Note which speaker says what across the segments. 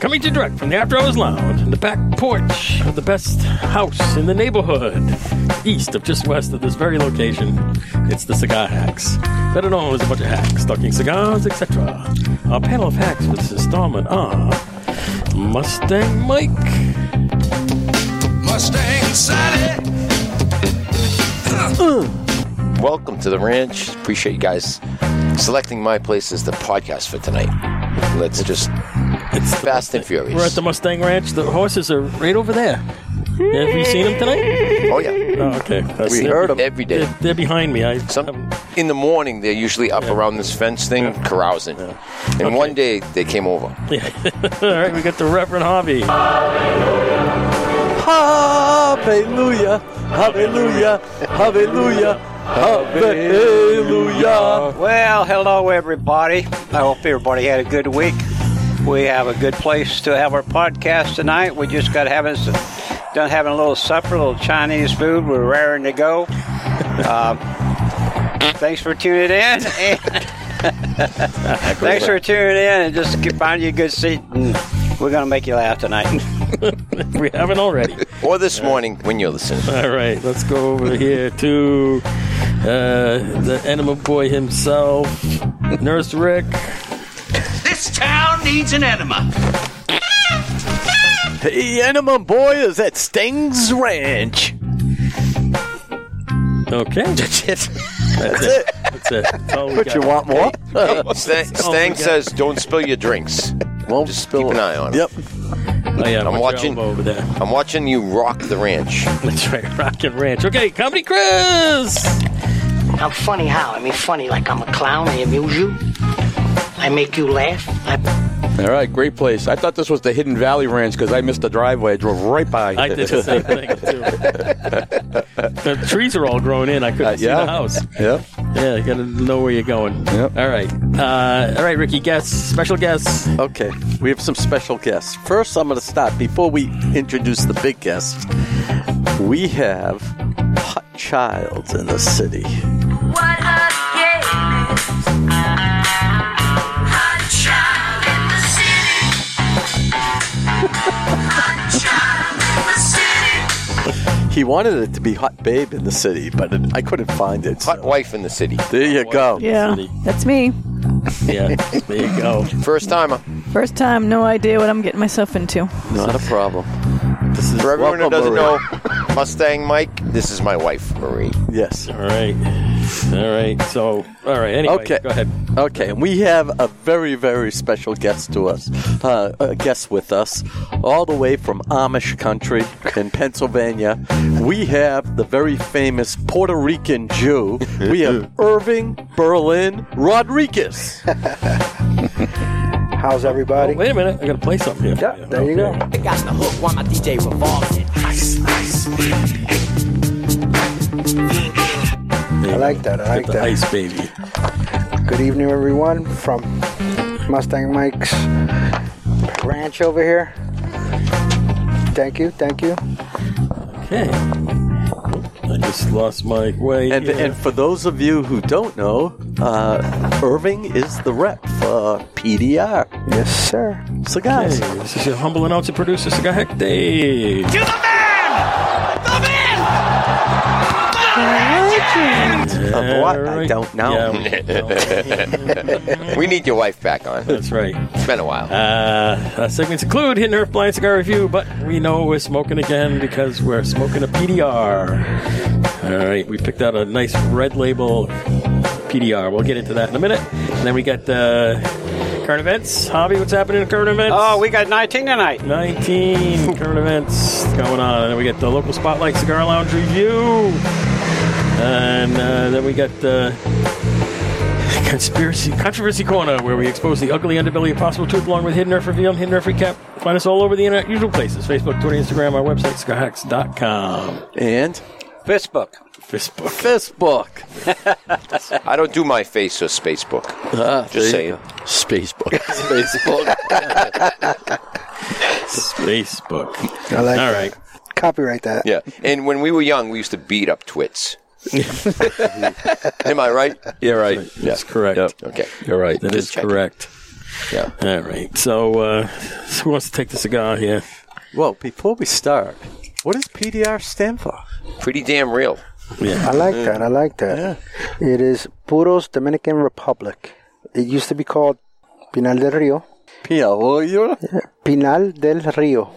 Speaker 1: Coming to you direct from the After Hours Lounge in the back porch of the best house in the neighborhood, east of just west of this very location. It's the Cigar Hacks, better known as a bunch of hacks, talking cigars, etc. Our panel of hacks for this installment are Mustang Mike.
Speaker 2: Mustang Sally.
Speaker 3: Welcome to the ranch. Appreciate you guys selecting my place as the podcast for tonight. Let's just
Speaker 1: It's the-
Speaker 3: fast and furious.
Speaker 1: We're at the Mustang Ranch. The horses are right over there. Have you seen them tonight?
Speaker 3: oh yeah.
Speaker 1: Oh, okay. That's-
Speaker 3: We
Speaker 1: they're-
Speaker 3: heard 'em every day.
Speaker 1: They're, they're behind me. I
Speaker 3: Some in the morning they're usually up around this fence thing carousing, and one day they came over.
Speaker 1: All right, we got the Reverend Hobby.
Speaker 4: Hallelujah, hallelujah, hallelujah, hallelujah.
Speaker 5: Well, hello everybody. I hope everybody had a good week. We have a good place to have our podcast tonight. We just got having some, done having a little supper, a little Chinese food. We're raring to go. Um, thanks for tuning in. and- thanks for tuning in and just get- find you a good seat. And we're gonna make you laugh tonight.
Speaker 1: We haven't already.
Speaker 3: Or this morning when you're listening.
Speaker 1: All right, let's go over here to uh, the Enema Boy himself, Nurse Rick.
Speaker 2: This town needs an enema.
Speaker 4: The enema boy is at Sting's Ranch.
Speaker 1: Okay, that's
Speaker 3: That's it.
Speaker 1: it. That's it. That's all we
Speaker 4: But
Speaker 1: got.
Speaker 4: you want more?
Speaker 3: Stang, Stang says, "Don't spill your drinks."
Speaker 4: Won't
Speaker 3: Just keep an eye on it.
Speaker 4: Yep.
Speaker 1: Oh, yeah,
Speaker 3: I'm
Speaker 1: watch your
Speaker 3: watching-
Speaker 1: elbow over there.
Speaker 3: I'm watching you rock the ranch.
Speaker 1: That's right, Rockin' Ranch. Okay, Comedy Chris.
Speaker 6: I'm funny how? I mean, funny like I'm a clown. I amuse you. I make you laugh. I,
Speaker 7: All right, great place. I thought this was the Hidden Valley Ranch because I missed the driveway. I drove right by.
Speaker 1: I did the same thing too. the trees are all grown in. I couldn't
Speaker 7: Uh,
Speaker 1: see
Speaker 7: yeah.
Speaker 1: the house.
Speaker 7: Yep.
Speaker 1: Yeah, you gotta know where you're going.
Speaker 7: Yep.
Speaker 1: All right. Uh, all right, Ricky. Guess special guest.
Speaker 4: Okay, we have some special guests. First, I'm going to stop before we introduce the big guests. We have Hot Childs in the city.
Speaker 8: What a game is Hot child in the city Hot child in the city
Speaker 4: He wanted it to be Hot Babe in the city, but it, I couldn't find it.
Speaker 3: Hot
Speaker 4: so-
Speaker 3: wife in the city.
Speaker 4: There you go.
Speaker 9: Yeah,
Speaker 1: City.
Speaker 9: that's me.
Speaker 1: Yeah. there you go.
Speaker 3: First timer.
Speaker 9: First time, no idea what I'm getting myself into.
Speaker 4: Not a problem.
Speaker 1: This is
Speaker 3: For
Speaker 1: all
Speaker 3: everyone who doesn't
Speaker 4: Welcome,
Speaker 3: know, Mustang Mike, this is my wife, Marie.
Speaker 4: Yes.
Speaker 1: right. All right. So all right. Anyway,
Speaker 4: Okay.
Speaker 1: go ahead.
Speaker 4: Okay, and we have a very, very special guest to us, uh, a guest with us, all the way from Amish country in Pennsylvania. We have the very famous Puerto Rican Jew. We have Irving Berlin Rodriguez.
Speaker 5: How's everybody?
Speaker 1: Wait a minute. I gotta play something here.
Speaker 5: Yeah, there you go.
Speaker 6: I got the hook while my DJ revolves it.
Speaker 1: I
Speaker 5: like that, I like
Speaker 1: the
Speaker 5: that.
Speaker 1: Ice baby.
Speaker 5: Good evening, everyone, from Mustang Mike's ranch over here. Thank you, thank you.
Speaker 1: Okay. I just lost my way.
Speaker 4: And,
Speaker 1: here.
Speaker 4: and for those of you who don't know, uh, Irving is the rep for PDR
Speaker 5: Yes, sir.
Speaker 4: Cigars.
Speaker 1: Hey, this is your humble announcer producer, Cigar Hack Dave.
Speaker 2: To the man! The man!
Speaker 4: Of what? I
Speaker 1: Alright.
Speaker 4: don't know.
Speaker 1: Yeah, we don't know.
Speaker 3: We need your wife back on.
Speaker 1: That's right.
Speaker 3: It's been a while.
Speaker 1: Uh, our segments include Hidden Earth Blind Cigar Review, but we know we're smoking again because we're smoking a PDR. All right, we picked out a nice red label PDR. We'll get into that in a minute. And then we got uh, current events. Hobby, what's happening in current events?
Speaker 5: Oh, we got 19 tonight.
Speaker 1: 19 current events going on. And then we got the local Spotlight Cigar Lounge review. And uh, then we got the conspiracy controversy corner where we expose the ugly underbelly of possible truth along with hidden earth reveal and hidden earth recap. Find us all over the internet, usual places Facebook, Twitter, Instagram, our website, cigarhacks.com.
Speaker 4: And
Speaker 5: Facebook.
Speaker 1: Facebook.
Speaker 4: Facebook.
Speaker 3: I don't do my face or Spacebook.
Speaker 4: Ah, there you
Speaker 3: saying.
Speaker 4: go. Spacebook. Spacebook.
Speaker 1: Facebook.
Speaker 5: I like
Speaker 1: All right.
Speaker 5: copyright that.
Speaker 3: Yeah. And when we were young, we used to beat up twits. Am I right?
Speaker 4: Yeah, right.
Speaker 1: That's correct.
Speaker 3: Okay.
Speaker 4: You're right.
Speaker 1: That is
Speaker 3: Just checking.
Speaker 1: correct.
Speaker 3: Yeah.
Speaker 1: All right. So, uh, who wants to take the cigar here?
Speaker 2: Well, before we start, what does PDR stand for?
Speaker 3: Pretty damn real.
Speaker 5: I like that. I like that. It is Puros Dominican Republic. It used to be called Pinal del Rio.
Speaker 2: Pia, well, you're
Speaker 5: Pinal del Rio.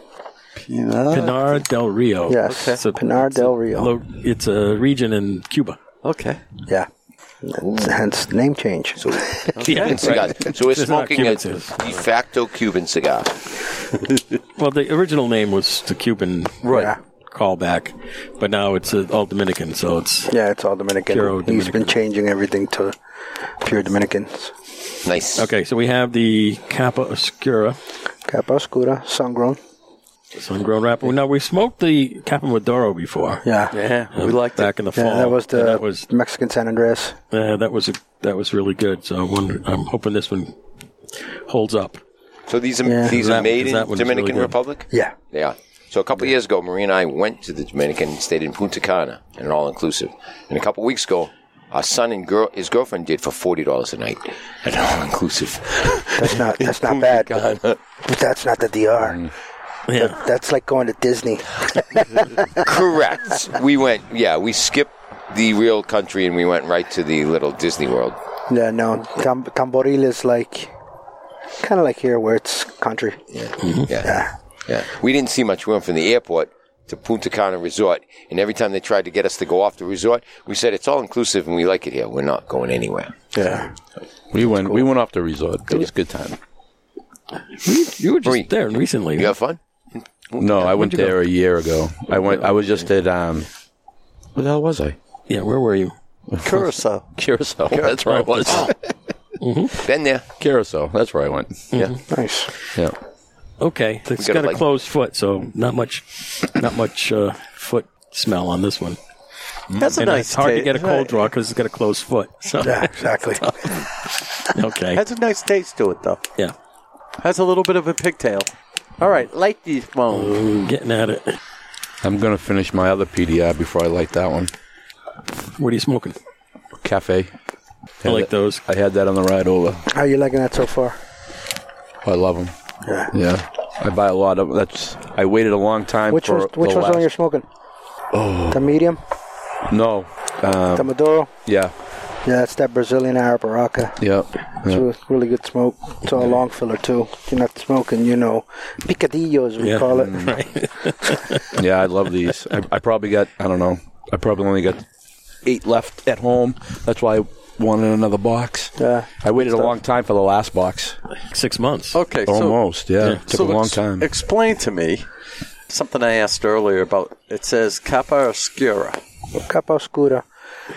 Speaker 2: Pina.
Speaker 1: Pinar del Rio.
Speaker 5: Yes.
Speaker 1: It's a-
Speaker 5: Pinar
Speaker 1: it's a
Speaker 5: del Rio.
Speaker 1: lo- it's a region in Cuba.
Speaker 2: Okay.
Speaker 5: Yeah. That's- Hence the name change.
Speaker 3: Cuban cigars. So we're
Speaker 1: It's not
Speaker 3: smoking
Speaker 1: Cuban
Speaker 3: a
Speaker 1: cigars.
Speaker 3: de facto Cuban cigar.
Speaker 1: Well, the original name was the Cuban
Speaker 2: Right.
Speaker 5: Yeah.
Speaker 1: callback, but now it's uh, all Dominican, so it's
Speaker 5: Yeah, it's all Dominican.
Speaker 1: Puro
Speaker 5: He's
Speaker 1: Dominican.
Speaker 5: been changing everything to pure Dominicans.
Speaker 3: Nice.
Speaker 1: okay. So we have the Kappa Oscura
Speaker 5: Capa Oscura, sun grown.
Speaker 1: sun grown wrapper. Now we smoked the Kappa Maduro before.
Speaker 5: Yeah.
Speaker 2: Yeah, we
Speaker 1: Um,
Speaker 2: like that.
Speaker 1: back in the fall.
Speaker 5: Yeah, that was the
Speaker 1: and that was
Speaker 5: Mexican San Andreas.
Speaker 1: uh, that was a, that was really good. So I wonder, I'm hoping this one holds up.
Speaker 3: So these are
Speaker 5: Yeah.
Speaker 3: these
Speaker 1: That-
Speaker 3: are made in
Speaker 1: that one's
Speaker 3: Dominican
Speaker 1: really good.
Speaker 3: Republic.
Speaker 5: Yeah.
Speaker 3: They are. So a couple of years ago, Marie and I went to the Dominican, and stayed in Punta Cana, in an all-inclusive. And a couple of weeks ago, our son and girl, his girlfriend, did for forty dollars a night at an all-inclusive.
Speaker 5: That's not that's not bad. But, but that's not the DR.
Speaker 1: Mm. Yeah.
Speaker 5: That's like going to Disney.
Speaker 3: Correct. We went. Yeah, we skipped the real country and we went right to the little Disney World.
Speaker 5: Yeah, no. Tam- tamboril is like kind of like here where it's country.
Speaker 3: Yeah. Yeah. We didn't see much. We went from the airport to Punta Cana Resort, and every time they tried to get us to go off the resort, we said it's all inclusive and we like it here. We're not going anywhere.
Speaker 2: Yeah.
Speaker 4: We went. We went off the resort. It was a good time.
Speaker 1: You were just
Speaker 3: Marie.
Speaker 1: there recently.
Speaker 3: You have fun?
Speaker 4: No, I went there a year ago. I went. I was just at um. Where the hell was I?
Speaker 1: Yeah, where were you?
Speaker 2: Curacao.
Speaker 4: Curacao. That's where I was.
Speaker 3: Been there.
Speaker 4: Curacao. That's where I went. Yeah.
Speaker 5: Mm-hmm. Nice.
Speaker 4: Yeah.
Speaker 1: Okay, it's
Speaker 3: gotta,
Speaker 1: got a
Speaker 3: like-
Speaker 1: closed foot, so not much, not much uh, foot smell on this one.
Speaker 2: That's a
Speaker 1: And
Speaker 2: nice.
Speaker 1: it's hard to
Speaker 2: ta-
Speaker 1: get a cold draw because it's got a closed foot. So
Speaker 5: Yeah, exactly.
Speaker 1: okay,
Speaker 2: Has a nice taste to it, though.
Speaker 1: yeah,
Speaker 2: Has a little bit of a pigtail. All right, light these bones.
Speaker 1: Ooh, getting at it.
Speaker 4: I'm gonna finish my other PDI before I light that one.
Speaker 1: What are you smoking?
Speaker 4: Cafe.
Speaker 1: I like those.
Speaker 4: I had that on the ride over.
Speaker 5: How you liking that so far?
Speaker 4: I love them.
Speaker 5: Yeah.
Speaker 4: Yeah. I buy a lot of. That's. I waited a long time
Speaker 5: Which
Speaker 4: for
Speaker 5: was which was
Speaker 4: the
Speaker 5: the one
Speaker 4: last-
Speaker 5: you're smoking? Oh. The medium,
Speaker 4: No.
Speaker 5: the Maduro.
Speaker 4: Yeah.
Speaker 5: Yeah, that's that Brazilian Araparaca.
Speaker 4: Yeah.
Speaker 5: It's
Speaker 4: yeah.
Speaker 5: re- really good smoke. It's all long filler too. You're not smoking, you know, picadillo as we
Speaker 1: Yeah.
Speaker 5: call it.
Speaker 4: Yeah, I love these. I, I probably got, I don't know, I probably only got eight left at home. That's why I wanted another box.
Speaker 5: Yeah.
Speaker 4: I waited a long time for the last box.
Speaker 1: Six months.
Speaker 2: Okay, so-
Speaker 4: Almost, yeah. Took
Speaker 2: so
Speaker 4: a long
Speaker 2: ex-
Speaker 4: time.
Speaker 2: Explain to me something I asked earlier about. It says Capa Oscura.
Speaker 5: Capa Oscura.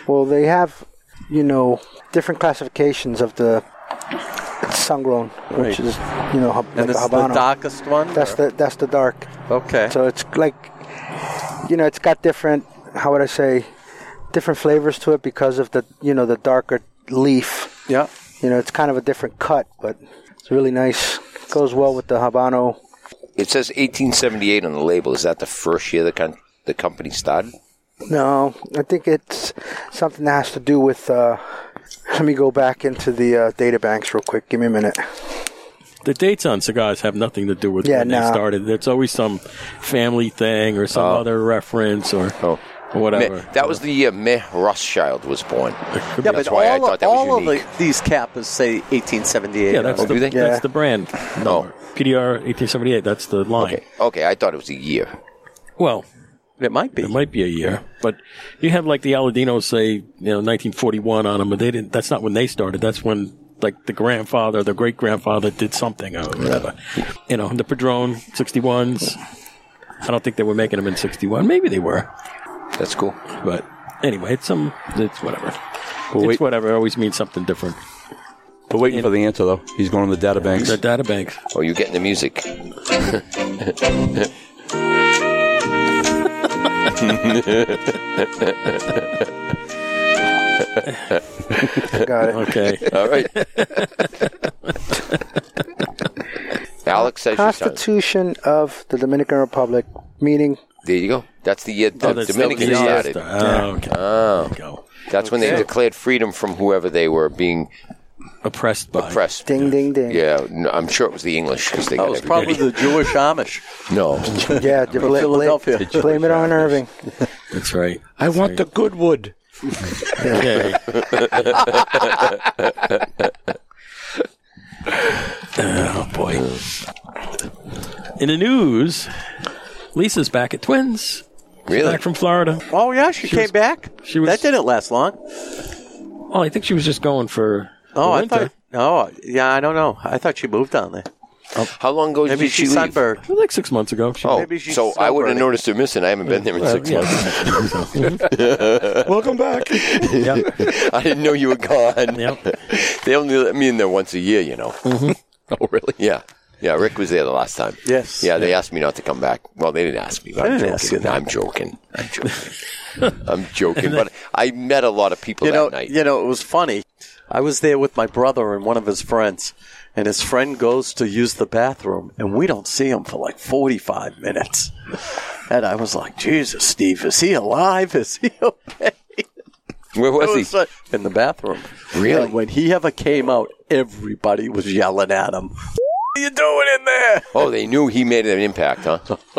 Speaker 5: Well, they have, you know, different classifications of the sungrown,
Speaker 2: Right.
Speaker 5: which is, you know, hab-
Speaker 2: And
Speaker 5: like
Speaker 2: it's
Speaker 5: a
Speaker 2: the
Speaker 5: Habano.
Speaker 2: darkest one?
Speaker 5: that's
Speaker 2: or-
Speaker 5: the that's the dark.
Speaker 2: Okay.
Speaker 5: So it's like, you know, it's got different. How would I say? Different flavors to it because of the you know the darker leaf.
Speaker 2: yeah.
Speaker 5: You know, it's kind of a different cut, but it's really nice. Goes well with the Habano.
Speaker 3: It says 1878 on the label. Is that the first year the con- the company started?
Speaker 5: No, I think it's something that has to do with. Uh, let me go back into the uh, data banks real quick. Give me a minute.
Speaker 1: The dates on cigars have nothing to do with
Speaker 5: Yeah,
Speaker 1: when they
Speaker 5: nah.
Speaker 1: started. It's always some family thing or some other reference or,
Speaker 3: Oh.
Speaker 1: or
Speaker 3: Meh-
Speaker 1: whatever.
Speaker 3: that was the year Meh Rothschild was born.
Speaker 2: Yeah,
Speaker 3: That's
Speaker 2: but
Speaker 3: why I
Speaker 2: all,
Speaker 3: thought that was
Speaker 2: all of
Speaker 3: unique.
Speaker 2: the, these Capas say 1878.
Speaker 1: yeah, that's
Speaker 3: Oh,
Speaker 1: the
Speaker 3: do they?
Speaker 5: Yeah.
Speaker 1: that's the brand.
Speaker 3: No.
Speaker 1: PDR eighteen seventy eight. That's the line.
Speaker 3: Okay. Okay, I thought it was a year.
Speaker 1: Well,
Speaker 2: it might be.
Speaker 1: it might be a year, but you had like the Aladinos say you know nineteen forty one on them, but they didn't. That's not when they started. That's when like the grandfather, the great grandfather did something or whatever. You know the Padron sixty ones. I don't think they were making them in sixty one. Maybe they were.
Speaker 3: That's cool.
Speaker 1: But anyway, it's some. It's whatever.
Speaker 4: wait-
Speaker 1: it's whatever. It always means something different.
Speaker 4: We're waiting for the answer, though. He's going to the data banks.
Speaker 1: The data banks.
Speaker 3: Oh, you're getting the music.
Speaker 5: Got it.
Speaker 1: Okay.
Speaker 3: All right. Alex says she's done.
Speaker 5: Constitution of the Dominican Republic, meaning
Speaker 3: There you go. That's the year the
Speaker 1: Oh, that's the
Speaker 3: Dominican
Speaker 1: year
Speaker 3: started.
Speaker 1: after. Oh, okay.
Speaker 3: Oh. That's when they
Speaker 1: Okay.
Speaker 3: declared freedom from whoever they were being
Speaker 1: oppressed by.
Speaker 3: Oppressed.
Speaker 9: Ding, ding, ding.
Speaker 3: Yeah, no, I'm sure it was the English because they
Speaker 2: That
Speaker 3: got
Speaker 2: was probably the Jewish Amish.
Speaker 3: no.
Speaker 9: Yeah,
Speaker 2: From
Speaker 9: bla- bla-
Speaker 2: Philadelphia.
Speaker 9: blame it on Irving.
Speaker 1: That's right.
Speaker 4: I want the good wood.
Speaker 1: Okay. oh boy. In the news, Lisa's back at Twins.
Speaker 3: Really?
Speaker 1: Back from Florida.
Speaker 2: Oh yeah, she, came
Speaker 1: was-
Speaker 2: back.
Speaker 1: she was-
Speaker 2: that didn't last long.
Speaker 1: Oh, I think she was just going for.
Speaker 2: Oh,
Speaker 1: the
Speaker 2: I
Speaker 1: winter.
Speaker 2: thought. Oh yeah, I don't know. I thought she moved down there.
Speaker 3: How long ago
Speaker 2: Maybe
Speaker 3: did she
Speaker 2: she's
Speaker 3: leave?
Speaker 2: sunburned.
Speaker 1: Well, like six months ago. She-
Speaker 3: Oh,
Speaker 2: Maybe she's
Speaker 3: so I wouldn't have
Speaker 2: sunburning.
Speaker 3: noticed her missing. I haven't been there in
Speaker 1: Uh,
Speaker 3: six
Speaker 1: yeah.
Speaker 3: months.
Speaker 4: Welcome back.
Speaker 3: I didn't know you were gone.
Speaker 1: Yep.
Speaker 3: They only let me in there once a year, you know.
Speaker 4: Oh, really?
Speaker 3: Yeah. Yeah, Rick was there the last time.
Speaker 2: Mm-hmm. Yes.
Speaker 3: Yeah, they asked me not to come back. Well, they didn't ask me. But I'm
Speaker 2: didn't
Speaker 3: joking.
Speaker 2: ask you that.
Speaker 3: I'm joking. I'm joking. I'm joking. But I met a lot of people
Speaker 2: you
Speaker 3: that
Speaker 2: know,
Speaker 3: night.
Speaker 2: you know, it was funny. I was there with my brother and one of his friends, and his friend goes to use the bathroom, and we don't see him for like forty-five minutes. And I was like, Jesus, Steve, is he alive? Is he okay?
Speaker 3: Where was,
Speaker 2: It
Speaker 3: he?
Speaker 2: was like- in the bathroom?
Speaker 3: Really?
Speaker 2: And when he ever came out, everybody was yelling at him. What are you doing in there?
Speaker 3: Oh, they knew he made an impact, huh?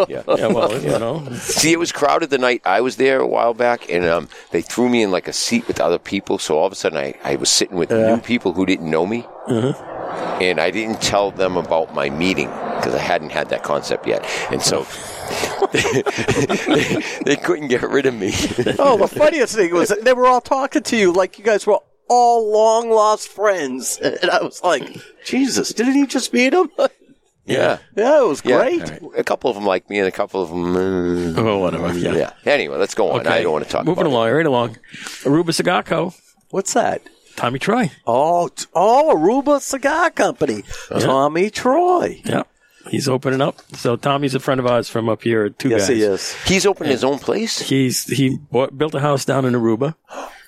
Speaker 3: Yeah.
Speaker 1: Yeah, well, you know.
Speaker 3: See, it was crowded the night I was there a while back, and um, they threw me in like a seat with other people. So all of a sudden, I, I was sitting with new people who didn't know me,
Speaker 1: Mm-hmm.
Speaker 3: and I didn't tell them about my meeting because I hadn't had that concept yet, and so. they, they couldn't get rid of me.
Speaker 2: Oh, the funniest thing was they were all talking to you like you guys were all long lost friends, and I was like, Jesus, didn't he just meet him?
Speaker 3: yeah.
Speaker 2: Yeah, it was
Speaker 3: Yeah.
Speaker 2: great.
Speaker 3: A couple of them like me, and a couple of them. Uh,
Speaker 1: Oh, whatever. Yeah.
Speaker 3: yeah. Anyway, let's go on. I don't want to talk
Speaker 1: Moving
Speaker 3: about
Speaker 1: along, right along. Aruba Sagako,
Speaker 2: What's that?
Speaker 1: Tommy Troy.
Speaker 2: Oh, t- oh, Aruba Cigar Company.
Speaker 4: Uh-huh.
Speaker 2: Tommy Troy.
Speaker 1: Yeah. He's opening up. So Tommy's a friend of ours from up here. Two
Speaker 2: Yes,
Speaker 1: guys.
Speaker 2: he is.
Speaker 3: it. He's opened his own place.
Speaker 1: He's he bought, built a house down in Aruba.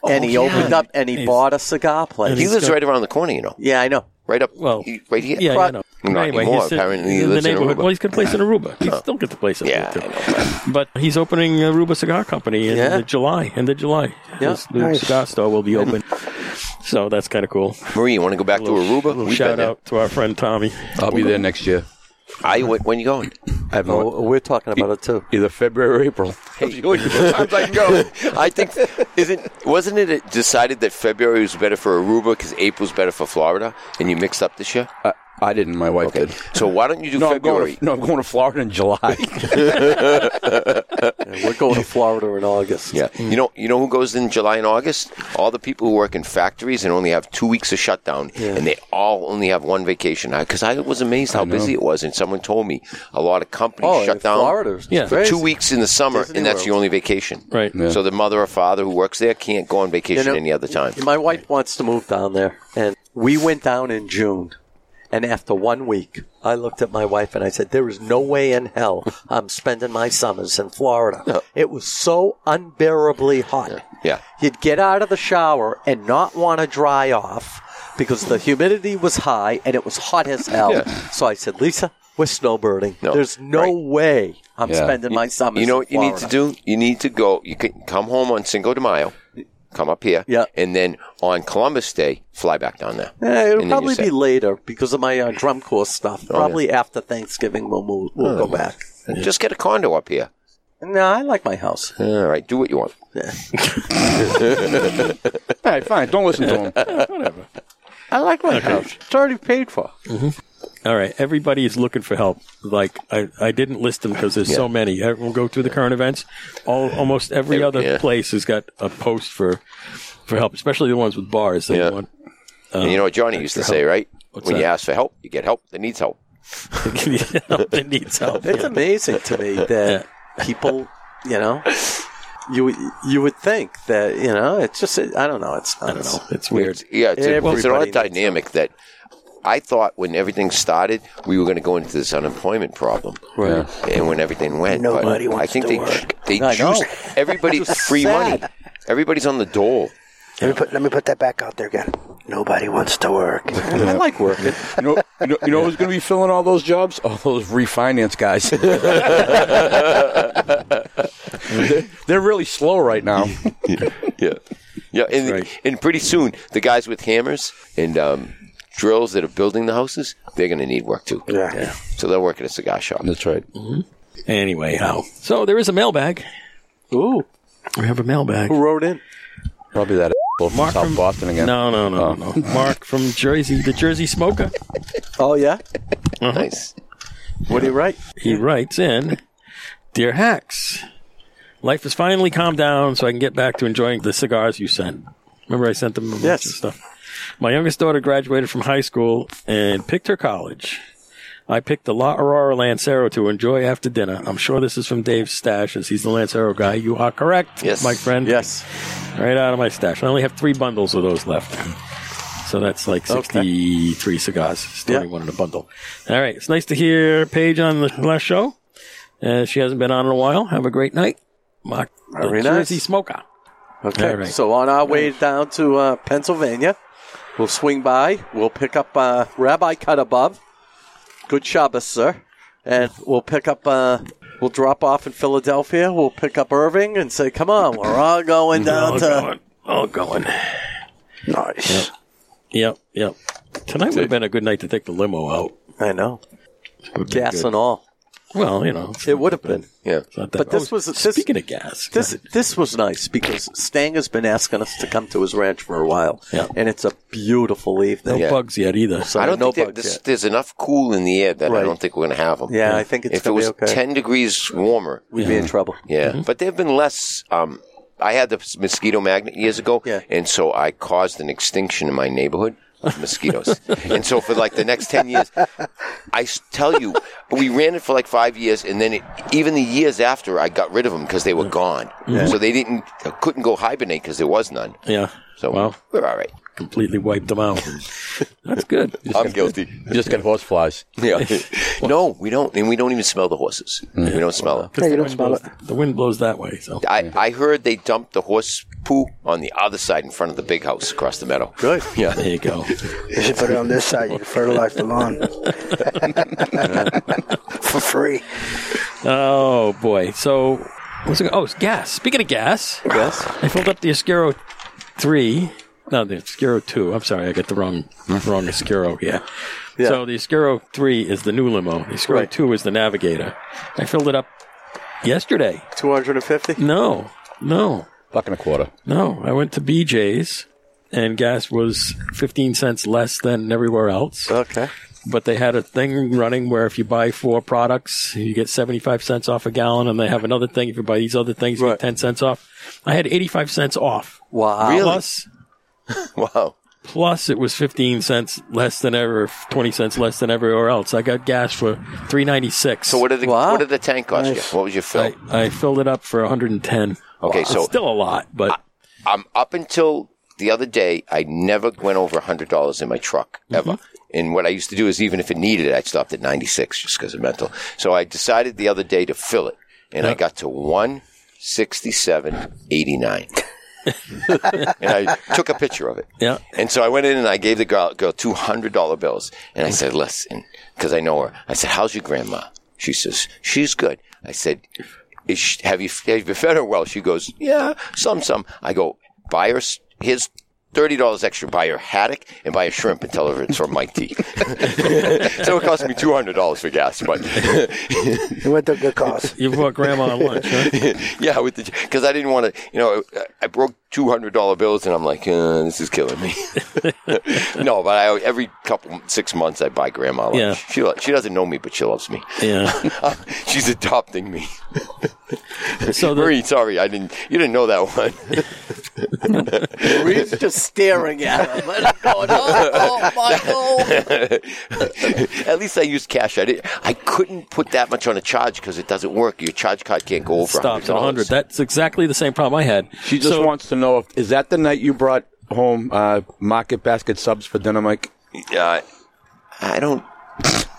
Speaker 4: Oh,
Speaker 2: and he opened up and he
Speaker 1: He's-
Speaker 2: bought a cigar place.
Speaker 3: He
Speaker 1: he's
Speaker 3: lives
Speaker 1: got-
Speaker 3: right around the corner, you know.
Speaker 2: yeah, I know.
Speaker 3: Right up.
Speaker 1: Well,
Speaker 3: he- right here.
Speaker 1: Yeah, yeah, I know.
Speaker 3: Not
Speaker 1: anyway,
Speaker 3: anymore.
Speaker 1: he's in-
Speaker 3: Apparently,
Speaker 1: he's
Speaker 3: he
Speaker 1: in
Speaker 3: lives
Speaker 1: the
Speaker 3: in
Speaker 1: neighborhood.
Speaker 3: Aruba. Oh.
Speaker 1: well, he's got a place in Aruba. He still got the place in
Speaker 3: Yeah,
Speaker 1: Aruba.
Speaker 3: I
Speaker 1: Too. But he's opening Aruba Cigar Company in
Speaker 2: Yeah.
Speaker 1: the July. In the July,
Speaker 2: Yeah.
Speaker 1: his new
Speaker 9: Nice.
Speaker 1: cigar store will be open. So that's kind of cool.
Speaker 3: Marie, you want to go back to Aruba?
Speaker 1: Little
Speaker 3: We've been
Speaker 1: shout
Speaker 3: there.
Speaker 1: out to our friend Tommy.
Speaker 4: I'll be there next year.
Speaker 3: I went, when you going?
Speaker 4: I have no.
Speaker 2: Oh, we're talking about it too.
Speaker 4: Either February or April.
Speaker 3: I think isn't wasn't it it decided that February was better for Aruba because April's better for Florida, and you mixed up this year?
Speaker 4: I, I didn't. My wife
Speaker 3: Okay,
Speaker 4: did.
Speaker 3: so why don't you do
Speaker 4: No, I'm
Speaker 3: February?
Speaker 4: going to, no, I'm going to Florida in July.
Speaker 2: Yeah, we're going to Florida in August.
Speaker 3: yeah, you know, you know who goes in July and August? All the people who work in factories and only have two weeks of shutdown, and they all only have one vacation. Because I, was amazed how busy it was, and someone told me a lot of companies
Speaker 2: Oh, in
Speaker 3: shut down
Speaker 2: Florida.
Speaker 1: Yeah.
Speaker 3: for two weeks in the summer,
Speaker 2: Disney
Speaker 3: and that's
Speaker 2: World.
Speaker 3: your only vacation.
Speaker 1: Right. Yeah.
Speaker 3: So the mother or father who works there can't go on vacation
Speaker 2: You know,
Speaker 3: any other time.
Speaker 2: My wife wants to move down there, and we went down in June. And after one week, I looked at my wife and I said, "There is no way in hell I'm spending my summers in Florida." It was so unbearably hot.
Speaker 3: Yeah.
Speaker 2: you'd get out of the shower and not want to dry off because the humidity was high and it was hot as hell. So I said, "Lisa, we're snowbirding.
Speaker 3: No,
Speaker 2: There's no
Speaker 3: right.
Speaker 2: way I'm
Speaker 4: Yeah.
Speaker 2: spending my summers."
Speaker 3: You
Speaker 2: in
Speaker 3: know what you need to
Speaker 2: Florida."
Speaker 3: do? You need to go. You can come home on Cinco de Mayo, come up here,
Speaker 2: Yeah.
Speaker 3: and then on Columbus Day, fly back down there.
Speaker 2: Eh,
Speaker 3: And
Speaker 2: it'll
Speaker 3: then
Speaker 2: probably
Speaker 3: you're set.
Speaker 2: be later because of my uh, drum course stuff. Probably after Thanksgiving, we'll move, we'll go back.
Speaker 3: Just get a condo up here.
Speaker 2: No, I like my house.
Speaker 3: All right, do what you want.
Speaker 4: All right, fine. Don't listen to him.
Speaker 2: I like my house. It's already paid for.
Speaker 1: All right, everybody is looking for help. Like I, I didn't list them because there's so many. Uh, We'll go through the current events. All almost every other
Speaker 3: yeah.
Speaker 1: place has got a post for for help, especially the ones with bars. They
Speaker 3: Yeah.
Speaker 1: want Uh,
Speaker 3: and you know what Johnny used to say, right? when you
Speaker 1: that?
Speaker 3: ask for help, you get help that needs help.
Speaker 1: help that needs help.
Speaker 2: It's
Speaker 1: yeah.
Speaker 2: amazing to me that people, you know, you you would think that you know it's just I don't know. It's I don't know.
Speaker 1: It's weird.
Speaker 3: Yeah, it's, a, it's an
Speaker 2: Everybody
Speaker 3: odd
Speaker 2: needs help.
Speaker 3: dynamic that I thought when everything started, we were going to go into this unemployment problem.
Speaker 4: Yeah.
Speaker 3: and when everything went.
Speaker 6: Nobody
Speaker 3: but
Speaker 6: wants
Speaker 3: I think
Speaker 6: to
Speaker 3: they
Speaker 6: work.
Speaker 3: they
Speaker 2: I know.
Speaker 3: juiced everybody
Speaker 2: It's
Speaker 3: free
Speaker 2: sad.
Speaker 3: money. Everybody's on the dole.
Speaker 9: Let me put let me put that back out there again. Nobody wants to work.
Speaker 4: I like working. You know, you know, you know who's going to be filling all those jobs? All those refinance guys. they're, they're really slow right now.
Speaker 3: yeah, yeah, yeah. And, and pretty soon, the guys with hammers and um, drills that are building the houses, they're going to need work too.
Speaker 9: Yeah.
Speaker 3: So they'll work at a cigar shop.
Speaker 4: That's right.
Speaker 1: Anyway, how? So there is a mailbag.
Speaker 2: Ooh,
Speaker 1: We have a mailbag.
Speaker 2: who wrote in?
Speaker 4: Probably that a- from
Speaker 1: Mark
Speaker 4: South
Speaker 1: from-
Speaker 4: Boston again.
Speaker 1: No, no, no, no. Mark from Jersey, the Jersey Smoker.
Speaker 2: Oh yeah,
Speaker 3: Nice.
Speaker 2: what do you write?
Speaker 1: He writes in Dear Hacks, life has finally calmed down so I can get back to enjoying the cigars you sent. Remember, I sent them a bunch
Speaker 2: Yes.
Speaker 1: of stuff. My youngest daughter graduated from high school and picked her college. I picked the La Aurora Lancero to enjoy after dinner. I'm sure this is from Dave's stash, as he's the Lancero guy. You are correct,
Speaker 3: Yes.
Speaker 1: my friend.
Speaker 2: Yes,
Speaker 1: Right out of my stash. I only have three bundles of those left. So that's like 63 cigars, starting
Speaker 2: Yeah.
Speaker 1: one in a bundle. All right. It's nice to hear Paige on the last show. Uh, she hasn't been on in a while. Have a great night. Mark, the
Speaker 2: Very nice.
Speaker 1: Jersey Smoker.
Speaker 2: Okay,
Speaker 1: All right.
Speaker 2: so on our way down to uh, Pennsylvania, we'll swing by. We'll pick up uh, Rabbi Cut Above. Good Shabbos, sir. And we'll pick up. Uh, we'll drop off in Philadelphia. We'll pick up Irving and say, "Come on, we're all going down
Speaker 1: All
Speaker 2: to."
Speaker 1: going. All going.
Speaker 9: Nice.
Speaker 1: Yep. Yep. Tonight would have been a good night to take the limo out.
Speaker 2: I know,
Speaker 1: Would be
Speaker 2: gas
Speaker 1: good.
Speaker 2: and all.
Speaker 1: Well, you know. it's
Speaker 2: It would have been.
Speaker 3: Yeah.
Speaker 1: not that-
Speaker 2: But this
Speaker 1: oh,
Speaker 2: was- this-
Speaker 1: speaking of gas.
Speaker 2: This this was nice because Stang has been asking us to come to his ranch for a while,
Speaker 1: Yeah.
Speaker 2: and it's a beautiful evening.
Speaker 1: no bugs yet either.
Speaker 2: So
Speaker 3: I don't
Speaker 2: no
Speaker 3: think that
Speaker 2: bugs
Speaker 3: this,
Speaker 2: yet.
Speaker 3: there's enough cool in the air that
Speaker 2: Right.
Speaker 3: I don't think we're going to have them.
Speaker 2: Yeah, I think it's
Speaker 3: if it
Speaker 2: gonna be
Speaker 3: was
Speaker 2: okay.
Speaker 3: ten degrees warmer,
Speaker 2: We'd be in trouble.
Speaker 3: yeah. But there have been less. Um, I had the mosquito magnet years ago,
Speaker 2: Yeah.
Speaker 3: and so I caused an extinction in my neighborhood of mosquitoes. and so for like the next ten years, I s- tell you, we ran it for like five years, and then it, even the years after, I got rid of them because they were gone. So they didn't uh, couldn't go hibernate because there was none.
Speaker 1: Yeah.
Speaker 3: So
Speaker 1: Wow.
Speaker 3: we're all right.
Speaker 1: Completely wiped them out. That's good.
Speaker 3: I'm guilty.
Speaker 4: You just get horse flies.
Speaker 3: Yeah. no, we don't, and we don't even smell the horses. We don't smell them.
Speaker 9: Yeah, you
Speaker 1: The
Speaker 9: don't
Speaker 1: wind
Speaker 9: smell
Speaker 1: blows-
Speaker 9: it.
Speaker 1: The wind blows that way. So
Speaker 3: I, I heard they dumped the horse poo on the other side in front of the big house across the meadow.
Speaker 2: Good.
Speaker 3: Yeah.
Speaker 1: there you go.
Speaker 9: You should put it on this side. You can fertilize the lawn for free.
Speaker 1: Oh boy. So what's it? Oh, it's gas. Speaking of gas,
Speaker 2: Yes.
Speaker 1: I filled up the Escuro three. No, the Escuro two. I'm sorry, I got the wrong wrong Escuro here.
Speaker 2: Yeah.
Speaker 1: So the Escuro three is the new limo. The Escuro
Speaker 2: Right.
Speaker 1: two is the Navigator. I filled it up yesterday.
Speaker 2: Two hundred and fifty.
Speaker 1: No, no,
Speaker 4: Buck and a quarter.
Speaker 1: no. I went to BJ's. And gas was 15 cents less than everywhere else.
Speaker 2: Okay.
Speaker 1: but they had a thing running where if you buy four products, you get 75 cents off a gallon, and they have another thing. If you buy these other things, you
Speaker 2: Right.
Speaker 1: get 10 cents off. I had 85 cents off.
Speaker 2: Wow.
Speaker 1: Plus,
Speaker 3: Wow.
Speaker 1: plus it was 15 cents less than ever, 20 cents less than everywhere else. I got gas for 396.
Speaker 3: So what did the
Speaker 2: Wow.
Speaker 3: what did the tank cost you? What was your fill?
Speaker 1: I, I filled it up for 110.
Speaker 3: Okay,
Speaker 1: It's
Speaker 3: so-
Speaker 1: still a lot, but
Speaker 3: um, up until the other day, I never went over hundred dollars in my truck
Speaker 2: Mm-hmm.
Speaker 3: ever. And what I used to do is, even if it needed it, I stopped at ninety six just because of mental. So I decided the other day to fill it, and I got to one sixty seven eighty nine. and I took a picture of it.
Speaker 1: Yeah.
Speaker 3: And so I went in and I gave the girl, girl two hundred dollar bills, and I said, "Listen, because I know her." I said, "How's your grandma?" She says, "She's good." I said, Is she, "Have you have you fed her well?" She goes, "Yeah, some some." I go, "Buy her s- his." Thirty dollars extra. Buy her haddock and buy a shrimp and tell her it's from Mike T. so it cost me two hundred dollars for gas, but
Speaker 9: It went to a good cause.
Speaker 1: you bought grandma lunch, huh?
Speaker 3: yeah, with the because I didn't want to. You know, I broke two hundred dollar bills, and I'm like, uh, this is killing me. no, but I every couple six months I buy grandma lunch.
Speaker 1: Yeah.
Speaker 3: She lo- she doesn't know me, but she loves me.
Speaker 1: Yeah.
Speaker 3: She's adopting me.
Speaker 1: So the,
Speaker 3: Marie, sorry, I didn't. You didn't know that one.
Speaker 2: Reed's just staring at him. Going, oh,
Speaker 8: Uh,
Speaker 2: oh, Michael.
Speaker 3: At least I used cash. I did. I couldn't put that much on a charge because it doesn't work. Your charge card can't go over.
Speaker 1: stops at 100.
Speaker 3: $100.
Speaker 1: That's exactly the same problem I had.
Speaker 4: She just
Speaker 1: So-
Speaker 4: wants to know if is that the night you brought home uh, market basket subs for dinner, Mike?
Speaker 3: Uh, I don't.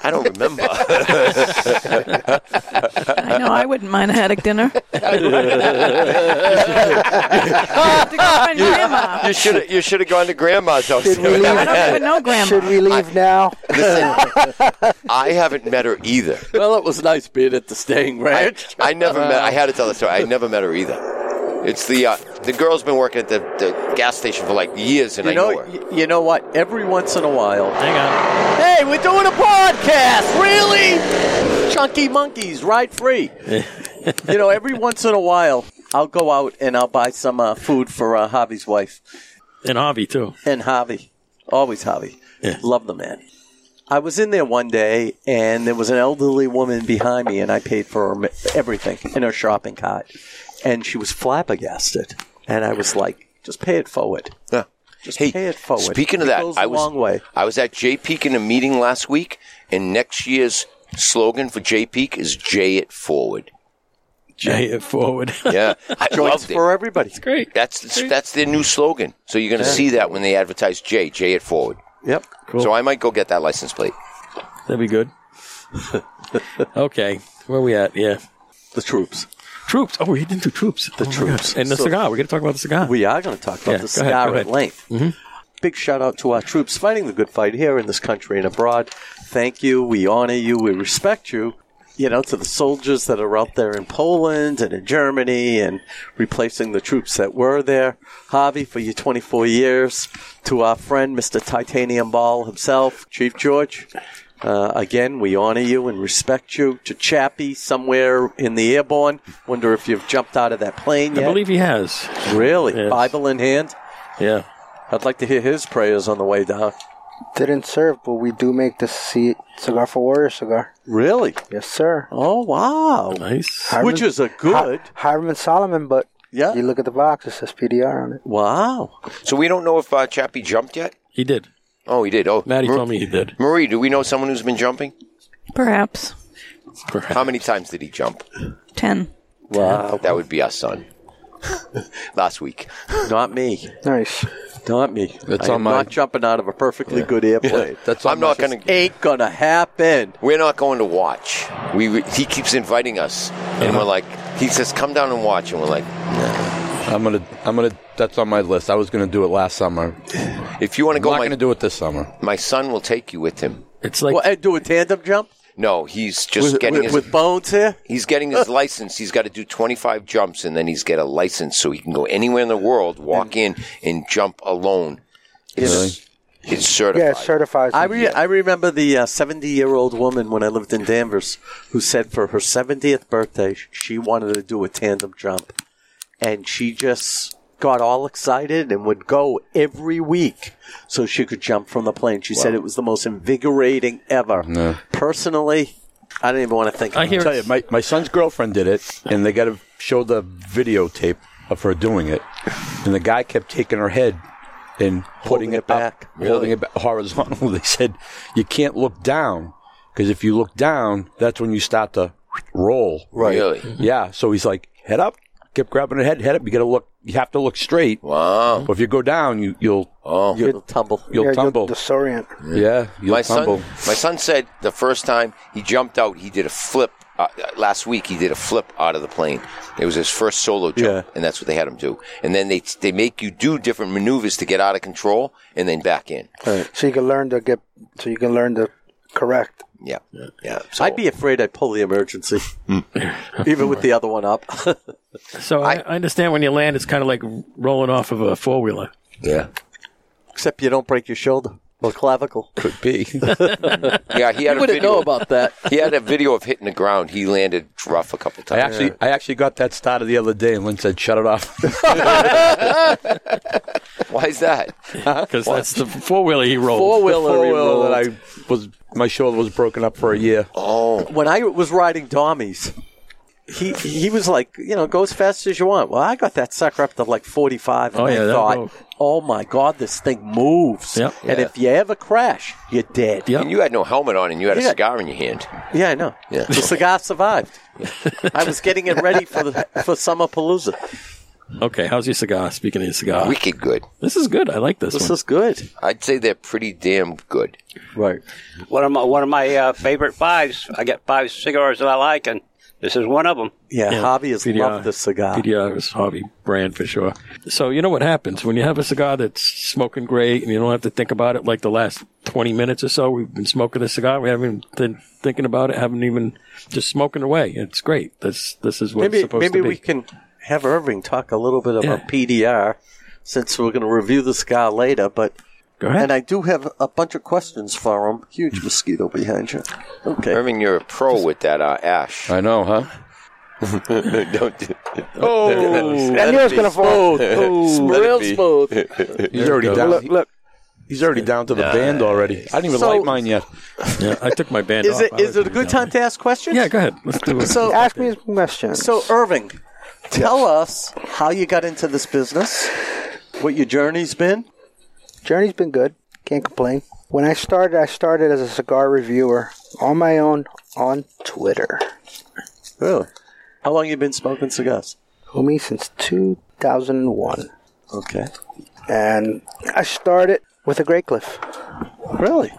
Speaker 3: I don't remember.
Speaker 8: I know I wouldn't mind a haddock dinner.
Speaker 3: you should you should have gone to grandma's house.
Speaker 9: Should we leave? Should we leave now?
Speaker 3: I haven't met her either.
Speaker 2: Well, it was nice being at the Staying Ranch.
Speaker 3: I never met. I had to tell the story. I never met her either. It's the uh, the girl's been working at the, the gas station for like years, and
Speaker 2: You
Speaker 3: I
Speaker 2: know,
Speaker 3: know her.
Speaker 2: y- you know what? Every once in a while,
Speaker 1: Hang on.
Speaker 2: Hey, we're doing a podcast. Really? Chunky monkeys, ride free. you know, every once in a while, I'll go out and I'll buy some uh, food for uh, Javi's wife
Speaker 1: And Avi, too.
Speaker 2: and Javi. Always Javi.
Speaker 1: Yeah.
Speaker 2: Love the man. I was in there one day, and there was an elderly woman behind me, and I paid for her, mi- everything in her shopping cart, and she was flabbergasted, and I was like, "Just pay it forward."
Speaker 3: Yeah.
Speaker 2: Just
Speaker 3: Hey,
Speaker 2: pay Oh, it forward.
Speaker 3: Speaking of
Speaker 2: It
Speaker 3: that,
Speaker 2: goes
Speaker 3: I
Speaker 2: a
Speaker 3: was
Speaker 2: long way.
Speaker 3: I was at J Peak in a meeting last week, and next year's slogan for J Peak is "J it forward."
Speaker 1: Jay it forward.
Speaker 3: Yeah, I
Speaker 2: Joints
Speaker 3: loved it.
Speaker 2: for everybody.
Speaker 1: Great.
Speaker 3: That's that's their new slogan. So you're going to see that when they advertise J J it forward.
Speaker 2: Yep.
Speaker 3: So I might go get that license plate.
Speaker 1: That'd be good. okay. Where we at? Yeah.
Speaker 2: The troops.
Speaker 1: Troops. Oh, we didn't do troops. The
Speaker 2: troops.
Speaker 1: And the
Speaker 2: So-
Speaker 1: cigar. We're going to talk about the cigar.
Speaker 2: We are going to talk about
Speaker 1: Yeah,
Speaker 2: the
Speaker 1: go ahead,
Speaker 2: cigar
Speaker 1: go ahead. Mm-hmm.
Speaker 2: at length. Big shout out to our troops fighting the good fight here in this country and abroad. Thank you. We honor you. We respect you. You know, to the soldiers that are out there in Poland and in Germany and replacing the troops that were there. Javi, for your 24 years. To our friend, Mr. Titanium Ball himself, Chief George. Uh, again, we honor you and respect you. To Chappie, somewhere in the airborne. Wonder if you've jumped out of that plane
Speaker 1: I
Speaker 2: yet.
Speaker 1: believe he has.
Speaker 2: Really?
Speaker 1: Yes.
Speaker 2: Bible in hand?
Speaker 1: Yeah.
Speaker 2: I'd like to hear his prayers on the way down.
Speaker 9: Didn't serve, but we do make the C- cigar for warrior cigar.
Speaker 2: Really?
Speaker 9: Yes, sir.
Speaker 2: Oh, wow.
Speaker 1: Nice.
Speaker 9: Harman-
Speaker 2: Which is a good.
Speaker 9: Hi- Harman Solomon, but
Speaker 2: Yeah.
Speaker 9: you look at the box; it says PDR on it.
Speaker 2: Wow.
Speaker 3: So we don't know if uh, Chappie jumped yet.
Speaker 1: He did.
Speaker 3: Oh, he did. Oh,
Speaker 1: Maddie
Speaker 3: Mar-
Speaker 1: told me he did.
Speaker 3: Marie, do we know someone who's been jumping?
Speaker 8: Perhaps
Speaker 3: How many times did he jump?
Speaker 8: ten.
Speaker 2: Wow.
Speaker 3: That would be our son. Last week.
Speaker 2: Not me.
Speaker 9: Nice.
Speaker 2: Not me.
Speaker 4: That's
Speaker 2: I
Speaker 4: on
Speaker 2: am
Speaker 4: my-
Speaker 2: not jumping out of a perfectly good airplane.
Speaker 4: That's
Speaker 3: I'm not going to.
Speaker 2: Ain't gonna happen.
Speaker 3: We're not going to watch. We we- he keeps inviting us, and we're like, he says, "Come down and watch," and we're like,
Speaker 4: I'm gonna. I'm gonna. That's on my list. I was gonna do it last summer.
Speaker 3: "If you want to
Speaker 4: I'm not
Speaker 3: go, my,
Speaker 4: gonna do it this summer.
Speaker 3: my son will take you with him."
Speaker 1: It's like
Speaker 2: Well, and do a tandem jump
Speaker 3: No, he's just
Speaker 2: with,
Speaker 3: getting
Speaker 2: with,
Speaker 3: his
Speaker 2: with bones here?
Speaker 3: he's getting his license. He's got to do 25 jumps, and then he's get a license so he can go anywhere in the world, walk in, and jump alone. It's, it's certified.
Speaker 9: Yeah, it certifies.
Speaker 2: I,
Speaker 9: it.
Speaker 2: re- I remember the 70 year old woman when I lived in Danvers who said for her 70th birthday, sh- she wanted to do a tandem jump. And she just got all excited and would go every week so she could jump from the plane. She said it was the most invigorating ever. Personally, I don't even want to think
Speaker 1: I
Speaker 2: about
Speaker 1: hear
Speaker 2: it.
Speaker 4: tell you, my, my son's girlfriend did it, and they got to show the videotape of her doing it. And the guy kept taking her head and putting
Speaker 2: Holding it
Speaker 4: it, up,
Speaker 2: back.
Speaker 4: holding it back horizontal. They said you can't look down because if you look down, that's when you start to roll. Mm-hmm.
Speaker 3: Right. Really?
Speaker 4: Yeah. So he's like, head up. Kept grabbing her head, head up. You got to look. You have to look straight.
Speaker 3: Wow.
Speaker 4: But if you go down, you, you'll
Speaker 3: Oh.
Speaker 2: You'll tumble.
Speaker 4: you'll
Speaker 9: Yeah, you'll
Speaker 4: tumble.
Speaker 9: disorient.
Speaker 4: yeah, you'll
Speaker 3: my
Speaker 4: tumble.
Speaker 3: son, my son said the first time he jumped out, he did a flip. Uh, last week, he did a flip out of the plane. It was his first solo jump,
Speaker 2: Yeah.
Speaker 3: and that's what they had him do. And then they they make you do different maneuvers to get out of control, and then back in.
Speaker 9: So you can learn to get. So you can learn to correct.
Speaker 3: Yeah, yeah. So
Speaker 2: I'd be afraid I'd pull the emergency, even with the other one up.
Speaker 1: so. I, I understand when you land, it's kind of like rolling off of a four wheeler.
Speaker 3: yeah,
Speaker 2: Except you don't break your shoulder or clavicle.
Speaker 4: could be.
Speaker 3: yeah. He
Speaker 2: I
Speaker 3: had a
Speaker 2: wouldn't
Speaker 3: video.
Speaker 2: know about that.
Speaker 3: he had a video of hitting the ground. He landed rough a couple
Speaker 4: I
Speaker 3: times.
Speaker 4: actually, I actually got that started the other day, and Lynn said, "Shut it off."
Speaker 3: Why is that?
Speaker 1: Because that's the four wheeler he rolled.
Speaker 2: Four
Speaker 4: four wheeler
Speaker 2: wheeler
Speaker 4: that I was my shoulder was broken up for a year.
Speaker 3: Oh,
Speaker 2: when I was riding Dommies, he he was like, you know, go as fast as you want. Well, I got that sucker up to like 45, and
Speaker 1: Oh, yeah,
Speaker 2: I
Speaker 1: that'll
Speaker 2: thought,
Speaker 1: go.
Speaker 2: oh my god, this thing moves.
Speaker 1: Yep.
Speaker 2: And if you ever crash, you're dead.
Speaker 1: Yep.
Speaker 3: and you had no helmet on, and you had a
Speaker 2: Yeah.
Speaker 3: cigar in your hand.
Speaker 2: Yeah, I know.
Speaker 3: Yeah.
Speaker 2: The cigar survived. I was getting it ready for the, for Summer Palooza.
Speaker 1: Okay, how's your cigar? Speaking of your cigar,
Speaker 3: wicked good.
Speaker 1: This is good. I like this. one.
Speaker 2: good.
Speaker 3: I'd say they're pretty damn good.
Speaker 2: Right.
Speaker 5: One of my one of my uh, favorite fives. I got five cigars that I like, and this is one of them.
Speaker 2: Yeah, Javi has
Speaker 1: PDR.
Speaker 2: loved this cigar.
Speaker 1: PDR is hobby brand for sure. So you know what happens when you have a cigar that's smoking great and you don't have to think about it like the last 20 minutes or so. We've been smoking a cigar. We haven't been thinking about it. Haven't even just smoking away. It's great. This this is what it's
Speaker 2: Maybe
Speaker 1: supposed
Speaker 2: maybe
Speaker 1: to be.
Speaker 2: we can have Irving talk a little bit
Speaker 1: Yeah.
Speaker 2: about PDR since we're going to review the cigar later. But
Speaker 1: Go ahead.
Speaker 2: and I do have a bunch of questions for him. Huge mosquito behind you. Okay.
Speaker 3: Irving, you're a pro with that uh, ash.
Speaker 4: I know, huh?
Speaker 3: Don't do
Speaker 4: Oh,
Speaker 9: I knew it was going to fall.
Speaker 2: Real smooth.
Speaker 4: he's already down.
Speaker 9: Look, look.
Speaker 4: He's already down to the band already. I didn't even
Speaker 2: So-
Speaker 4: like mine yet.
Speaker 1: Yeah, I took my band
Speaker 2: Is
Speaker 1: off.
Speaker 2: it
Speaker 1: I like
Speaker 2: is it a
Speaker 1: to be
Speaker 2: good
Speaker 1: down
Speaker 2: time to ask questions?
Speaker 1: there. Yeah, go ahead. Let's do it.
Speaker 2: So
Speaker 9: Ask me some questions.
Speaker 2: So, Irving, tell us how you got into this business, what your journey's been.
Speaker 9: Journey's been good. Can't complain. When I started, I started as a cigar reviewer on my own on Twitter.
Speaker 2: Really? How long you been smoking cigars?
Speaker 9: Homie, since 2001.
Speaker 2: Okay.
Speaker 9: And I started with a Great Cliff.
Speaker 2: Really?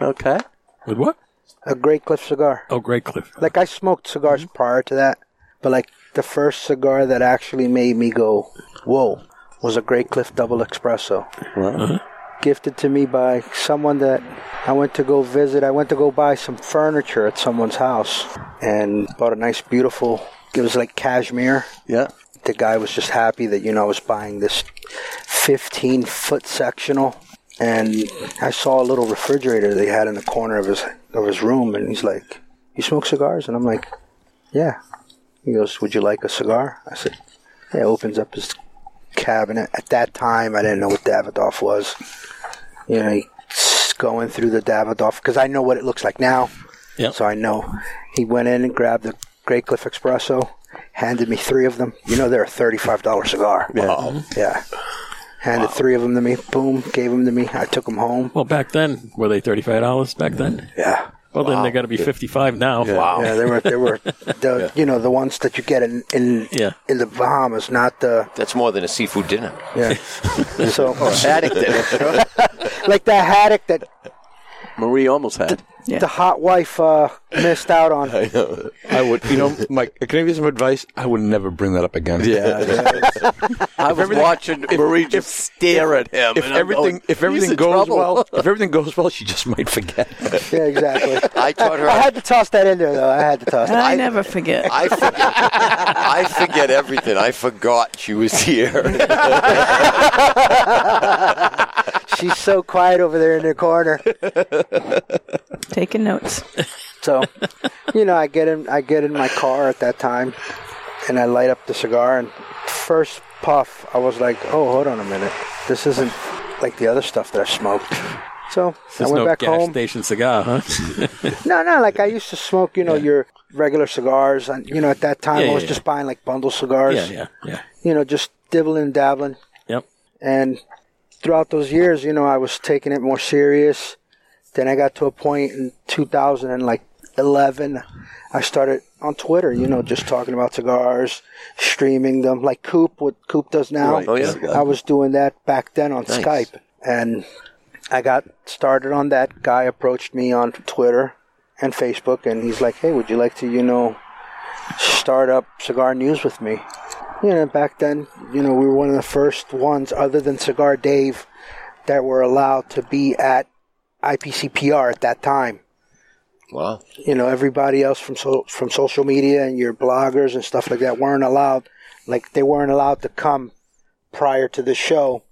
Speaker 2: Okay.
Speaker 1: With what?
Speaker 9: A Great Cliff cigar.
Speaker 1: Oh, Great Cliff.
Speaker 9: Like, I smoked cigars prior to that, but like, the first cigar that actually made me go, whoa, was a Great Cliff Double Espresso. Gifted to me by someone that I went to go visit. I went to go buy some furniture at someone's house and bought a nice, beautiful, it was like cashmere.
Speaker 2: Yeah.
Speaker 9: the guy was just happy that you know I was buying this 15 foot sectional and I saw a little refrigerator they had in the corner of his of his room and he's like you smoke cigars and I'm like yeah he goes would you like a cigar I said yeah opens up his cabinet at that time I didn't know what Davidoff was you know he's going through the Davidoff because I know what it looks like now
Speaker 1: Yep.
Speaker 9: so I know he went in and grabbed the Great Cliff Espresso, handed me three of them. You know they're a thirty-five dollar cigar. Yeah. yeah. Handed three of them to me. Boom, gave them to me. I took them home.
Speaker 1: Well, back then were they thirty five dollars? Back then.
Speaker 9: Yeah.
Speaker 1: Well, then they got to be fifty five now. Wow.
Speaker 9: Yeah, they were they were the you know the ones that you get in in
Speaker 1: Yeah.
Speaker 9: in the Bahamas, not the
Speaker 3: That's more than a seafood dinner.
Speaker 9: yeah. so
Speaker 2: Haddock that
Speaker 9: like that haddock that
Speaker 2: Marie almost had.
Speaker 8: Yeah.
Speaker 9: the hot wife uh, missed out on.
Speaker 4: I would, you know, Mike. Can I give you some advice? I would never bring that up again.
Speaker 2: Yeah. I was watching Marie just stare at him.
Speaker 4: If
Speaker 2: and I'm
Speaker 4: everything,
Speaker 2: going,
Speaker 4: if
Speaker 2: "He's
Speaker 4: everything
Speaker 2: in
Speaker 4: goes
Speaker 2: trouble."
Speaker 4: well, if everything goes well, she just might forget.
Speaker 9: Yeah, exactly.
Speaker 3: I taught her.
Speaker 9: I had to toss that in there though. I had to toss that.
Speaker 8: I, never forget.
Speaker 3: I forget, I forget everything. I forgot she was here.
Speaker 9: She's so quiet over there in the corner.
Speaker 8: Taking notes.
Speaker 9: So, you know, I get in I get in my car at that time and I light up the cigar and first puff I was like, "Oh, hold on a minute. This isn't like the other stuff that I smoked." So,
Speaker 1: There's
Speaker 9: I went
Speaker 1: no
Speaker 9: back
Speaker 1: gas
Speaker 9: home.
Speaker 1: station cigar, huh?
Speaker 9: No, no, like I used to smoke, you know, your regular cigars and you know, at that time
Speaker 1: Yeah,
Speaker 9: I was
Speaker 1: yeah,
Speaker 9: just buying like bundle cigars,
Speaker 1: yeah, yeah, yeah.
Speaker 9: you know, just dibbling and dabbling.
Speaker 1: Yep.
Speaker 9: And throughout those years, you know, I was taking it more serious. Then I got to a point in 2011, I started on Twitter, you know, just talking about cigars, streaming them, like Coop, what Coop does now.
Speaker 2: Right. Oh, yeah.
Speaker 9: I was doing that back then on Skype. And I got started on that. Guy approached me on Twitter and Facebook, and he's like, hey, would you like to, you know, start up Cigar News with me? You know, back then, you know, we were one of the first ones, other than Cigar Dave, that were allowed to be at IPCPR at that time.
Speaker 3: wow.
Speaker 9: You know, everybody else from so, from social media and your bloggers and stuff like that weren't allowed, like they weren't allowed to come prior to the show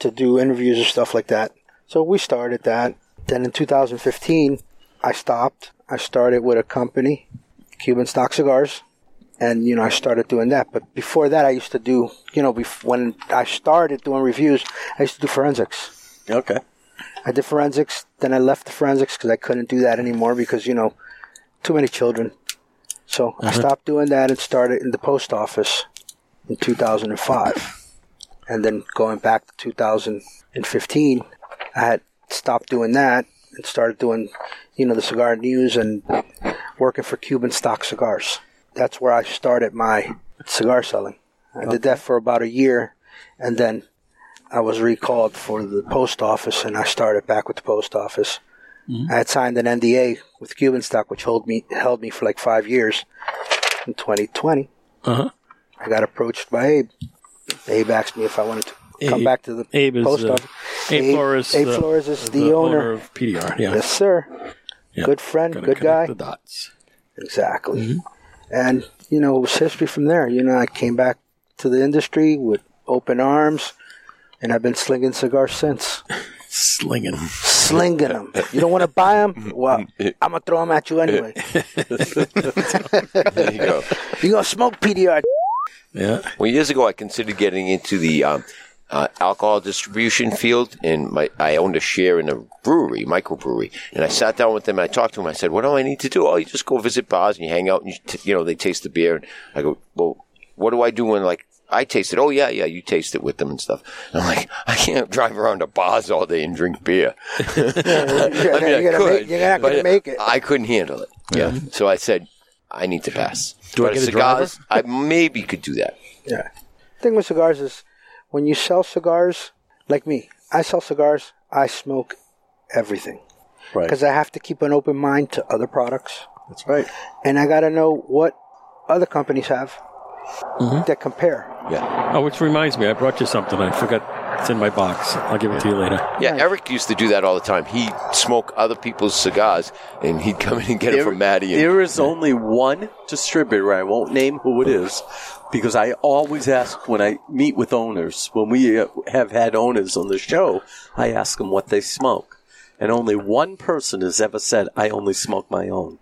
Speaker 9: to do interviews and stuff like that. So we started that. Then in 2015, I stopped. I started with a company, Cuban Stock Cigars, and you know I started doing that. But before that, I used to do, you know, bef- when I started doing reviews, I used to do forensics.
Speaker 2: Okay.
Speaker 9: I did forensics. Then I left the forensics because I couldn't do that anymore because you know, too many children. So I stopped doing that and started in the post office in 2005, and then going back to 2015, I had stopped doing that and started doing, you know, the cigar news and working for Cuban stock cigars. That's where I started my cigar selling. I did that for about a year, and then I was recalled for the post office, and I started back with the post office.
Speaker 1: Mm-hmm.
Speaker 9: I had signed an NDA with Cuban stock, which held me held me for like five years. In 2020,
Speaker 1: Uh-huh.
Speaker 9: I got approached by Abe. Abe asked me if I wanted to come
Speaker 1: Abe-
Speaker 9: back to the
Speaker 1: Abe is,
Speaker 9: post
Speaker 1: uh,
Speaker 9: office.
Speaker 1: Abe Flores,
Speaker 9: Abe
Speaker 1: uh,
Speaker 9: Flores is the,
Speaker 1: the
Speaker 9: owner.
Speaker 1: owner of PDR, yeah.
Speaker 9: Yes, sir.
Speaker 1: Yeah.
Speaker 9: Good friend,
Speaker 1: Gotta
Speaker 9: good guy.
Speaker 1: connect The dots. Mm-hmm.
Speaker 9: Exactly. And, you know, it was history from there. You know, I came back to the industry with open arms, and I've been slinging cigars since.
Speaker 1: Slinging.
Speaker 9: Slinging them. You don't want to buy them? Well, I'm going to throw them at you anyway.
Speaker 3: There you go.
Speaker 9: You're going to smoke PDR.
Speaker 1: Yeah.
Speaker 3: Well, years ago, I considered getting into the um, uh, alcohol distribution field, and my I owned a share in a brewery, microbrewery, and I sat down with them and I talked to them. I said, "What do I need to do?" Oh, you just go visit bars and you hang out, and you, t- you know they taste the beer. And I go, "Well, what do I do when like?" I taste it. Oh yeah, yeah. You taste it with them and stuff. I'm like, I can't drive around to bars all day and drink beer. I mean, I
Speaker 9: you're gonna
Speaker 3: could,
Speaker 9: make- you're not gonna
Speaker 3: but
Speaker 9: make it.
Speaker 3: I couldn't handle it. Yeah. So I said, I need to pass.
Speaker 4: Do I
Speaker 3: But
Speaker 4: get a
Speaker 3: cigars, I maybe could do that.
Speaker 9: Yeah. The thing with cigars is when you sell cigars, like me, I sell cigars, I smoke everything.
Speaker 2: Right.
Speaker 9: Because I have to keep an open mind to other products.
Speaker 2: That's right.
Speaker 9: and I got to know what other companies have
Speaker 2: Mm-hmm.
Speaker 9: that compare.
Speaker 1: Oh, which reminds me, I brought you something. I forgot. It's in my box. I'll give it to you later.
Speaker 3: Yeah, Eric used to do that all the time. He'd smoke other people's cigars, and he'd come in and get it from Maddie. And,
Speaker 2: There is only one distributor. I won't name who it is because I always ask when I meet with owners, when we uh, have had owners on the show, I ask them what they smoke. And only one person has ever said, I only smoke my own.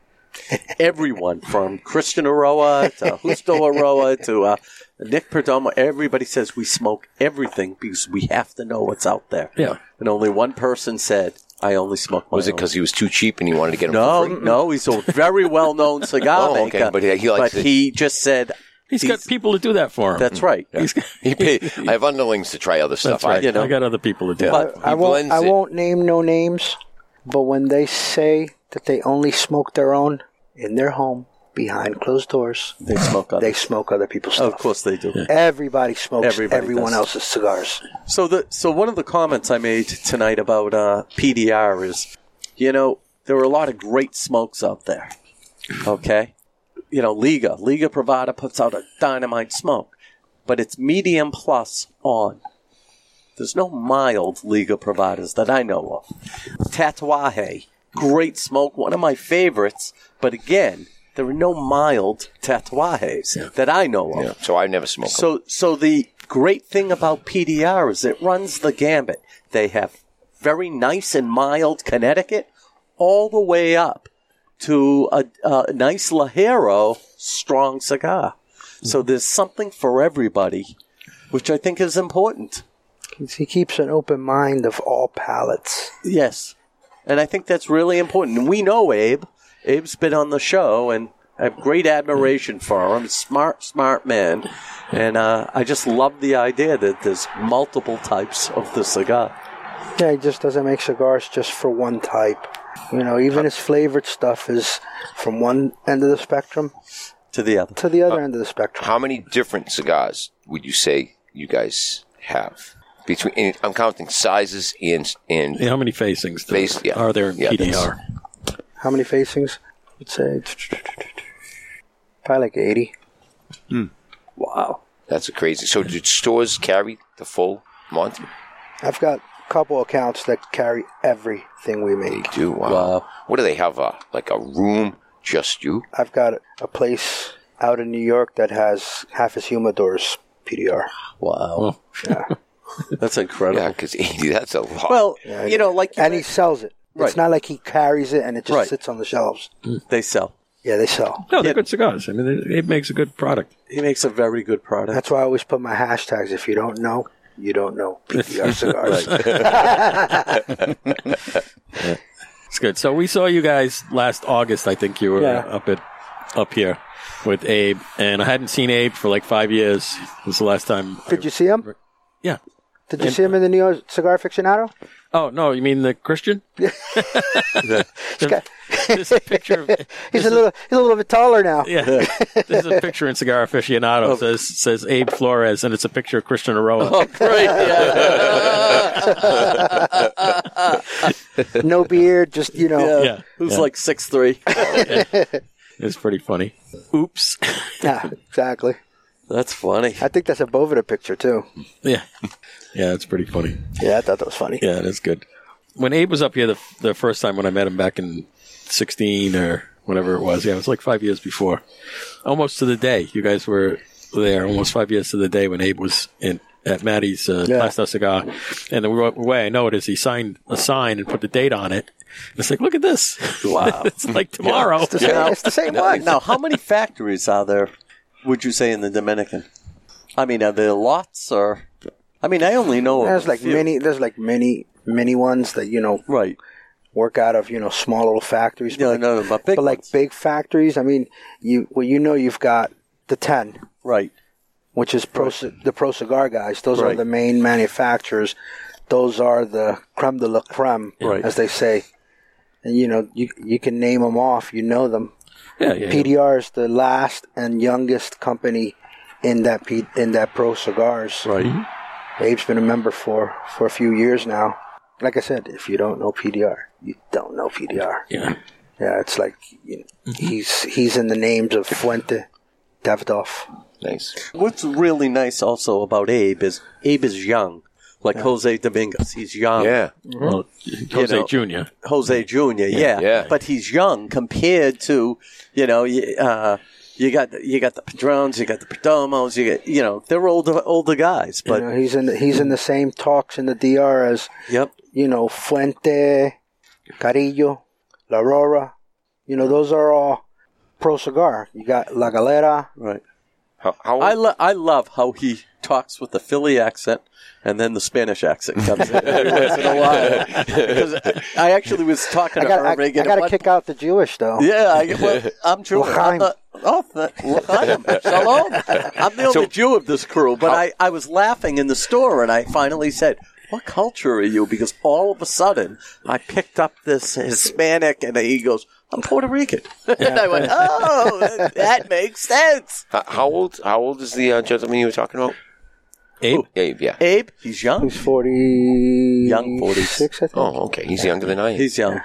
Speaker 2: Everyone from Christian Aroa to Justo Aroa to uh, Nick Perdomo, everybody says we smoke everything because we have to know what's out there.
Speaker 1: Yeah.
Speaker 2: And only one person said, I only smoke my
Speaker 3: was
Speaker 2: own.
Speaker 3: it because he was too cheap and he wanted to get them
Speaker 2: No,
Speaker 3: for free?
Speaker 2: no, he's a very well-known cigar
Speaker 3: Oh, okay,
Speaker 2: maker.
Speaker 3: but he- he likes Mm,
Speaker 2: but
Speaker 3: it.
Speaker 2: he just said
Speaker 1: He's got people to do that for him.
Speaker 2: that's right.
Speaker 3: He paid. I have underlings to try other stuff.
Speaker 1: That's right.
Speaker 3: I,
Speaker 2: you know.
Speaker 1: I got other people to do
Speaker 2: But-
Speaker 1: it.
Speaker 9: I won't.
Speaker 3: blends
Speaker 9: I
Speaker 3: it.
Speaker 9: won't name no names, but when they say that they only smoke their own in their home behind closed doors,
Speaker 2: They smoke up.
Speaker 9: they smoke other people's
Speaker 2: of
Speaker 9: stuff.
Speaker 2: course they do.
Speaker 9: Everybody smokes
Speaker 2: Everybody
Speaker 9: everyone
Speaker 2: does.
Speaker 9: else's cigars.
Speaker 2: So the so one of the comments I made tonight about uh, PDR is, you know, there are a lot of great smokes out there. Okay, you know, Liga Liga Privada puts out a dynamite smoke, but it's medium plus on. There's no mild Liga Privadas that I know of. Tatuaje, great smoke, one of my favorites, but again, there are no mild tatuajes that I know of.
Speaker 3: yeah, so I never smoke. 'em.
Speaker 2: So, so the great thing about PDR is it runs the gambit. They have very nice and mild Connecticut, all the way up to a, a nice Lajero strong cigar. So there's something for everybody, which I think is important.
Speaker 9: He keeps an open mind of all palates.
Speaker 2: Yes, and I think that's really important. And we know Abe. Abe's been on the show, and I have great admiration for him. Smart, smart man, and uh, I just love the idea that there's multiple types of the cigar.
Speaker 9: Yeah, he just doesn't make cigars just for one type. You know, even his flavored stuff is from one end of the spectrum
Speaker 2: To the other,
Speaker 9: to the other end of the spectrum.
Speaker 3: How many different cigars would you say you guys have between? And I'm counting sizes and and
Speaker 1: Yeah, How many facings do-
Speaker 3: Face- yeah.
Speaker 1: are there in
Speaker 3: Yeah,
Speaker 1: PDR?
Speaker 9: How many facings? I'd say probably like eighty.
Speaker 3: that's a crazy. So did stores carry the full Monty?
Speaker 9: I've got a couple accounts that carry everything we
Speaker 3: They
Speaker 9: make.
Speaker 3: do. Wow.
Speaker 2: Wow.
Speaker 3: What do they have? Uh, like a room just you?
Speaker 9: I've got a place out in New York that has half his humidors PDR.
Speaker 2: wow, that's
Speaker 3: Yeah,
Speaker 2: incredible.
Speaker 3: because eighty. That's a lot.
Speaker 2: Well, you know, like
Speaker 9: And he sells it.
Speaker 2: Right.
Speaker 9: It's not like he carries it and it just
Speaker 2: Right.
Speaker 9: sits on the shelves.
Speaker 2: they sell.
Speaker 9: Yeah, they sell.
Speaker 1: No, they're good cigars. I mean, it, it makes a good product.
Speaker 2: He makes a very good product.
Speaker 9: That's why I always put my hashtags. If you don't know, you don't know PDR cigars.
Speaker 1: It's good. So we saw you guys last August. I think you were
Speaker 9: Yeah.
Speaker 1: up at up here with Abe, and I hadn't seen Abe for like five years. It was the last time. I-
Speaker 9: Did you see him?
Speaker 1: yeah,
Speaker 9: Did you see him in the New York Cigar Aficionado?
Speaker 1: Oh no, you mean the Christian? This picture. Of,
Speaker 9: He's a little, he's a little bit taller now.
Speaker 1: yeah, this is a picture in Cigar Aficionado. It says says Abe Flores, and it's a picture of Christian Aroa.
Speaker 9: no beard, just you know.
Speaker 1: Yeah.
Speaker 2: Who's
Speaker 1: Yeah.
Speaker 2: like six three?
Speaker 1: It's pretty funny. Oops.
Speaker 9: Yeah, exactly.
Speaker 2: That's funny.
Speaker 9: I think that's a Bovida picture too.
Speaker 1: Yeah, yeah, it's pretty funny.
Speaker 9: Yeah, I thought that was funny.
Speaker 1: Yeah, that's good. When Abe was up here the the first time when I met him back in sixteen or whatever it was, yeah, it was like five years before, almost to the day. You guys were there almost five years to the day when Abe was in at Maddie's uh,
Speaker 9: Yeah.
Speaker 1: last cigar, and the wa- way I know it is he signed a sign and put the date on it. And it's like, look at this. Wow, it's like tomorrow.
Speaker 9: It's the same, it's the same one.
Speaker 2: Now, how many factories are there? Would you say in the Dominican? I mean, are there lots or? I mean, I only know of
Speaker 9: There's
Speaker 2: a
Speaker 9: like
Speaker 2: few.
Speaker 9: many. There's like many, many ones that you know
Speaker 2: Right.
Speaker 9: work out of you know small little factories.
Speaker 2: No,
Speaker 9: but like,
Speaker 2: no, no, but big
Speaker 9: but
Speaker 2: ones.
Speaker 9: like big factories. I mean, you well, you know, you've got the ten,
Speaker 2: Right.
Speaker 9: which is pro, the pro cigar guys. Those are
Speaker 2: Right.
Speaker 9: the main manufacturers. Those are the creme de la creme,
Speaker 2: Right.
Speaker 9: as they say. And you know, you you can name them off. You know them.
Speaker 1: yeah, yeah, yeah.
Speaker 9: PDR is the last and youngest company in that P, in that Pro Cigars. Mm-hmm.
Speaker 2: Right.
Speaker 9: Abe's been a member for for a few years now. Like I said, if you don't know PDR, you don't know PDR.
Speaker 1: yeah.
Speaker 9: Yeah, it's like you he's he's in the names of Fuente, Davidoff.
Speaker 3: Nice.
Speaker 2: What's really nice also about Abe is Abe is young, like Jose Dominguez. He's
Speaker 1: um,
Speaker 2: young.
Speaker 3: Yeah.
Speaker 1: Well, Jose
Speaker 2: know,
Speaker 1: Junior.
Speaker 2: Jose Jr. Yeah,
Speaker 3: yeah.
Speaker 2: But he's young compared to you know y- uh, you got the- you got the Padrones, you got the Perdomos, you got you know they're older older guys. But
Speaker 9: You know, he's in the, he's in the same talks in the DR as
Speaker 2: yep,
Speaker 9: you know Fuente, Carillo, La Aurora. You know, those are all Pro Cigar. You got La Galera.
Speaker 2: right.
Speaker 3: How, how
Speaker 2: I lo- I love how he talks with the Philly accent and then the Spanish accent comes in every once in a while. Because I actually was talking
Speaker 9: I
Speaker 2: to
Speaker 9: got I,
Speaker 2: Herb
Speaker 9: I
Speaker 2: Reagan at
Speaker 9: got to
Speaker 2: one-
Speaker 9: kick out the Jewish though.
Speaker 2: Yeah, I, well, I'm Jew.
Speaker 9: L'chaim.
Speaker 2: I'm the, oh, th- l'chaim. Shalom. I'm the only Jew of this crew, but I, I was laughing in the store and I finally said, what culture are you? Because all of a sudden I picked up this Hispanic and he goes, I'm Puerto Rican. and I went, oh, that, that makes sense.
Speaker 3: How, how old? How old is the uh, gentleman you were talking about? Oh,
Speaker 1: Abe.
Speaker 3: Abe. Yeah.
Speaker 2: Abe, he's young.
Speaker 9: He's 40.
Speaker 2: Young 40s.
Speaker 9: Six, I think.
Speaker 3: Oh, okay. He's younger than I am.
Speaker 2: He's young.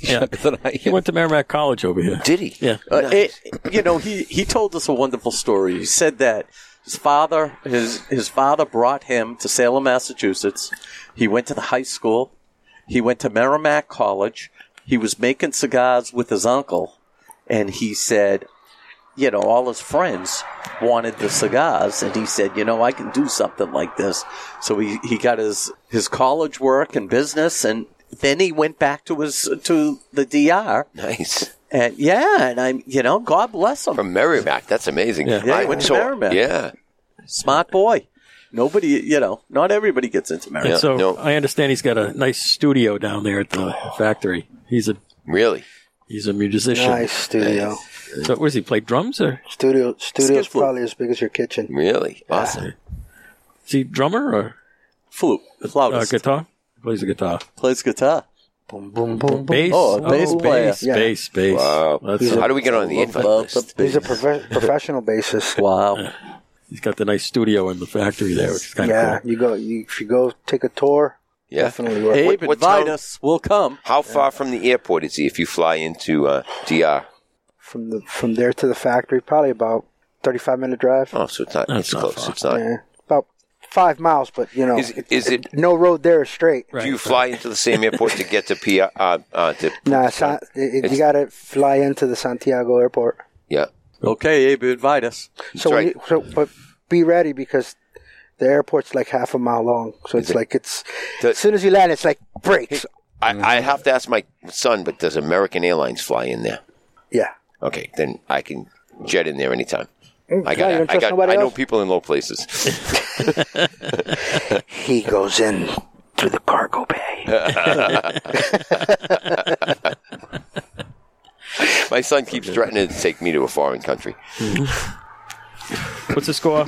Speaker 1: Yeah. He went to Merrimack College over here.
Speaker 3: Did he?
Speaker 1: Yeah.
Speaker 2: Uh, it- you know, he, he told us a wonderful story. He said that his father his his father brought him to Salem, Massachusetts. He went to the high school. He went to Merrimack College. He was making cigars with his uncle, and he said, you know, all his friends wanted the cigars, and he said, you know, I can do something like this. So he, he got his his college work and business, and then he went back to his to the DR.
Speaker 3: Nice.
Speaker 2: And yeah, and I'm, you know, God bless him.
Speaker 3: From Merrimack. That's amazing.
Speaker 1: Yeah.
Speaker 2: Yeah,
Speaker 3: I
Speaker 2: he went to
Speaker 3: so-
Speaker 2: Merrimack.
Speaker 3: Yeah.
Speaker 2: Smart boy. Nobody, you know, not everybody gets into marriage.
Speaker 1: And so
Speaker 3: no.
Speaker 1: I understand he's got a nice studio down there at the factory. He's a
Speaker 3: Really.
Speaker 1: he's a musician.
Speaker 9: Nice studio.
Speaker 1: So what does he play drums or
Speaker 9: Studio studio's
Speaker 2: Skid flute.
Speaker 9: probably as big as your kitchen.
Speaker 3: Really. Awesome.
Speaker 1: is he drummer or
Speaker 2: Flute,
Speaker 1: uh,
Speaker 2: flautist,
Speaker 3: Oh,
Speaker 1: guitar? Plays the guitar.
Speaker 2: plays guitar.
Speaker 9: Boom, boom, boom, boom.
Speaker 1: Bass.
Speaker 2: Oh, a bass player.
Speaker 1: bass,
Speaker 9: Yeah.
Speaker 1: bass, bass.
Speaker 3: Wow.
Speaker 1: That's
Speaker 3: Uh, How do we get on the invite
Speaker 2: Love the
Speaker 3: list?
Speaker 9: He's a
Speaker 2: bass.
Speaker 9: prof- professional bassist.
Speaker 2: wow.
Speaker 1: he's got the nice studio in the factory there, which is kind of
Speaker 9: Yeah,
Speaker 1: cool.
Speaker 9: you go. You, if you go take a tour,
Speaker 3: Yeah.
Speaker 9: definitely worth
Speaker 2: Abe,
Speaker 3: what
Speaker 2: invite
Speaker 3: town?
Speaker 2: us. We'll come.
Speaker 3: How far from the airport is he if you fly into uh, DR?
Speaker 9: from the from there to the factory. Probably about thirty-five minute drive.
Speaker 3: Oh, so it's not.
Speaker 1: That's
Speaker 3: it's
Speaker 1: not
Speaker 3: close.
Speaker 1: far.
Speaker 3: It's not.
Speaker 9: Yeah, about five miles, but you know,
Speaker 3: Is- is it-
Speaker 9: no road there is straight?
Speaker 3: Do you fly into the same airport to get to PR? Uh, uh, to,
Speaker 9: Nah, San, it, you got to fly into the Santiago airport.
Speaker 3: yeah.
Speaker 2: Okay, Abe, invite us.
Speaker 9: So,
Speaker 3: That's
Speaker 9: when you, so but be ready because the airport's like half a mile long. So it's like it's
Speaker 3: The-
Speaker 9: as soon as you land, it's like brakes.
Speaker 3: I, I have to ask my son, but does American Airlines fly in there?
Speaker 9: Yeah.
Speaker 3: Okay, then I can jet in there anytime. I
Speaker 9: you don't
Speaker 3: got. I
Speaker 9: trust
Speaker 3: got.
Speaker 9: nobody
Speaker 3: I know
Speaker 9: else?
Speaker 3: people in low places.
Speaker 9: He goes in through the cargo bay.
Speaker 3: my son keeps threatening to take me to a foreign country.
Speaker 1: What's the score?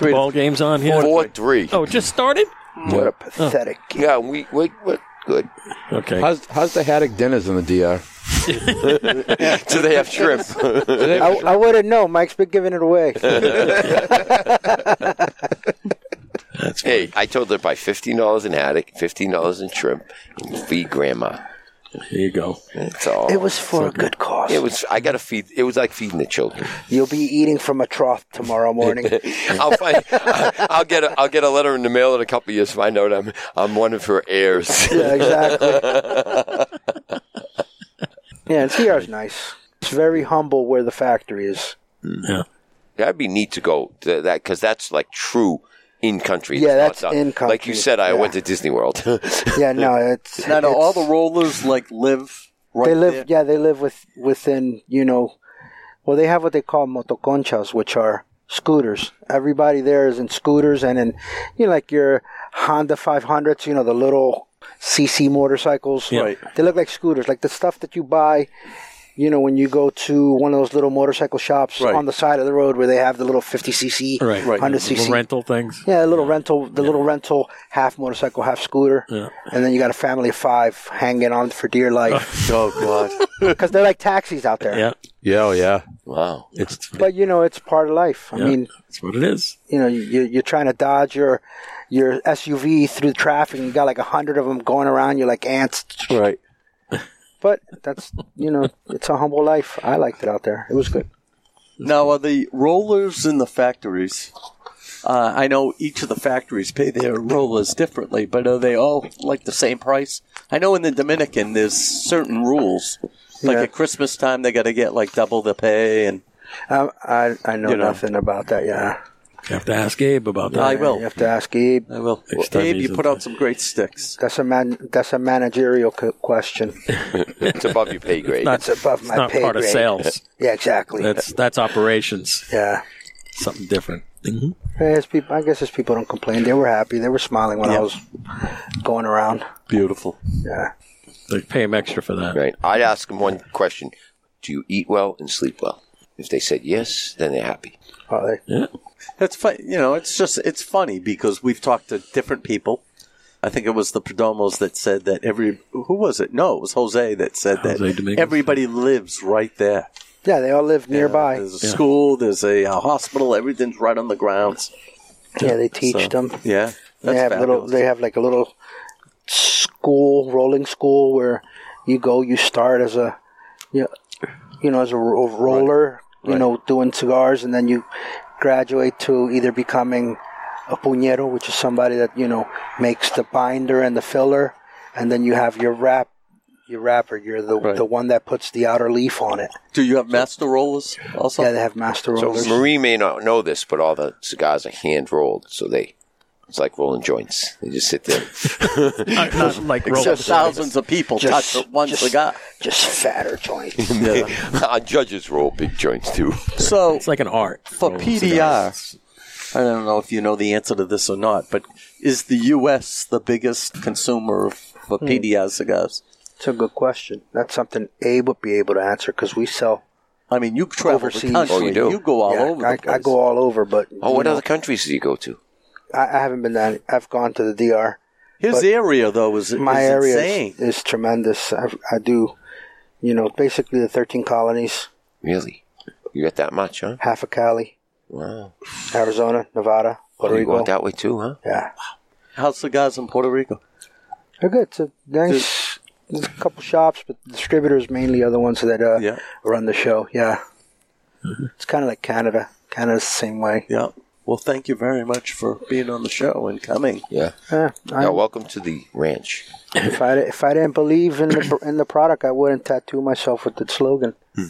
Speaker 1: Ball games on here.
Speaker 3: Four three.
Speaker 1: Oh, it just started.
Speaker 9: What a pathetic.
Speaker 3: Yeah, we we we're good.
Speaker 1: Okay.
Speaker 4: How's, how's the haddock dinners in the DR?
Speaker 3: Do they have shrimp?
Speaker 9: I, I would have known. Mike's been giving it away.
Speaker 3: hey, I told her buy fifteen dollars in haddock, fifteen dollars in shrimp, and feed grandma.
Speaker 1: Here you go.
Speaker 3: That's all.
Speaker 9: It was for a good cause.
Speaker 3: It was. I gotta feed. It was like feeding the children.
Speaker 9: You'll be eating from a trough tomorrow morning.
Speaker 3: I'll find. I'll get. A, I'll get a letter in the mail in a couple of years. Find out I'm. I'm one of her heirs.
Speaker 9: yeah, exactly. yeah, and CR's nice. It's very humble where the factory is.
Speaker 1: Yeah.
Speaker 3: That'd be neat to go to that because that's like true in country.
Speaker 9: Yeah,
Speaker 3: It's not
Speaker 9: that's
Speaker 3: done.
Speaker 9: in-country,
Speaker 3: Like you said, I
Speaker 9: yeah.
Speaker 3: went to Disney World.
Speaker 9: Yeah, no, it's
Speaker 2: Now, do
Speaker 9: it's-
Speaker 2: all the rollers like live right
Speaker 9: they live
Speaker 2: there?
Speaker 9: yeah they live with within you know well they have what they call motoconchas which are scooters everybody there is in scooters and in you know like your honda 500s you know the little cc motorcycles
Speaker 1: Yeah. Right.
Speaker 9: they look like scooters like the stuff that you buy you know when you go to one of those little motorcycle shops
Speaker 2: Right.
Speaker 9: on the side of the road where they have the little 50cc
Speaker 1: Right. Right.
Speaker 9: 100cc
Speaker 1: Rental things.
Speaker 9: yeah, a little rental, the little rental half motorcycle, half scooter,
Speaker 1: Yeah.
Speaker 9: and then you got a family of five hanging on for dear life
Speaker 2: Oh god.
Speaker 9: because they're like taxis out there.
Speaker 1: Yeah.
Speaker 4: Yeah, oh, yeah.
Speaker 3: wow.
Speaker 1: It's
Speaker 9: But you know, it's part of life. I
Speaker 1: Yeah.
Speaker 9: mean,
Speaker 1: that's what it is.
Speaker 9: you know, you, you're trying to dodge your your SUV through traffic. And you got like a hundred of them going around. You're like ants.
Speaker 2: right.
Speaker 9: But that's you know, it's a humble life. I liked it out there. It was good.
Speaker 2: Now, are the rollers in the factories? Uh, I know each of the factories pay their rollers differently, but are they all like the same price? I know in the Dominican there's certain rules. Like
Speaker 9: Yeah.
Speaker 2: at Christmas time, they got to get like double the pay, and
Speaker 9: I Um, I, I know,
Speaker 2: You know.
Speaker 9: nothing about that. Yeah,
Speaker 1: You have to ask Abe about that.
Speaker 2: I will.
Speaker 9: you have to ask Gabe.
Speaker 2: I will.
Speaker 1: Next time
Speaker 2: Abe,
Speaker 1: he's
Speaker 2: you put
Speaker 1: in-
Speaker 2: out some great sticks.
Speaker 9: That's a man. That's a managerial co- question.
Speaker 3: It's above your pay grade.
Speaker 1: not-
Speaker 9: It's above
Speaker 1: It's
Speaker 9: my
Speaker 1: not
Speaker 9: pay
Speaker 1: part of
Speaker 9: grade.
Speaker 1: sales.
Speaker 9: Yeah, exactly.
Speaker 1: That's that's operations.
Speaker 9: yeah.
Speaker 1: Something different. hmm
Speaker 9: Yeah, it's people, I guess his people don't complain. They were happy. They were smiling when I
Speaker 2: Yeah.
Speaker 9: was going around.
Speaker 2: Beautiful.
Speaker 9: Yeah.
Speaker 1: They pay him extra for that.
Speaker 3: Right. I'd ask them one question: Do you eat well and sleep well? If they said yes, then they're happy.
Speaker 9: Oh, they-
Speaker 1: Yeah.
Speaker 2: That's fun. You know, it's just it's funny because we've talked to different people. I think it was the Perdomos that said that every who was it? No, it was Jose that said
Speaker 1: Jose
Speaker 2: that
Speaker 1: Dominguez.
Speaker 2: everybody lives right there.
Speaker 9: yeah, they all live nearby. Yeah,
Speaker 2: There's a school, there's a, uh hospital, everything's right on the grounds.
Speaker 9: they teach
Speaker 2: So,
Speaker 9: them.
Speaker 2: Yeah.
Speaker 9: They
Speaker 2: that's
Speaker 9: have little.
Speaker 2: fabulous.
Speaker 9: They have like a little school, rolling school where you go. You start as a, you know, you know as a ro- roller. You
Speaker 2: Right.
Speaker 9: know, doing cigars, and then you graduate to either becoming a puñero, which is somebody that you know makes the binder and the filler, and then you have your wrap. Your wrapper, you're the
Speaker 2: Right.
Speaker 9: the one that puts the outer leaf on it.
Speaker 2: Do you have master rollers also?
Speaker 9: Yeah, they have master
Speaker 3: So
Speaker 9: rollers.
Speaker 3: Marie may not know this, but all the cigars are hand rolled, so they it's like rolling joints. They just sit there.
Speaker 1: Not, not like roll.
Speaker 2: just thousands of people
Speaker 9: Just-
Speaker 2: touch one
Speaker 9: just-
Speaker 2: cigar.
Speaker 9: just fatter joints.
Speaker 3: Our judges roll big joints too.
Speaker 2: So
Speaker 1: It's like an art
Speaker 2: for
Speaker 1: Rolling
Speaker 2: PDR,
Speaker 1: cigars.
Speaker 2: I don't know if you know the answer to this or not, but is the U.S. the biggest consumer of for PDR cigars?
Speaker 9: It's a good question. That's something Abe would be able to answer because we sell.
Speaker 2: I mean, you travel
Speaker 9: Overseas.
Speaker 2: the country.
Speaker 3: Oh, you do?
Speaker 2: go all
Speaker 9: yeah,
Speaker 2: over.
Speaker 9: I,
Speaker 2: the place.
Speaker 9: I go all over, but
Speaker 3: Oh, what
Speaker 9: you know,
Speaker 3: other countries do you go to?
Speaker 9: I, I haven't been that. I've gone to the DR.
Speaker 2: His
Speaker 9: but
Speaker 2: area though is
Speaker 9: My
Speaker 2: is
Speaker 9: area
Speaker 2: insane.
Speaker 9: is, is tremendous. I, I do, you know, basically the thirteen colonies,
Speaker 3: Really? You got that much, huh?
Speaker 9: half of Cali,
Speaker 3: Wow.
Speaker 9: Arizona, Nevada, Puerto
Speaker 3: Oh, you
Speaker 9: Rico.
Speaker 3: going that way too, huh?
Speaker 9: Yeah,
Speaker 2: How's cigars in Puerto Rico?
Speaker 9: they're good. It's a nice. There's a couple shops, but distributors mainly are the ones that uh,
Speaker 2: Yeah.
Speaker 9: run the show. Yeah, it's kind of like Canada. Canada's the same way.
Speaker 2: Yeah. Well, thank you very much for being on the show and coming.
Speaker 3: Yeah.
Speaker 9: Yeah, I-
Speaker 3: Now, welcome to the ranch.
Speaker 9: If I if I didn't believe in the in the product, I wouldn't tattoo myself with the slogan.
Speaker 2: Hmm.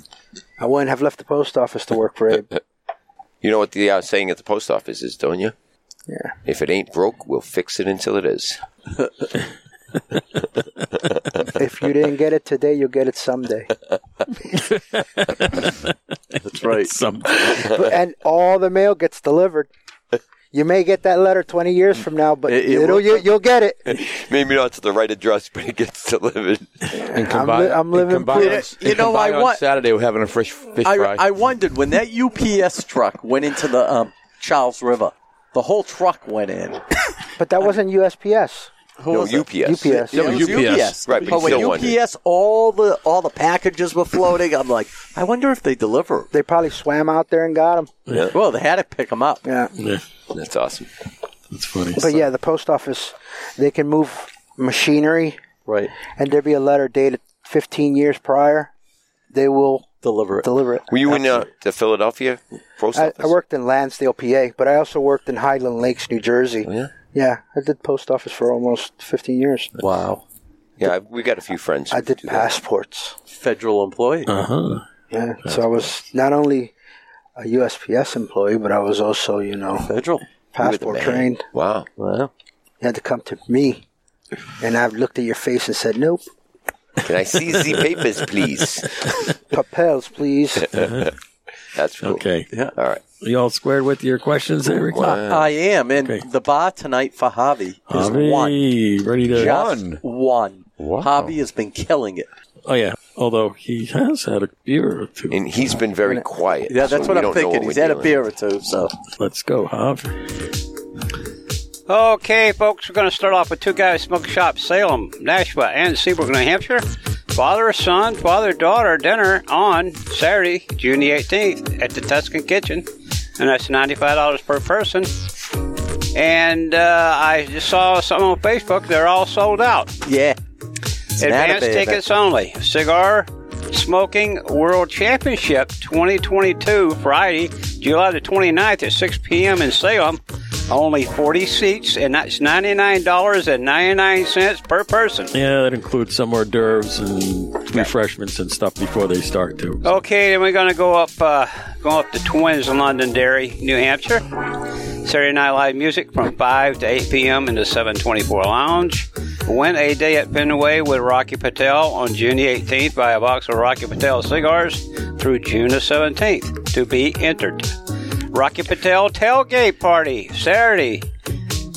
Speaker 9: I wouldn't have left the post office to work for Abe.
Speaker 3: You know what the uh, saying at the post office is, don't you?
Speaker 9: Yeah.
Speaker 3: If it ain't broke, we'll fix it until it is.
Speaker 9: if you didn't get it today, you'll get it someday.
Speaker 2: That's right.
Speaker 1: Some
Speaker 9: But- and all the mail gets delivered. You may get that letter twenty years from now, but
Speaker 2: It- it
Speaker 9: it'll,
Speaker 2: will-
Speaker 9: you, you'll get it.
Speaker 3: Maybe not to the right address, but it gets delivered.
Speaker 4: And
Speaker 9: I'm li- I'm living
Speaker 4: combined,
Speaker 9: proof.
Speaker 2: You know, I
Speaker 4: on
Speaker 2: want-
Speaker 4: Saturday we're having a fresh fish
Speaker 2: I,
Speaker 4: fry.
Speaker 2: I wondered when that UPS truck went into the um, Charles River, the whole truck went in.
Speaker 9: But that wasn't USPS.
Speaker 3: Who No, was it? UPS.
Speaker 9: UPS.
Speaker 3: That was UPS. Right, but you
Speaker 2: when
Speaker 3: still wondered.
Speaker 2: UPS, all the all the packages were floating. I'm like, I wonder if they deliver.
Speaker 9: They probably swam out there and got them.
Speaker 3: Yeah.
Speaker 2: Well, they had to pick them up.
Speaker 9: Yeah.
Speaker 1: Yeah,
Speaker 3: That's awesome.
Speaker 1: that's funny.
Speaker 9: But yeah, the post office, they can move machinery,
Speaker 2: Right.
Speaker 9: and there'd be a letter dated 15 years prior. They will
Speaker 2: Deliver it.
Speaker 9: deliver it.
Speaker 3: Were you in uh, the Philadelphia post
Speaker 9: I,
Speaker 3: office?
Speaker 9: I worked in Lansdale, PA, but I also worked in Highland Lakes, New Jersey.
Speaker 3: Yeah.
Speaker 9: Yeah, I did post office for almost 15 years.
Speaker 2: wow.
Speaker 3: Yeah, I- we got a few friends.
Speaker 9: I
Speaker 3: who
Speaker 9: did
Speaker 3: do that.
Speaker 9: passports.
Speaker 2: Federal employee.
Speaker 1: Uh huh.
Speaker 9: Yeah. So I was not only a USPS employee, but I was also, you know,
Speaker 2: Federal.
Speaker 9: passport trained.
Speaker 3: Wow.
Speaker 2: Wow.
Speaker 9: You had to come to me. And I looked at your face and said, nope.
Speaker 3: Can I see the papers, please?
Speaker 9: Papels, please.
Speaker 3: That's cool.
Speaker 1: Okay.
Speaker 2: Yeah.
Speaker 3: All right.
Speaker 1: You all squared with your questions there, Rick?
Speaker 3: Wow.
Speaker 2: I am, and
Speaker 1: Okay.
Speaker 2: the bar tonight for Javi is
Speaker 1: Javi,
Speaker 2: one.
Speaker 1: Ready to
Speaker 2: Just
Speaker 4: One.
Speaker 2: one.
Speaker 4: Wow.
Speaker 2: Javi has been killing it.
Speaker 1: Oh yeah. Although he has had a beer or two.
Speaker 3: And he's been very quiet.
Speaker 2: Yeah, that's what
Speaker 3: so we
Speaker 2: I'm
Speaker 3: don't know
Speaker 2: thinking.
Speaker 3: what
Speaker 2: He's
Speaker 3: we're
Speaker 2: had a
Speaker 3: dealing
Speaker 2: beer or two, so
Speaker 1: Let's go, Javi.
Speaker 5: Okay, folks, we're going to start off with two guys smoke shop, Salem, Nashua, and Seabrook, New Hampshire. Father, son, father, daughter, dinner on Saturday, June the 18th at the Tuscan Kitchen, and that's $95 per person. And uh, I just saw something on Facebook, they're all sold out.
Speaker 2: yeah. It's an
Speaker 5: Advance
Speaker 2: Atabey event.
Speaker 5: tickets only. Cigar Smoking World Championship 2022, Friday, July the 29th at 6 p.m. in Salem. Only 40 seats, and that's $99.99 per person.
Speaker 1: Yeah, that includes some hors d'oeuvres and refreshments and stuff before they start too.
Speaker 5: Okay, then we're going to go up, uh, go up to Twins in Londonderry, New Hampshire. Saturday Night Live music from 5 to 8 p.m. in the 724 Lounge. Win a day at Fenway with Rocky Patel on June the 18th by a box of Rocky Patel cigars through June the 17th to be entered. Rocky Patel tailgate party Saturday,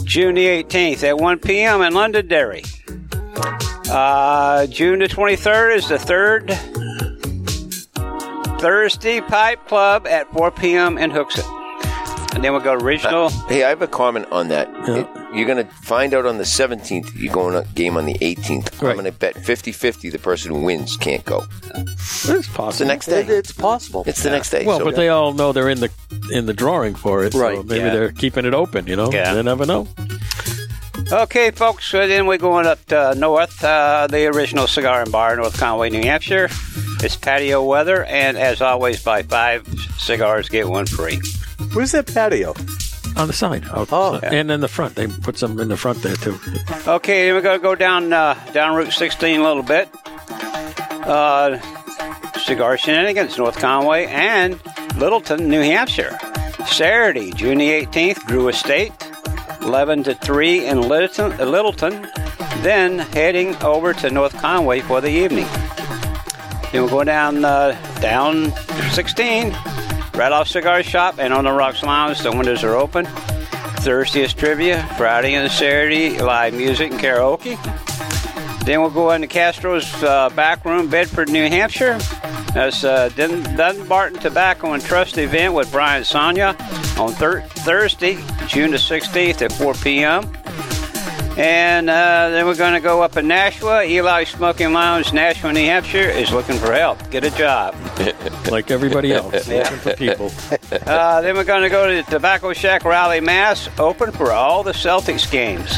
Speaker 5: June the 18th at 1 p.m. in Londonderry. Uh, June the 23rd is the third Thursday Pipe Club at 4 p.m. in Hooksett. And then we'll go original.
Speaker 3: with. Hey, I have a comment on that. It- you're going to find out on the 17th. You're going to game on the 18th.
Speaker 1: Right.
Speaker 3: I'm going to bet 50 50 the person who wins can't go.
Speaker 1: It's
Speaker 3: It's the
Speaker 1: possible.
Speaker 3: next day.
Speaker 2: It- it's possible.
Speaker 3: It's the next day.
Speaker 1: Well,
Speaker 3: so-
Speaker 1: but they all know they're in the in the drawing for it, so
Speaker 2: Right,
Speaker 1: maybe
Speaker 5: yeah.
Speaker 1: they're keeping it open. You know,
Speaker 5: Yeah.
Speaker 1: you never know.
Speaker 5: Okay, folks, so then we're going up to north, uh, the original cigar and bar, North Conway, New Hampshire. It's patio weather, and as always, buy five cigars, get one free.
Speaker 2: Where's that patio?
Speaker 1: On the side, out
Speaker 2: Oh,
Speaker 1: front. and in the front, they put some in the front there too.
Speaker 5: Okay, then we're going to go down uh, down Route 16 a little bit. Uh, Cigar Shenanigans, North Conway, and Littleton, New Hampshire. Saturday, June the 18th, Drew Estate, 11 to 3 in Littleton, uh, Littleton, then heading over to North Conway for the evening. Then we'll go down uh, down 16, right off Cigar Shop and on the Rocks Lounge. The windows are open. Thursday is trivia, Friday and Saturday live music and karaoke. Then we'll go into Castro's uh, back room, Bedford, New Hampshire. That's uh, Dun- Dunbarton Tobacco and Trust event with Brian Sonia on thir- Thursday, June the 16th at 4 p.m. And uh, then we're going to go up in Nashua. Eli Smoking Lounge, Nashua, New Hampshire is looking for help. Get a job.
Speaker 1: like everybody else, looking for people.
Speaker 5: Uh, then we're going to go to the Tobacco Shack Rally Mass, open for all the Celtics games.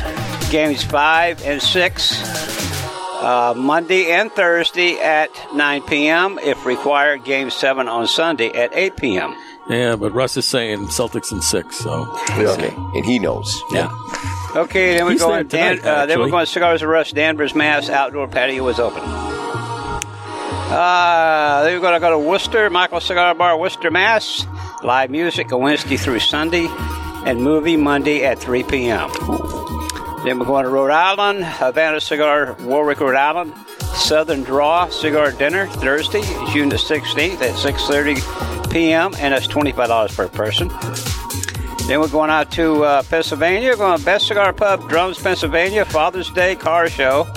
Speaker 5: Games 5 and 6, uh, Monday and Thursday at 9 p.m. If required, Game 7 on Sunday at 8 p.m.
Speaker 1: Yeah, but Russ is saying Celtics in six, so
Speaker 3: Okay. And he knows.
Speaker 1: yeah.
Speaker 5: Okay, then we're
Speaker 1: He's
Speaker 5: going.
Speaker 1: there
Speaker 5: Dan,
Speaker 1: tonight,
Speaker 5: uh, then we're
Speaker 1: actually.
Speaker 5: going cigars of rust. Danvers, Mass. Outdoor patio was open. Uh, then we're going to go to Worcester, Michael Cigar Bar, Worcester, Mass. Live music on Wednesday through Sunday, and movie Monday at 3 p.m. Then we're going to Rhode Island, Havana Cigar, Warwick, Rhode Island. Southern Draw Cigar Dinner Thursday, June the 16th at 6:30 p.m. and that's $25 per person. Then we're going out to uh, Pennsylvania, going to Best Cigar Pub, Drums, Pennsylvania, Father's Day Car Show,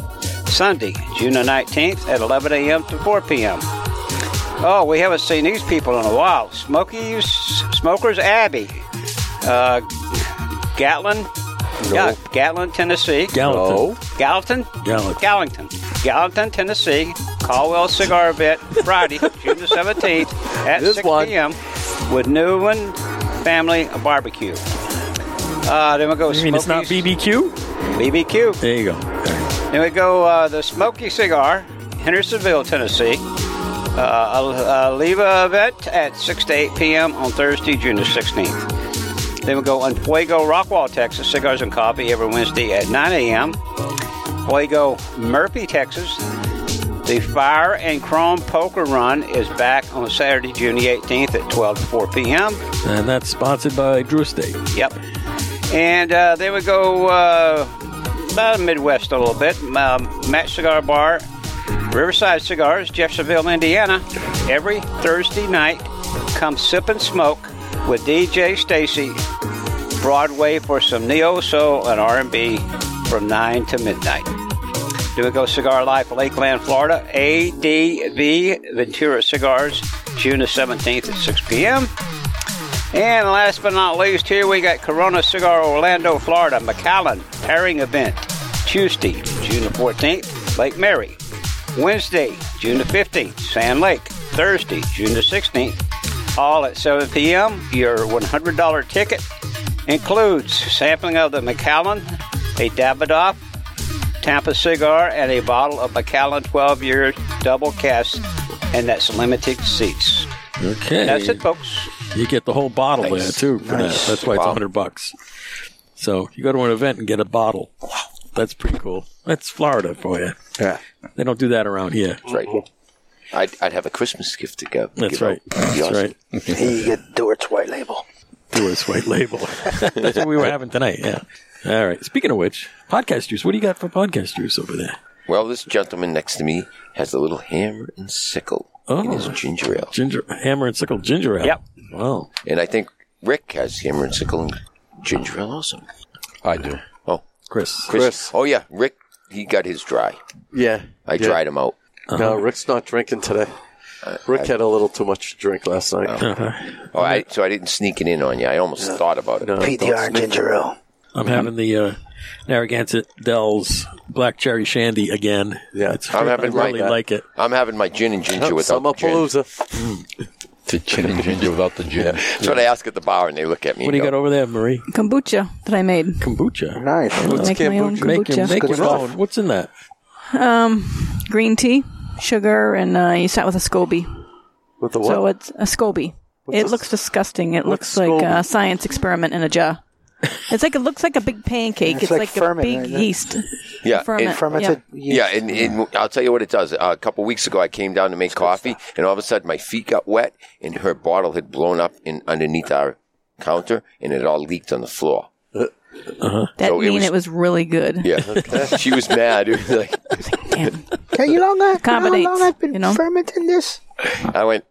Speaker 5: Sunday, June the 19th at 11 a.m. to 4 p.m. Oh, we haven't seen these people in a while. Smokies, Smokers Abbey, uh, Gatlin, Yeah, Gatlin, Tennessee.
Speaker 1: Gallatin.
Speaker 5: Gallatin?
Speaker 1: Gallatin.
Speaker 5: Gallatin. Gallatin, Tennessee. Caldwell Cigar Bit, Friday, June the 17th at
Speaker 2: This
Speaker 5: 6
Speaker 2: one.
Speaker 5: p.m. with Newman Family Barbecue. Uh, then we go
Speaker 1: You mean it's not
Speaker 5: Smokey's-
Speaker 1: BBQ?
Speaker 5: BBQ.
Speaker 1: There you go.
Speaker 5: Then we go uh, the Smoky Cigar, Hendersonville, Tennessee. Uh, a, a Leva event at 6 to 8 p.m. on Thursday, June the 16th. Then we go on Fuego Rockwall, Texas, Cigars and Coffee every Wednesday at 9 a.m. Fuego Murphy, Texas. The Fire and Chrome Poker Run is back on Saturday, June the 18th at 12 to 4 p.m.
Speaker 1: And Uh, that's sponsored by Drew State.
Speaker 5: Yep. And uh, then we go uh, about Midwest a little bit. Um, Matt Cigar Bar, Riverside Cigars, Jeffersonville, Indiana. Every Thursday night, come sip and smoke with DJ Stacy. Broadway for some neo soul and R&B from nine to midnight. Do we go Cigar Life, Lakeland, Florida? ADV Ventura Cigars, June the 17th at 6 p.m. And last but not least, here we got Corona Cigar Orlando, Florida, McAllen pairing event. Tuesday, June the 14th, Lake Mary. Wednesday, June the 15th, Sand Lake. Thursday, June the 16th, all at 7 p.m. Your $100 ticket includes sampling of the McAllen, a Davidoff, Tampa cigar, and a bottle of McAllen 12 year double cast, and that's limited seats.
Speaker 1: Okay.
Speaker 5: That's it, folks.
Speaker 1: You get the whole bottle
Speaker 3: Nice.
Speaker 1: there too. For
Speaker 3: Nice.
Speaker 1: that. That's why it's
Speaker 3: Wow.
Speaker 1: a hundred bucks. So you go to an event and get a bottle. That's pretty cool. That's Florida for you.
Speaker 4: Yeah.
Speaker 1: They don't do that around here.
Speaker 3: That's right. I'd, I'd have a Christmas gift to go.
Speaker 1: That's
Speaker 3: give
Speaker 1: right.
Speaker 3: out. That'd be
Speaker 1: That's
Speaker 3: awesome.
Speaker 1: right.
Speaker 9: You get Duart's white label.
Speaker 1: Dewar's white label. That's what we were having tonight. Yeah. All right. Speaking of which, podcast juice. What do you got for podcast juice over there?
Speaker 3: Well, this gentleman next to me has a little hammer and sickle in his
Speaker 1: Oh.
Speaker 3: ginger ale.
Speaker 1: Ginger hammer and sickle ginger ale.
Speaker 5: Yep.
Speaker 1: Wow.
Speaker 3: And I think Rick has hammer and sickle and ginger ale also.
Speaker 4: I do.
Speaker 3: Oh,
Speaker 1: Chris.
Speaker 3: Chris.
Speaker 2: Chris.
Speaker 3: Oh, yeah. Rick, he got his dry.
Speaker 2: Yeah.
Speaker 3: I
Speaker 2: yeah.
Speaker 3: dried him out.
Speaker 2: No, Rick's not drinking today. Rick had a little too much to drink last night.
Speaker 3: Oh, I, so I didn't sneak it in on you. I almost thought about Uh, it.
Speaker 2: No, don't
Speaker 9: PDR
Speaker 2: sneak
Speaker 9: ginger ale.
Speaker 1: I'm having the uh, Narragansett Dells Black Cherry Shandy again.
Speaker 2: Yeah.
Speaker 1: It's,
Speaker 3: I'm having
Speaker 1: I really
Speaker 3: like that.
Speaker 1: like it.
Speaker 3: I'm having my gin and ginger
Speaker 2: Oh,
Speaker 3: without the gin.
Speaker 2: Summerpalooza.
Speaker 4: The gin and ginger without the gin.
Speaker 3: That's what I ask at the bar, and they look at me.
Speaker 1: What do you
Speaker 3: and
Speaker 1: got
Speaker 3: go,
Speaker 1: over there, Marie?
Speaker 8: Kombucha that I made.
Speaker 1: Kombucha.
Speaker 9: Nice.
Speaker 8: I make my own
Speaker 1: Make your,
Speaker 8: kombucha.
Speaker 1: make your
Speaker 9: stuff.
Speaker 1: own. What's in that?
Speaker 8: Green tea, sugar, and uh, you sat with a SCOBY.
Speaker 2: With the
Speaker 8: So
Speaker 2: what?
Speaker 8: it's a SCOBY.
Speaker 2: a-
Speaker 8: it looks disgusting. It looks like
Speaker 2: SCOBY?
Speaker 8: a science experiment in a jar. It's like it looks like a big pancake.
Speaker 9: It's
Speaker 8: It's,
Speaker 9: like
Speaker 8: like, a
Speaker 9: ferment,
Speaker 8: big
Speaker 9: isn't it?
Speaker 8: yeast.
Speaker 3: yeah,
Speaker 8: ferment.
Speaker 3: and-
Speaker 9: Fermented.
Speaker 3: Yeah, and, and I'll tell you what it does. Uh, a couple weeks ago, I came down to make coffee, and all of a sudden, my feet got wet, and her bottle had blown up in underneath our counter, and it all leaked on the floor.
Speaker 8: That
Speaker 3: So it
Speaker 8: mean
Speaker 3: was-
Speaker 8: it was really good.
Speaker 3: Yeah, she was mad. It was like-
Speaker 8: Damn.
Speaker 9: Can you long I, how
Speaker 8: Combinates,
Speaker 9: long I've been
Speaker 8: you know?
Speaker 9: fermenting this?
Speaker 3: I went.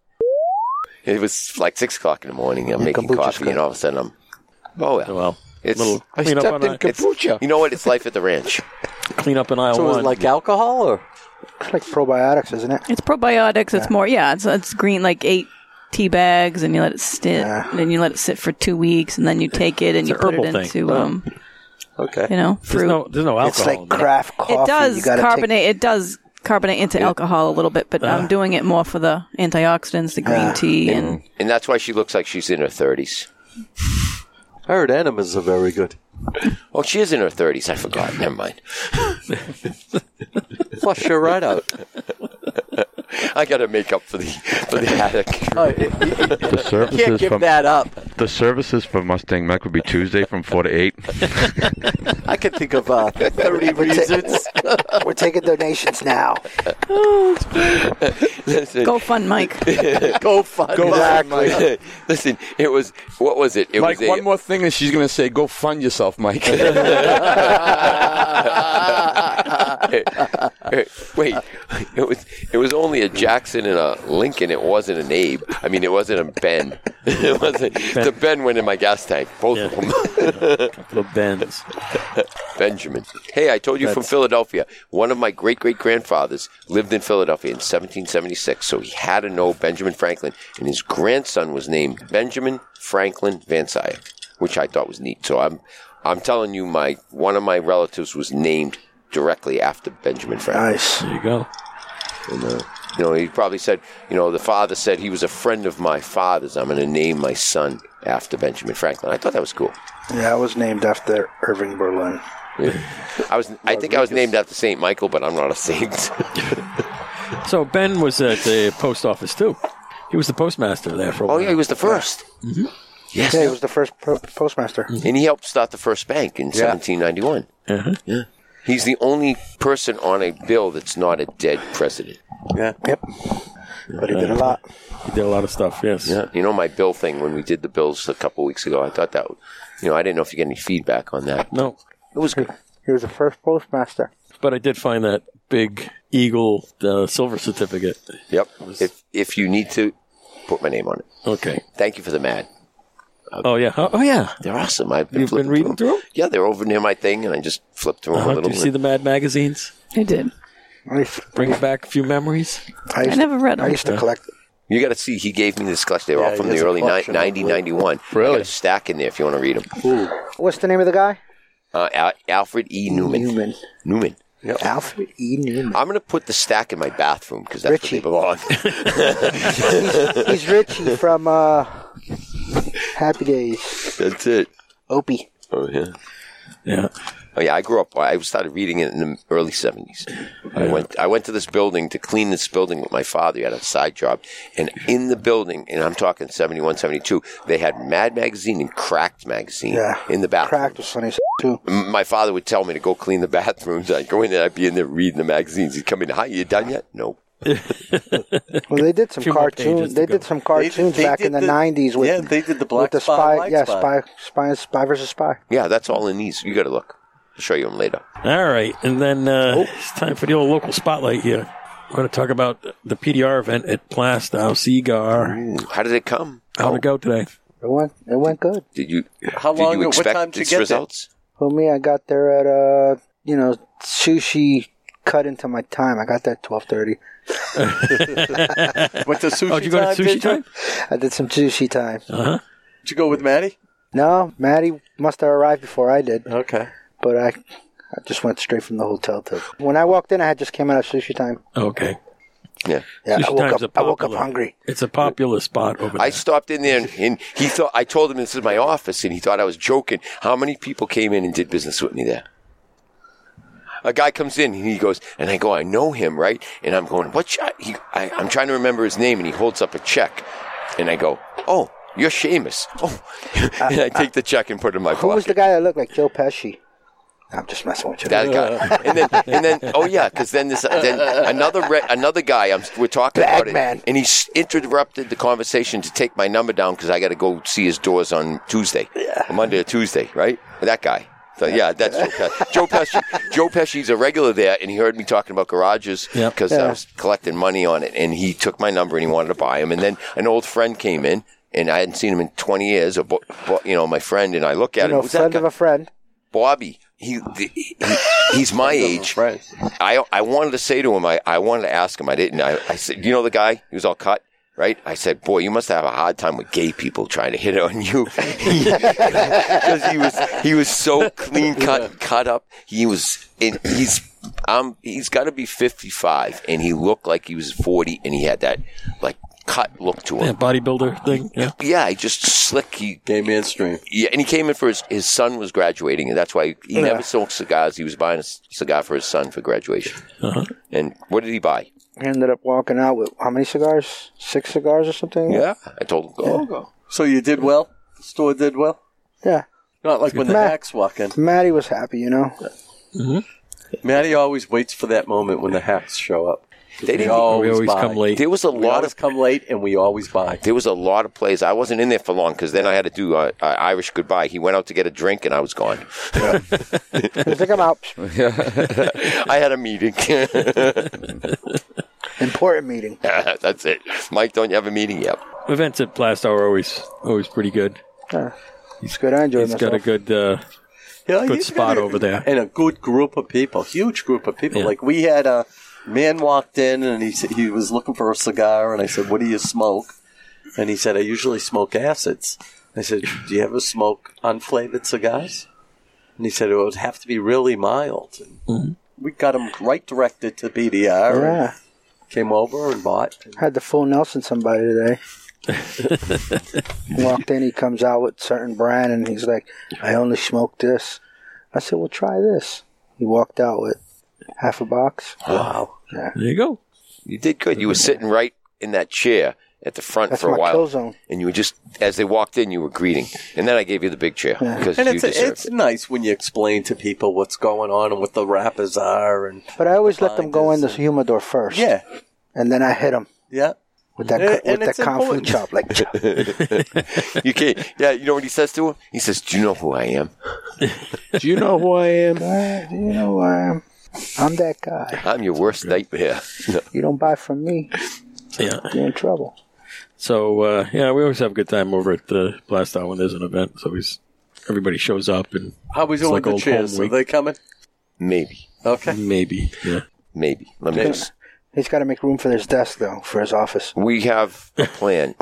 Speaker 3: It was like six o'clock in the morning. I'm making
Speaker 9: kombucha's
Speaker 3: coffee,
Speaker 9: good.
Speaker 3: and all of a sudden, I'm. Oh well,
Speaker 1: Well,
Speaker 3: it's
Speaker 1: little
Speaker 4: I
Speaker 1: clean up
Speaker 4: stepped
Speaker 1: on
Speaker 4: in
Speaker 1: a,
Speaker 3: it's-
Speaker 4: kombucha.
Speaker 3: You know what? It's life at the ranch.
Speaker 1: clean up in aisle
Speaker 2: So it
Speaker 1: one.
Speaker 2: was like alcohol or?
Speaker 9: It's like probiotics, isn't it?
Speaker 8: It's probiotics. It's more, yeah. It's it's green like eight tea bags, and you let it sit, and then you let it sit for two weeks, and then you take it
Speaker 1: It's
Speaker 8: and you
Speaker 1: a
Speaker 8: put it
Speaker 1: herbal thing.
Speaker 8: into um,
Speaker 2: Okay.
Speaker 8: you know,
Speaker 1: there's
Speaker 8: fruit.
Speaker 1: no, there's no alcohol.
Speaker 9: It's like
Speaker 1: in there.
Speaker 9: craft coffee.
Speaker 8: it
Speaker 9: You
Speaker 8: does
Speaker 9: gotta take-
Speaker 8: carbonate. it does carbonate into alcohol a little bit, but
Speaker 1: Ah.
Speaker 8: I'm doing it more for the antioxidants, the green tea, and
Speaker 3: And that's why she looks like she's in her thirties.
Speaker 2: I heard enemas are very good.
Speaker 3: Oh, she is in her thirties. I forgot. Never mind.
Speaker 2: Flush your right out.
Speaker 3: I got to make up for the for the attic.
Speaker 10: The
Speaker 2: Can't
Speaker 10: services
Speaker 2: give
Speaker 10: from
Speaker 2: that up.
Speaker 10: the services for Mustang Mech would be Tuesday from four to eight.
Speaker 2: I could think of uh, 30 reasons.
Speaker 9: We're taking donations now.
Speaker 8: go fund Mike.
Speaker 2: Go fund
Speaker 4: Go
Speaker 2: that.
Speaker 4: Mike.
Speaker 3: Listen, it was what was it? It
Speaker 4: Mike,
Speaker 3: was a-
Speaker 4: one more thing, and she's going to say, go fund yourself, Mike.
Speaker 3: Wait, it was it was only a Jackson and a Lincoln. It wasn't an Abe. I mean, it wasn't a Ben. it wasn't the Ben went in my gas tank. Both of them.
Speaker 1: the bends.
Speaker 3: Benjamin. Hey, I told you from Philadelphia. One of my great great grandfathers lived in Philadelphia in 1776, so he had to know Benjamin Franklin, and his grandson was named Benjamin Franklin Van Syck, which I thought was neat. So I'm I'm telling you, my one of my relatives was named directly after Benjamin Franklin.
Speaker 9: Nice. There
Speaker 1: you go.
Speaker 3: And, uh, you know, he probably said, you know, the father said he was a friend of my father's. I'm going to name my son after Benjamin Franklin. I thought that was cool.
Speaker 9: Yeah, I was named after Irving Berlin.
Speaker 3: I was, I think I was named after Saint Michael, but I'm not a saint.
Speaker 1: So Ben was at the post office too. He was the postmaster there for a while.
Speaker 3: oh yeah, he was the 1st
Speaker 1: Mhm.
Speaker 3: Yes,
Speaker 9: Yeah, he was the first po- postmaster.
Speaker 3: and he helped start the first bank in
Speaker 9: Yeah.
Speaker 3: 1791.
Speaker 1: Uh-huh.
Speaker 3: Yeah, he's the only person on a bill that's not a dead president.
Speaker 9: Yeah. Yep. But he did a lot.
Speaker 1: He did a lot of stuff. Yes.
Speaker 3: Yeah. You know my bill thing when we did the bills a couple weeks ago. I thought that, you know, I didn't know if you get any feedback on that.
Speaker 1: No.
Speaker 3: It was good.
Speaker 9: He was the first postmaster.
Speaker 1: But I did find that big eagle uh, silver certificate.
Speaker 3: Yep. If if you need to, put my name on it.
Speaker 1: Okay.
Speaker 3: Thank you for the mad. Uh,
Speaker 1: Oh yeah. Oh, oh yeah.
Speaker 3: They're awesome. I've been
Speaker 1: You've been
Speaker 3: flipping
Speaker 1: reading through 'em?
Speaker 3: Yeah, they're over near my thing, and I just flipped through 'em
Speaker 1: Uh-huh.
Speaker 3: a little.
Speaker 1: Did you see the Mad magazines?
Speaker 8: I did.
Speaker 1: Bring back a few memories.
Speaker 9: I,
Speaker 8: I never read them.
Speaker 9: I used to collect.
Speaker 3: You got to see. He gave me this collection. They were
Speaker 9: Yeah,
Speaker 3: all
Speaker 9: he
Speaker 3: from
Speaker 9: has
Speaker 3: the
Speaker 9: a
Speaker 3: early ni-
Speaker 9: collection of
Speaker 3: 90, 91. Really? I got a stack in there if you want to read them.
Speaker 9: What's the name of the guy?
Speaker 3: Uh, Al- Alfred E. Newman.
Speaker 9: Newman.
Speaker 3: Newman.
Speaker 9: Alfred E. Newman.
Speaker 3: I'm going to put the stack in my bathroom because that's
Speaker 9: Richie.
Speaker 3: where they belong.
Speaker 9: He's Richie from uh, Happy Days.
Speaker 3: that's it.
Speaker 9: Opie.
Speaker 3: Oh yeah.
Speaker 1: Yeah.
Speaker 3: Oh yeah. I grew up. I started reading it in the early seventies. I went. I went to this building to clean this building with my father. He had a side job, and in the building, and I'm talking 71, 72, they had Mad magazine and Cracked magazine
Speaker 9: Yeah.
Speaker 3: in the bathroom.
Speaker 9: Cracked was funny as too.
Speaker 3: M- My father would tell me to go clean the bathrooms. I'd go in there, I'd be in there reading the magazines. He'd come in, "Hi, you done yet?" No.
Speaker 9: Well, they did some
Speaker 1: Few more pages
Speaker 9: cartoons.
Speaker 1: to
Speaker 9: They
Speaker 1: go.
Speaker 9: did some cartoons
Speaker 2: they
Speaker 9: back
Speaker 2: did
Speaker 9: in the,
Speaker 2: the-
Speaker 9: '90s with
Speaker 2: yeah, they did the
Speaker 9: with
Speaker 2: Black
Speaker 9: the
Speaker 2: Spy,
Speaker 9: spy,
Speaker 2: White
Speaker 9: yeah,
Speaker 2: Spy.
Speaker 9: spy, spy, spy versus spy.
Speaker 3: Yeah, that's all in these. You got to look. I'll show you them later.
Speaker 1: All right, and then uh, it's time for the old local spotlight here. We're going to talk about the PDR event at Plastow Seagar.
Speaker 3: How did it come?
Speaker 1: How'd it go today?
Speaker 9: It went, it went good.
Speaker 3: Did you?
Speaker 2: How
Speaker 3: did
Speaker 2: long- what
Speaker 3: You expect
Speaker 2: time did you
Speaker 3: its
Speaker 2: get there?
Speaker 3: results?
Speaker 9: For me, I got there at uh, you know, sushi cut into my time. I got there at 12:30.
Speaker 2: Went to sushi
Speaker 1: Oh, did you go to sushi
Speaker 2: time, didn't
Speaker 1: time?
Speaker 2: You?
Speaker 9: I did some sushi time.
Speaker 1: Uh
Speaker 2: Did you go with Maddie?
Speaker 9: No, Maddie must have arrived before I did,
Speaker 2: Okay.
Speaker 9: but I, I just went straight from the hotel to. When I walked in, I had just came out of sushi time.
Speaker 1: huh. Oh, Okay.
Speaker 3: Yeah.
Speaker 9: Yeah,
Speaker 1: Sushi
Speaker 9: I woke
Speaker 1: time's
Speaker 9: up.
Speaker 1: a
Speaker 9: I woke up
Speaker 1: popular-
Speaker 9: hungry.
Speaker 1: It's a popular spot over there.
Speaker 3: I stopped in there and, and he thought I told him this is my office and he thought I was joking. How many people came in and did business with me there? A guy comes in and he goes, and I go, I know him, right? And I'm going, what? Shot? He, I, I'm trying to remember his name, and he holds up a check, and I go, oh, you're Seamus. Oh, and I take the check and put it in my
Speaker 9: Who was
Speaker 3: pocket.
Speaker 9: the guy that looked like Joe Pesci? I'm just messing with you.
Speaker 3: That guy, and then, and then, oh yeah, because then this, then another re, another guy. I'm we're talking about it,
Speaker 9: Bagman.
Speaker 3: and he s- interrupted the conversation to take my number down because I got to go see his doors on Tuesday, on Monday or Tuesday, right? That guy. So yeah, that's Joe, Pesci. Joe Pesci. Joe Pesci's a regular there, and he heard me talking about garages
Speaker 1: Yep.
Speaker 3: because I
Speaker 9: Yeah.
Speaker 3: was collecting money on it, and he took my number and he wanted to buy him, and then an old friend came in. And I hadn't seen him in 20 years, or, bo- bo- you know, my friend, and I look at
Speaker 9: You
Speaker 3: him.
Speaker 9: know,
Speaker 3: "Who's that
Speaker 9: friend
Speaker 3: guy?"
Speaker 9: of a friend.
Speaker 3: Bobby, he, the, he he's my age. I I wanted to say to him, I, I wanted to ask him, I didn't. I, I said, you know the guy? He was all cut, right? I said, boy, you must have a hard time with gay people trying to hit on you, because he was he was so clean cut, cut up. He was and he's um he's got to be fifty five, and he looked like he was forty, and he had that like cut look to him.
Speaker 1: yeah, bodybuilder thing. Yeah.
Speaker 3: Yeah, he just slick. He
Speaker 2: Gay man stream.
Speaker 3: yeah, and he came in for his his son was graduating, and that's why he, he never sold cigars. He was buying a c- cigar for his son for graduation. And what did he buy?
Speaker 9: I ended up walking out with how many cigars? Six cigars or something?
Speaker 3: I told him "Oh, go.
Speaker 2: So you did well. The store did well.
Speaker 9: Yeah.
Speaker 2: Not like when the
Speaker 9: Matt.
Speaker 2: hacks walk in.
Speaker 9: Maddie was happy, you know.
Speaker 2: Maddie always waits for that moment when the hacks show up.
Speaker 3: They didn't.
Speaker 1: We always come late.
Speaker 3: There was a
Speaker 2: We
Speaker 3: lot
Speaker 2: always
Speaker 3: of
Speaker 2: come late and we always buy.
Speaker 3: there was a lot of plays. I wasn't in there for long because then I had to do uh, uh, Irish goodbye. He went out to get a drink, and I was gone.
Speaker 9: I think I'm out.
Speaker 3: I had a meeting.
Speaker 9: Important meeting.
Speaker 3: that's it. Mike, don't you have a meeting? Yep.
Speaker 1: Events at Plastow are always always pretty good.
Speaker 9: It's good. I enjoyed
Speaker 1: He's got a
Speaker 9: myself.
Speaker 1: good uh,
Speaker 2: Yeah,
Speaker 1: good
Speaker 2: he's
Speaker 1: spot
Speaker 2: got a-
Speaker 1: over there.
Speaker 2: and a good group of people, huge group of people.
Speaker 1: Yeah.
Speaker 2: Like we had a man walked in and he said he was looking for a cigar, and I said, "What do you smoke?" And he said, "I usually smoke acids." I said, "Do you ever smoke unflavored cigars?" And he said, "It would have to be really mild." And
Speaker 1: Mm-hmm.
Speaker 2: We got him right directed to BDR.
Speaker 9: Yeah.
Speaker 2: and Came over and bought.
Speaker 9: Had the full Nelson somebody today. Walked in, he comes out with certain brand, and he's like, "I only smoke this." I said, "Well, try this." He walked out with half a box.
Speaker 3: Wow.
Speaker 9: There
Speaker 1: you go.
Speaker 3: You did good. You were sitting right in that chair at the front
Speaker 9: That's
Speaker 3: for a
Speaker 9: my
Speaker 3: while.
Speaker 9: kill zone.
Speaker 3: And you were just, as they walked in, you were greeting. And then I gave you the big chair because
Speaker 2: and
Speaker 3: you
Speaker 2: it's
Speaker 3: deserved
Speaker 2: it's nice when you explain to people what's going on and what the rappers are and
Speaker 9: But I always let them go in the humidor first.
Speaker 2: Yeah.
Speaker 9: and then I hit them
Speaker 2: yeah.
Speaker 9: with that
Speaker 2: And-
Speaker 9: cu-
Speaker 2: and
Speaker 9: with that
Speaker 2: it's
Speaker 9: kung fu
Speaker 2: important.
Speaker 9: chop. Like,
Speaker 3: it. you can't, yeah, you know what he says to him? He says, Do you know who I am?
Speaker 4: Do you know who I am?
Speaker 9: "Ah, you know, um, I'm that guy.
Speaker 3: I'm your worst nightmare. No.
Speaker 9: You don't buy from me,
Speaker 1: Yeah.
Speaker 9: you're in trouble.
Speaker 1: So uh, yeah, we always have a good time over at the Blast Out when there's an event. So always everybody shows up and
Speaker 2: How we
Speaker 1: it's
Speaker 2: doing
Speaker 1: like
Speaker 2: with the
Speaker 1: old home
Speaker 2: chairs? Are
Speaker 1: week.
Speaker 2: they coming?
Speaker 3: Maybe.
Speaker 2: Okay.
Speaker 1: Maybe. Yeah.
Speaker 3: Maybe. Let me
Speaker 9: Yeah.
Speaker 3: just.
Speaker 9: He's got to make room for his desk though, for his office.
Speaker 3: We have a plan.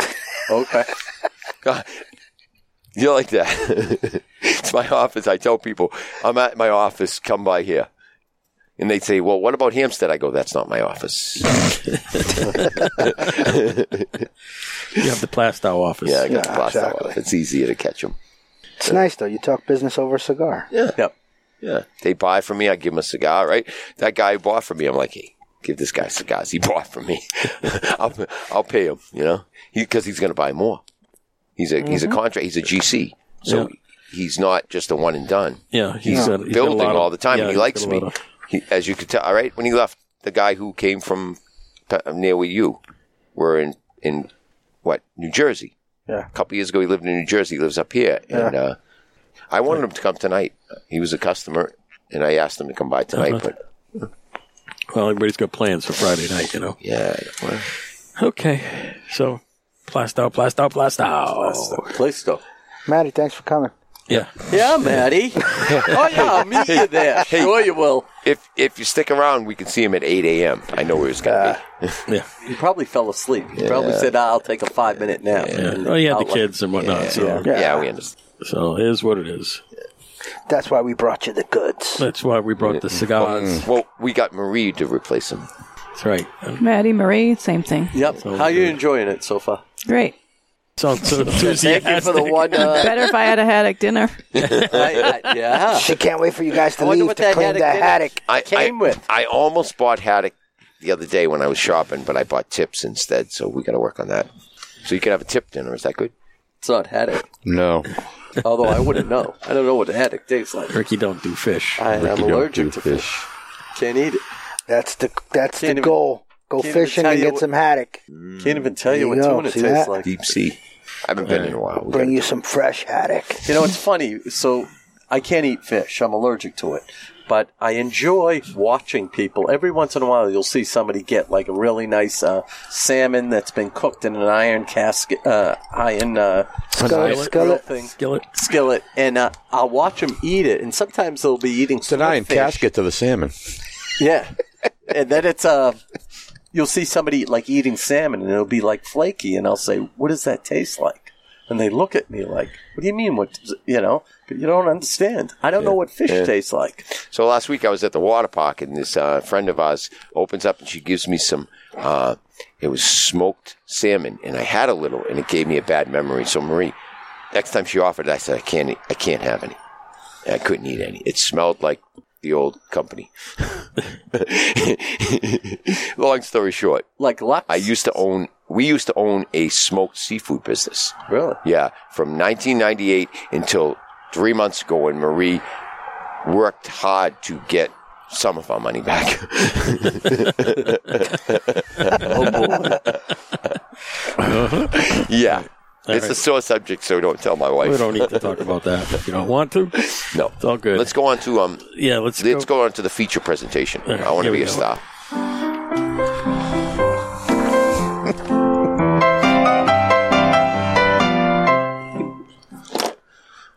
Speaker 2: Okay.
Speaker 3: You're like that. it's my office. I tell people, I'm at my office, come by here. And they'd say, Well, what about Hampstead? I go, That's not my office.
Speaker 1: You have the Plastow office.
Speaker 3: Yeah, I got
Speaker 9: Yeah,
Speaker 3: the blast
Speaker 9: exactly.
Speaker 3: off. It's easier to catch them.
Speaker 9: It's nice though. You talk business over a cigar.
Speaker 3: Yeah.
Speaker 2: Yep.
Speaker 3: Yeah. They buy from me, I give them a cigar, right? That guy bought from me, I'm like, hey, give this guy cigars. He bought from me. I'll, I'll pay him, you know, because he's going to buy more. He's a, he's a contract, he's a GC. So
Speaker 1: Yeah.
Speaker 3: he's not just a one and done.
Speaker 1: Yeah, he's,
Speaker 3: He's
Speaker 1: uh, he's got a
Speaker 3: building
Speaker 1: lot of-
Speaker 3: all the time.
Speaker 1: yeah,
Speaker 3: and he
Speaker 1: he's
Speaker 3: likes
Speaker 1: got a
Speaker 3: me.
Speaker 1: lot of-
Speaker 3: He, as you could tell, all right, when he left, the guy who came from t- near where you were in, in what, New Jersey.
Speaker 9: Yeah.
Speaker 3: A couple years ago, he lived in New Jersey. He lives up here. And uh, I wanted him to come tonight. He was a customer, and I asked him to come by tonight.
Speaker 1: Uh-huh.
Speaker 3: But
Speaker 1: Well, everybody's got plans for Friday night, you know.
Speaker 3: yeah, well,
Speaker 1: Okay, so Plastow, Plastow, Plastow.
Speaker 9: Oh.
Speaker 2: Place though.
Speaker 9: Matty, thanks for coming.
Speaker 1: Yeah.
Speaker 2: Yeah, Maddie. oh yeah, I'll meet you there. Sure you will.
Speaker 3: if if you stick around, we can see him at eight a.m. I know where he's going to
Speaker 1: Yeah.
Speaker 2: He probably fell asleep. He probably said, "Ah, "I'll take a five minute nap."
Speaker 1: Oh, Yeah.
Speaker 2: And
Speaker 1: Well, he had the
Speaker 2: I'll-
Speaker 1: kids and whatnot, so
Speaker 3: be. Yeah. we understand.
Speaker 1: so it is what it is.
Speaker 9: That's why we brought you the goods.
Speaker 1: That's why we brought the cigars.
Speaker 3: Well, we got Marie to replace him.
Speaker 1: That's right.
Speaker 8: Maddie Marie, same thing.
Speaker 2: Yep. How you enjoying it so far?
Speaker 8: Great.
Speaker 1: Sounds so
Speaker 2: Thank you for
Speaker 1: enthusiastic.
Speaker 2: the one. Uh,
Speaker 8: Better if I had a haddock dinner.
Speaker 2: I- I- yeah.
Speaker 9: She can't wait for you guys to
Speaker 2: I wonder
Speaker 9: leave
Speaker 2: what
Speaker 9: to
Speaker 2: that
Speaker 9: clean
Speaker 2: haddock
Speaker 9: that
Speaker 2: did.
Speaker 9: haddock.
Speaker 3: I
Speaker 2: Came
Speaker 3: I,
Speaker 2: with.
Speaker 3: I almost bought Haddock the other day when I was shopping, but I bought tips instead. So we got to work on that. So you can have a tip dinner. Is that good?
Speaker 2: It's not haddock.
Speaker 10: No.
Speaker 2: Although I wouldn't know. I don't know what a haddock tastes like.
Speaker 1: Ricky don't do fish.
Speaker 2: I am
Speaker 10: don't
Speaker 2: allergic
Speaker 10: do
Speaker 2: to fish. Can't eat it.
Speaker 9: That's the that's the
Speaker 2: Can't even-
Speaker 9: goal. Go
Speaker 2: can't even
Speaker 9: fishing
Speaker 2: tell
Speaker 9: and
Speaker 2: you
Speaker 9: get
Speaker 2: what-
Speaker 9: some haddock.
Speaker 2: Can't even tell you
Speaker 9: There
Speaker 2: what
Speaker 9: you go.
Speaker 2: tuna
Speaker 9: See
Speaker 2: tastes
Speaker 9: that?
Speaker 2: like.
Speaker 3: Deep sea. I haven't been in a while. We
Speaker 9: Bring
Speaker 3: gotta-
Speaker 9: you some fresh haddock.
Speaker 2: You know, it's funny. So I can't eat fish. I'm allergic to it. But I enjoy watching people. Every once in a while, you'll see somebody get like a really nice uh, salmon that's been cooked in an iron casket, uh, iron uh,
Speaker 9: Skillet,
Speaker 2: grill
Speaker 9: skillet.
Speaker 2: thing,
Speaker 1: Skillet.
Speaker 2: skillet, and uh, I'll watch them eat it. And sometimes they'll be eating
Speaker 10: It's an iron
Speaker 2: swordfish.
Speaker 10: casket to the salmon.
Speaker 2: Yeah, and then it's uh, you'll see somebody like eating salmon, and it'll be like flaky, and I'll say, "What does that taste like?" And they look at me like, "What do you mean? What does it-" you know?" But you don't understand. I don't know what fish tastes like.
Speaker 3: So last week I was at the water park, and this uh, friend of ours opens up and she gives me some. Uh, it was smoked salmon, and I had a little, and it gave me a bad memory. So Marie, next time she offered, it, I said I can't, eat, I can't have any. And I couldn't eat any. It smelled like the old company. Long story short,
Speaker 2: Like lots.
Speaker 3: I used to own. We used to own a smoked seafood business.
Speaker 2: really.
Speaker 3: Yeah, from 1998 until three months ago when Marie worked hard to get some of our money back.
Speaker 1: Oh,
Speaker 3: yeah. It's a sore subject, so don't tell my
Speaker 1: We
Speaker 3: wife.
Speaker 1: don't need to talk about that if you don't want to. It's
Speaker 3: No.
Speaker 1: all good.
Speaker 3: Let's go on to um.
Speaker 1: Yeah, let's,
Speaker 3: Let's
Speaker 1: go.
Speaker 3: go on to the feature presentation.
Speaker 1: right,
Speaker 3: I want
Speaker 1: here
Speaker 3: to
Speaker 1: we
Speaker 3: be a
Speaker 1: go.
Speaker 3: star.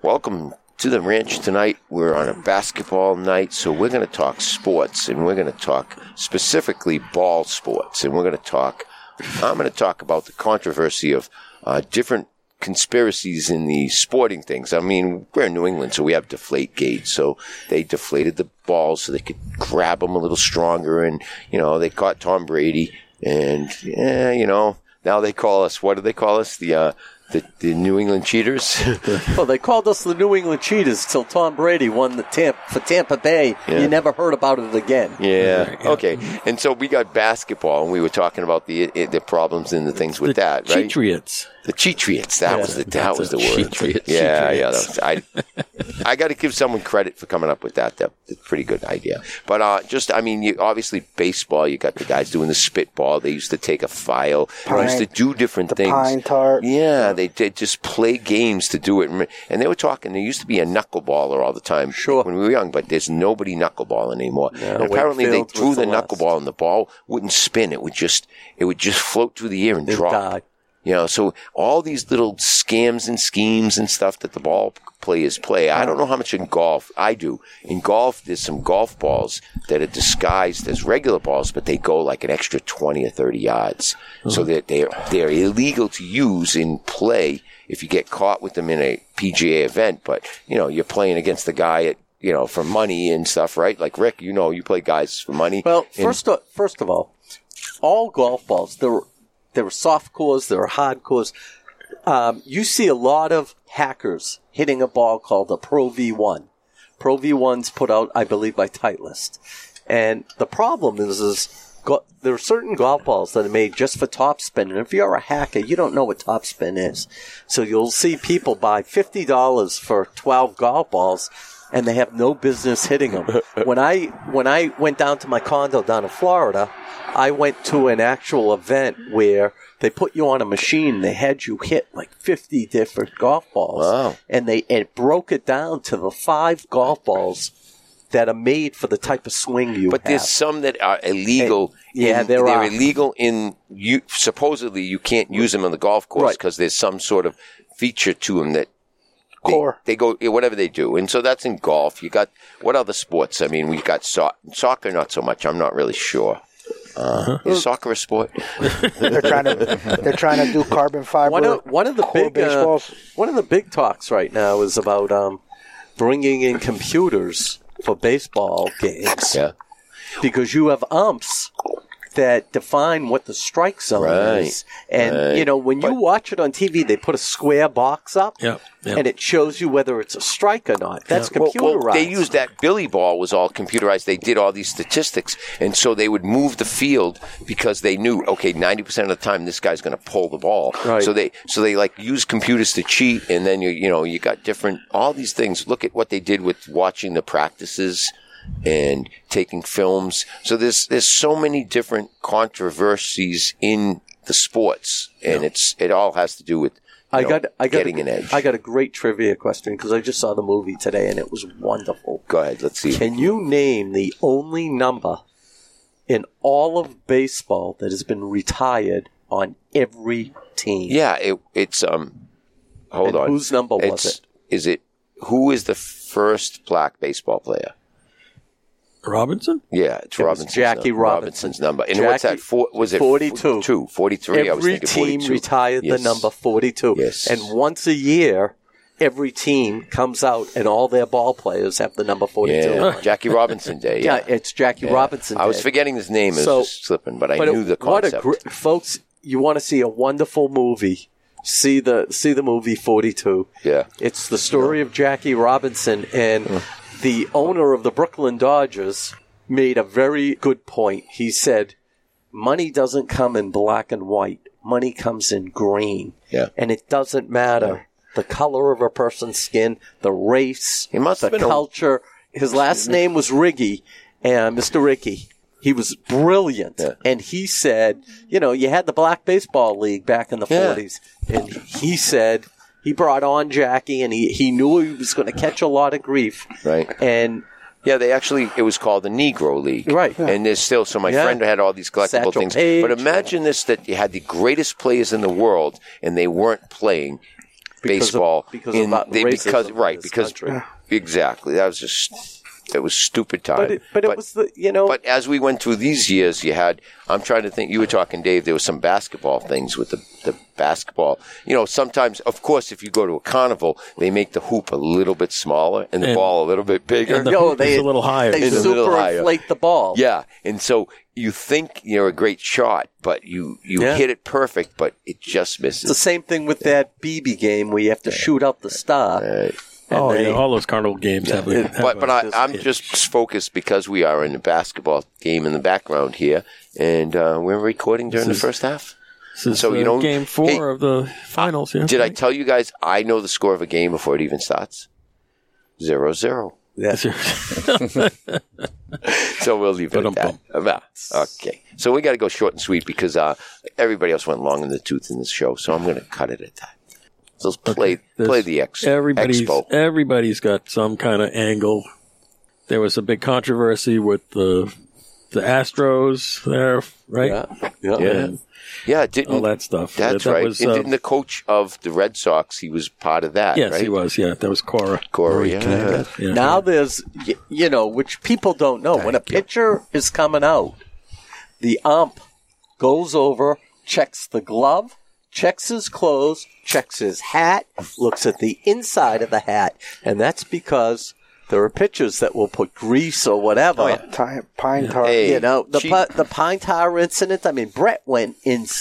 Speaker 3: Welcome to the ranch tonight. We're on a basketball night, so we're going to talk sports, and we're going to talk specifically ball sports, and we're going to talk. I'm going to talk about the controversy of uh, different conspiracies in the sporting things. I mean, we're in New England, so we have deflate gates. So they deflated the balls so they could grab them a little stronger. And, you know, they caught Tom Brady. And, yeah, you know, now they call us, what do they call us? The, uh, the, the New England Cheaters?
Speaker 2: Well, they called us the New England Cheaters till Tom Brady won the Tampa for Tampa Bay.
Speaker 3: Yeah.
Speaker 2: You never heard about it again.
Speaker 3: Yeah. Okay. And so we got basketball, and we were talking about the i the problems and the things with that, right?
Speaker 1: Cheatriots.
Speaker 3: The Cheatriots. That
Speaker 1: Yeah,
Speaker 3: was the that
Speaker 1: that's
Speaker 3: was
Speaker 1: a
Speaker 3: the word.
Speaker 1: Cheatriots.
Speaker 3: Yeah, yeah.
Speaker 1: Cheatriots.
Speaker 3: that was- I I got to give someone credit for coming up with that. That- That's a pretty good idea. But uh, just I mean, you, obviously baseball. You got the guys doing the spitball. They used to take a file.
Speaker 9: Pine-
Speaker 3: they used to do different things.
Speaker 9: pine tart.
Speaker 3: Yeah, they did just play games to do it. And- And they were talking. There used to be a knuckleballer all the time sure. when we were young, but there's nobody knuckleballing anymore. And apparently, they
Speaker 2: Wakefield was
Speaker 3: threw
Speaker 2: the
Speaker 3: the,
Speaker 2: last.
Speaker 3: knuckleball, and the ball wouldn't spin. It would just it would just float through the air and drop. You know, so all these little scams and schemes and stuff that the ball players play. I don't know how much in golf I do. In golf, there's some golf balls that are disguised as regular balls, but they go like an extra twenty or thirty yards, so that they're they're illegal to use in play if you get caught with them in a PGA event. But you know, you're playing against the guy at you know for money and stuff, right? Like Rick, you know, you play guys for money. Well,
Speaker 2: First, o- first of all, all golf balls there were, there were soft cores, there were hard cores. Um, you see a lot of hackers hitting a ball called the Pro V1. Pro V1's put out, I believe, by Titleist. And the problem is, is go- there are certain golf balls that are made just for topspin. And if you're a hacker, you don't know what topspin is. So you'll see people buy $50 for 12 golf balls and they have no business hitting them. when I when I went down to my condo down in Florida, I went to an actual event where they put you on a machine. They had you hit like fifty different golf balls, and they it broke it down to the five golf balls that are made for the type of swing you.
Speaker 3: But
Speaker 2: have.
Speaker 3: there's some that are illegal.
Speaker 2: And- yeah,
Speaker 3: in,
Speaker 2: there
Speaker 3: they're
Speaker 2: are.
Speaker 3: illegal in you. Supposedly, you can't use them on the golf course because there's some sort of feature to them that they, they go yeah, whatever they do, and so that's in golf. You got what other sports? I mean, we got so- soccer, not so much. I'm not really sure. Uh, Is soccer a sport?
Speaker 9: They're trying to they're trying to do carbon fiber.
Speaker 2: one of one of the
Speaker 9: core
Speaker 2: big uh,
Speaker 9: baseballs.
Speaker 2: one of the big talks right now is about um, bringing in computers for baseball games.
Speaker 3: Yeah.
Speaker 2: because you have umps that define what the strike zone
Speaker 3: Right.
Speaker 2: is, and
Speaker 3: Right.
Speaker 2: you know when you watch it on TV, they put a square box up,
Speaker 3: Yep, yep.
Speaker 2: and it shows you whether it's a strike or not. That's
Speaker 3: Well,
Speaker 2: computerized.
Speaker 3: well, they used that Billy ball was all computerized. They did all these statistics, and so they would move the field because they knew okay, ninety percent of the time this guy's going to pull the ball.
Speaker 2: Right.
Speaker 3: So they so they like use computers to cheat, and then you you know you got different all these things. Look at what they did with watching the practices and taking films. So there's there's so many different controversies in the sports, and it's it all has to do with. you
Speaker 2: I
Speaker 3: know,
Speaker 2: got, I got
Speaker 3: getting
Speaker 2: a,
Speaker 3: an edge.
Speaker 2: I got a great trivia question because I just saw the movie today and it was wonderful.
Speaker 3: Go ahead, let's see.
Speaker 2: Can you name the only number in all of baseball that has been retired on every team?
Speaker 3: Yeah, it, it's um. Hold
Speaker 2: And
Speaker 3: on.
Speaker 2: whose number was
Speaker 3: It's-
Speaker 2: it?
Speaker 3: Is it who is the first black baseball player?
Speaker 1: Robinson?
Speaker 3: Yeah,
Speaker 1: It
Speaker 3: it's
Speaker 1: was
Speaker 3: Robinson's
Speaker 1: Jackie
Speaker 3: number,
Speaker 1: Robinson.
Speaker 3: Robinson's number. And what's
Speaker 2: Jackie-
Speaker 3: that? Four, was it
Speaker 2: 42.
Speaker 3: Two, 43. I was
Speaker 2: every
Speaker 3: thinking
Speaker 2: team
Speaker 3: 42.
Speaker 2: retired
Speaker 3: Yes.
Speaker 2: the number 42.
Speaker 3: Yes.
Speaker 2: And once a year, every team comes out and all their ball players have the number 42.
Speaker 3: Yeah,
Speaker 2: on.
Speaker 3: Jackie Robinson Day. Yeah,
Speaker 2: it's Jackie
Speaker 3: Yeah.
Speaker 2: Robinson.
Speaker 3: I was
Speaker 2: Day.
Speaker 3: forgetting his name. It was
Speaker 2: So-
Speaker 3: just slipping, but I
Speaker 2: but
Speaker 3: knew
Speaker 2: it-
Speaker 3: the
Speaker 2: what a
Speaker 3: concept.
Speaker 2: gr- folks, you want to see a wonderful movie. See the see the movie Forty Two.
Speaker 3: Yeah,
Speaker 2: it's the story of Jackie Robinson and
Speaker 3: Hmm.
Speaker 2: the owner of the Brooklyn Dodgers made a very good point. He said, "Money doesn't come in black and white. Money comes in green.
Speaker 3: Yeah.
Speaker 2: and it doesn't matter the color of a person's skin, the race, the
Speaker 3: been a-
Speaker 2: culture. His last name was Riggy, and Mr. Ricky. He was brilliant, and he said, you know, you had the Black Baseball League back in the
Speaker 3: Yeah.
Speaker 2: forties, and he said he brought on Jackie, and he he knew he was going to catch a lot of grief,
Speaker 3: right?
Speaker 2: And
Speaker 3: yeah, they actually it was called the Negro League,
Speaker 2: Right.
Speaker 3: And there's still so my
Speaker 2: Yeah.
Speaker 3: friend had all these collectible
Speaker 2: Satchel
Speaker 3: things.
Speaker 2: Paige.
Speaker 3: But imagine this: that you had the greatest players in the world, and they weren't playing
Speaker 2: Because of-
Speaker 3: baseball
Speaker 2: because
Speaker 3: in
Speaker 2: of
Speaker 3: they,
Speaker 2: racism
Speaker 3: because
Speaker 2: in
Speaker 3: right
Speaker 2: this
Speaker 3: because
Speaker 2: country.
Speaker 3: exactly that was just That was stupid time.
Speaker 11: But it, but, it was the you know.
Speaker 3: But as we went through these years, you had. I'm trying to think. You were talking, Dave. There was some basketball things with the the basketball. You know, sometimes, of course, if you go to a carnival, they make the hoop a little bit smaller and the
Speaker 2: And-
Speaker 3: ball a little bit bigger.
Speaker 2: and the Yo, hoop is they- a little higher. they
Speaker 3: And a little higher.
Speaker 2: superinflate the ball.
Speaker 3: Yeah, and so you think you're a great shot, but you you
Speaker 2: Yeah.
Speaker 3: hit it perfect, but it just
Speaker 2: It's the
Speaker 3: misses.
Speaker 2: same thing with that BB game where you have to shoot out the star. And
Speaker 1: Oh,
Speaker 2: they-
Speaker 1: yeah, all those carnival games have.
Speaker 3: It- but but I, I'm just focused because we are in the basketball game in the background here, and uh, we're recording during
Speaker 1: This is-
Speaker 3: the first half.
Speaker 1: This is, uh, game four
Speaker 3: hey,
Speaker 1: of the finals. Yeah.
Speaker 3: Did I tell you guys I know the score of a game before it even starts? Zero zero.
Speaker 2: Yeah.
Speaker 3: so we'll leave it at that. About- Okay. So we got to go short and sweet because uh, everybody else went long in the tooth in this show. So I'm going to cut it at that. So let's play play the ex-
Speaker 1: everybody's
Speaker 3: expo.
Speaker 1: everybody's got some kind of angle. There was a big controversy with the the Astros there, right?
Speaker 3: Yeah. Yeah.
Speaker 1: And
Speaker 3: Yeah, it didn't
Speaker 1: all that stuff.
Speaker 3: That's
Speaker 1: That- that
Speaker 3: right.
Speaker 1: was,
Speaker 3: and
Speaker 1: uh,
Speaker 3: didn't the coach of the Red Sox? He was part of that.
Speaker 1: yes,
Speaker 3: right?
Speaker 1: he was. Oh, Yeah, that was Cora.
Speaker 3: Cora, yeah.
Speaker 2: Now there's, y- you know, which people don't know. When a pitcher is coming out, the ump goes over, checks the glove, checks his clothes, checks his hat, looks at the inside of the hat, and that's because there are pitchers that will put grease or whatever.
Speaker 3: Oh,
Speaker 9: Time, pine tar.
Speaker 2: you know the pi- the pine tar incident. I mean, Brett went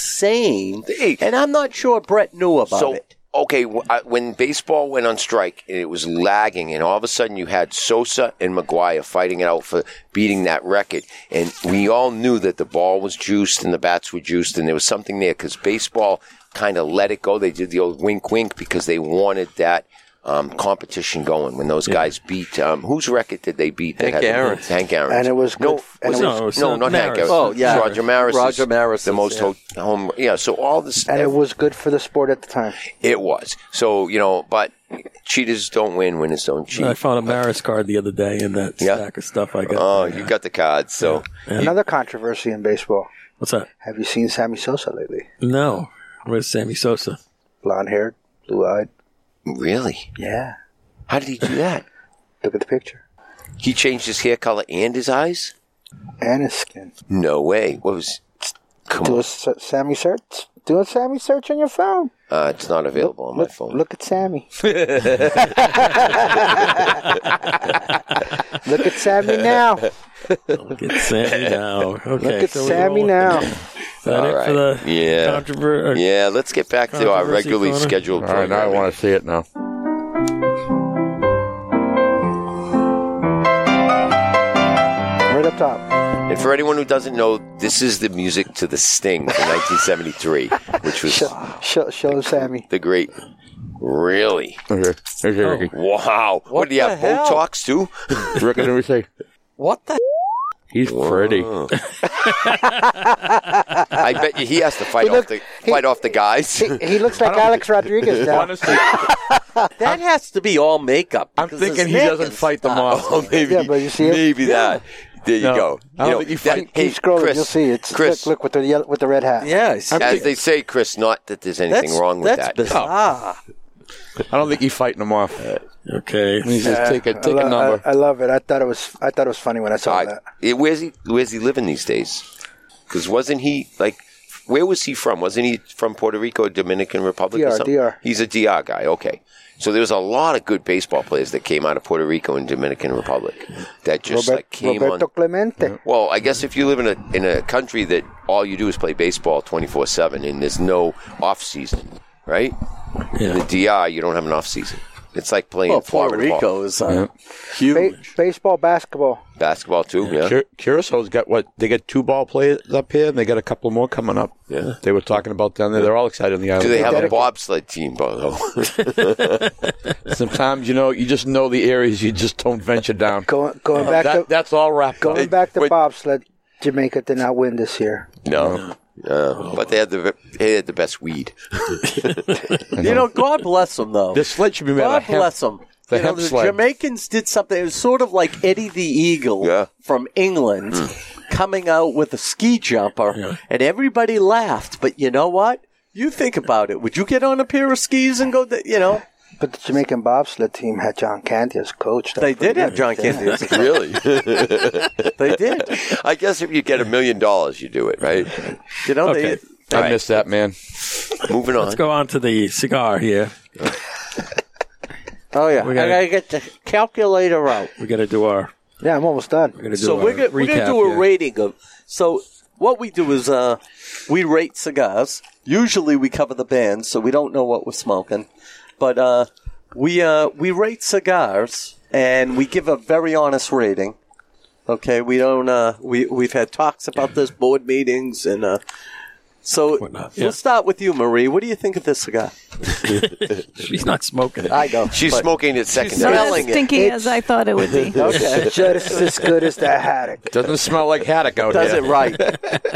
Speaker 2: insane, and I'm not sure Brett knew about
Speaker 3: so,
Speaker 2: it.
Speaker 3: Okay, wh- I- when baseball went on strike and it was lagging, and all of a sudden you had Sosa and McGuire fighting it out for beating that record, and we all knew that the ball was juiced and the bats were juiced, and there was something there because baseball kind of let it go. They did the old wink wink because they wanted that. Um, competition going when those guys beat um, whose record did they beat? that
Speaker 2: Hank
Speaker 3: had-
Speaker 2: Aaron.
Speaker 3: Hank Aaron,
Speaker 2: And it was
Speaker 3: no,
Speaker 2: good- and
Speaker 3: was
Speaker 2: it
Speaker 3: it-
Speaker 2: was-
Speaker 3: no,
Speaker 2: it was, uh,
Speaker 3: not Hank
Speaker 2: Maris.
Speaker 3: Aaron.
Speaker 2: Oh, yeah.
Speaker 3: Roger Maris,
Speaker 2: Roger Maris,
Speaker 3: the most
Speaker 2: yeah.
Speaker 3: ho- home. Yeah, so all this
Speaker 9: And it was good for the sport at the time.
Speaker 3: it was. So, you know, but cheaters don't win, winners don't cheat.
Speaker 1: I found a Maris card the other day in that stack of stuff I got.
Speaker 3: Oh, you got the cards. So,
Speaker 9: Another controversy in baseball.
Speaker 1: What's that?
Speaker 9: Have you seen Sammy Sosa lately?
Speaker 1: No, where's Sammy Sosa?
Speaker 9: Blonde haired, blue eyed.
Speaker 3: Really?
Speaker 9: Yeah.
Speaker 3: How did he do that?
Speaker 9: Look at the picture.
Speaker 3: He changed his hair color and his eyes?
Speaker 9: And his skin.
Speaker 3: No way. What was. Come
Speaker 9: Do a
Speaker 3: on.
Speaker 9: s- Sammy search. Do a Sammy search on your phone.
Speaker 3: Uh, it's not available on my phone.
Speaker 9: Look at Sammy. Look at Sammy now.
Speaker 1: Look at Sammy now. Okay,
Speaker 9: Look at
Speaker 1: so we
Speaker 9: Sammy
Speaker 1: all-
Speaker 9: now.
Speaker 1: Is that it for the
Speaker 10: Yeah.
Speaker 1: controver-
Speaker 3: Yeah, let's get back
Speaker 10: to our
Speaker 1: controversy
Speaker 10: regularly
Speaker 1: corner?
Speaker 10: scheduled All right, now I want to see it now.
Speaker 9: Right up top.
Speaker 3: And for anyone who doesn't know, this is the music to The Sting from 1973, which was
Speaker 9: Show, show Sammy.
Speaker 3: the great. Really?
Speaker 10: Here's Ricky.
Speaker 3: Wow. What, do you
Speaker 9: the
Speaker 3: have?
Speaker 9: hell?
Speaker 3: Botox too?
Speaker 10: Ricky, let me see.
Speaker 2: What the?
Speaker 10: He's pretty.
Speaker 3: I bet you he has to fight
Speaker 9: He
Speaker 3: off
Speaker 9: look-
Speaker 3: the fight off the guys.
Speaker 9: He looks like Alex Rodriguez now.
Speaker 10: Honestly,
Speaker 2: That has to be all makeup. I'm
Speaker 10: thinking he doesn't fight the mob.
Speaker 3: Oh, maybe,
Speaker 9: Yeah, but you see it?
Speaker 3: maybe that. There you
Speaker 10: No,
Speaker 3: go.
Speaker 10: I don't think
Speaker 3: You know,
Speaker 10: you
Speaker 3: that-
Speaker 10: fight-
Speaker 3: hey,
Speaker 9: Keep scrolling,
Speaker 3: Chris,
Speaker 9: you'll see it's
Speaker 3: Chris,
Speaker 9: Look, look with the yellow, with the red hat.
Speaker 2: Yeah,
Speaker 3: as they say, Chris, not that there's anything
Speaker 2: That's-
Speaker 3: wrong with
Speaker 2: that's
Speaker 3: that.
Speaker 2: bizarre.
Speaker 10: I don't think he's fighting him off.
Speaker 1: Okay.
Speaker 10: He's just take a,
Speaker 9: I
Speaker 10: take
Speaker 9: lo-
Speaker 10: a number.
Speaker 9: I, I love it. I thought it was. I thought it was funny when I saw
Speaker 3: I-
Speaker 9: that.
Speaker 3: it- where's he? Where's he living these days? Because wasn't he like? Where was he from? Wasn't he from Puerto Rico, Dominican Republic, or
Speaker 9: DR,
Speaker 3: something?
Speaker 9: DR.
Speaker 3: He's a DR guy. Okay. So there was a lot of good baseball players that came out of Puerto Rico and Dominican Republic that just
Speaker 9: Robert-
Speaker 3: like came
Speaker 9: Roberto
Speaker 3: on.
Speaker 9: Clemente.
Speaker 3: Well, I guess if you live in a in a country that all you do is play baseball twenty four seven and there's no off season, right? In the DR, you don't have an off season. It's like playing
Speaker 2: Well, Puerto
Speaker 3: Florida ball.
Speaker 2: Rico is uh,
Speaker 9: Ba- baseball, basketball.
Speaker 3: basketball too. Yeah,
Speaker 10: Cur- Curaçao's uh, got what? They got two ball players up here, and they got a couple more coming up.
Speaker 3: Yeah.
Speaker 10: They were talking about down there. They're all excited on the island.
Speaker 3: Do they have a bobsled team, by
Speaker 10: Sometimes you know you just know the areas you just don't venture down.
Speaker 9: Going going back
Speaker 10: That-
Speaker 9: to
Speaker 10: that's all wrapped
Speaker 9: going
Speaker 10: up.
Speaker 9: back to bobsled. Jamaica did not win this year.
Speaker 3: No. Uh, but they had the they had the best weed.
Speaker 2: You know, God bless them, though.
Speaker 10: This sled should be made out
Speaker 2: God
Speaker 10: of hemp.
Speaker 2: bless them.
Speaker 10: The
Speaker 2: you know,
Speaker 10: hemp
Speaker 2: the
Speaker 10: sled.
Speaker 2: Jamaicans did something. It was sort of like Eddie the Eagle from England coming out with a ski jumper, and everybody laughed. But you know what? You think about it. Would you get on a pair of skis and go? Th- you know,
Speaker 9: But the Jamaican bobsled team had John Candy as coach. That's
Speaker 2: They did
Speaker 9: pretty
Speaker 2: have
Speaker 9: good.
Speaker 2: John
Speaker 9: Yeah.
Speaker 2: Candy. as-
Speaker 3: really?
Speaker 2: they did.
Speaker 3: I guess if you get a million dollars, you do it, right?
Speaker 2: You know,
Speaker 1: they- Okay.
Speaker 3: I
Speaker 1: missed
Speaker 3: that, man. Moving on.
Speaker 1: Let's go on to the cigar here.
Speaker 9: Oh yeah,
Speaker 1: We gotta-
Speaker 9: I gotta get the calculator out.
Speaker 1: We got to do our.
Speaker 9: Yeah, I'm almost done.
Speaker 1: We're gonna do
Speaker 2: so
Speaker 1: our
Speaker 2: we're gonna, we're gonna
Speaker 1: recap
Speaker 2: do a
Speaker 1: here.
Speaker 2: rating of. So what we do is uh, we rate cigars. Usually we cover the band, so we don't know what we're smoking, but uh, we uh, we rate cigars and we give a very honest rating. Okay, we don't. Uh, we we've had talks about this, board meetings, and uh, so
Speaker 1: yeah.
Speaker 2: we'll start with you, Marie. What do you think of this cigar?
Speaker 1: She's not smoking.
Speaker 9: I know.
Speaker 3: She's smoking it second.
Speaker 8: Not as
Speaker 2: Selling it.
Speaker 8: stinky
Speaker 9: It's-
Speaker 8: as I thought it would be.
Speaker 9: Okay, just as good as that haddock.
Speaker 10: Doesn't smell like haddock out
Speaker 2: Does
Speaker 10: here.
Speaker 2: it right?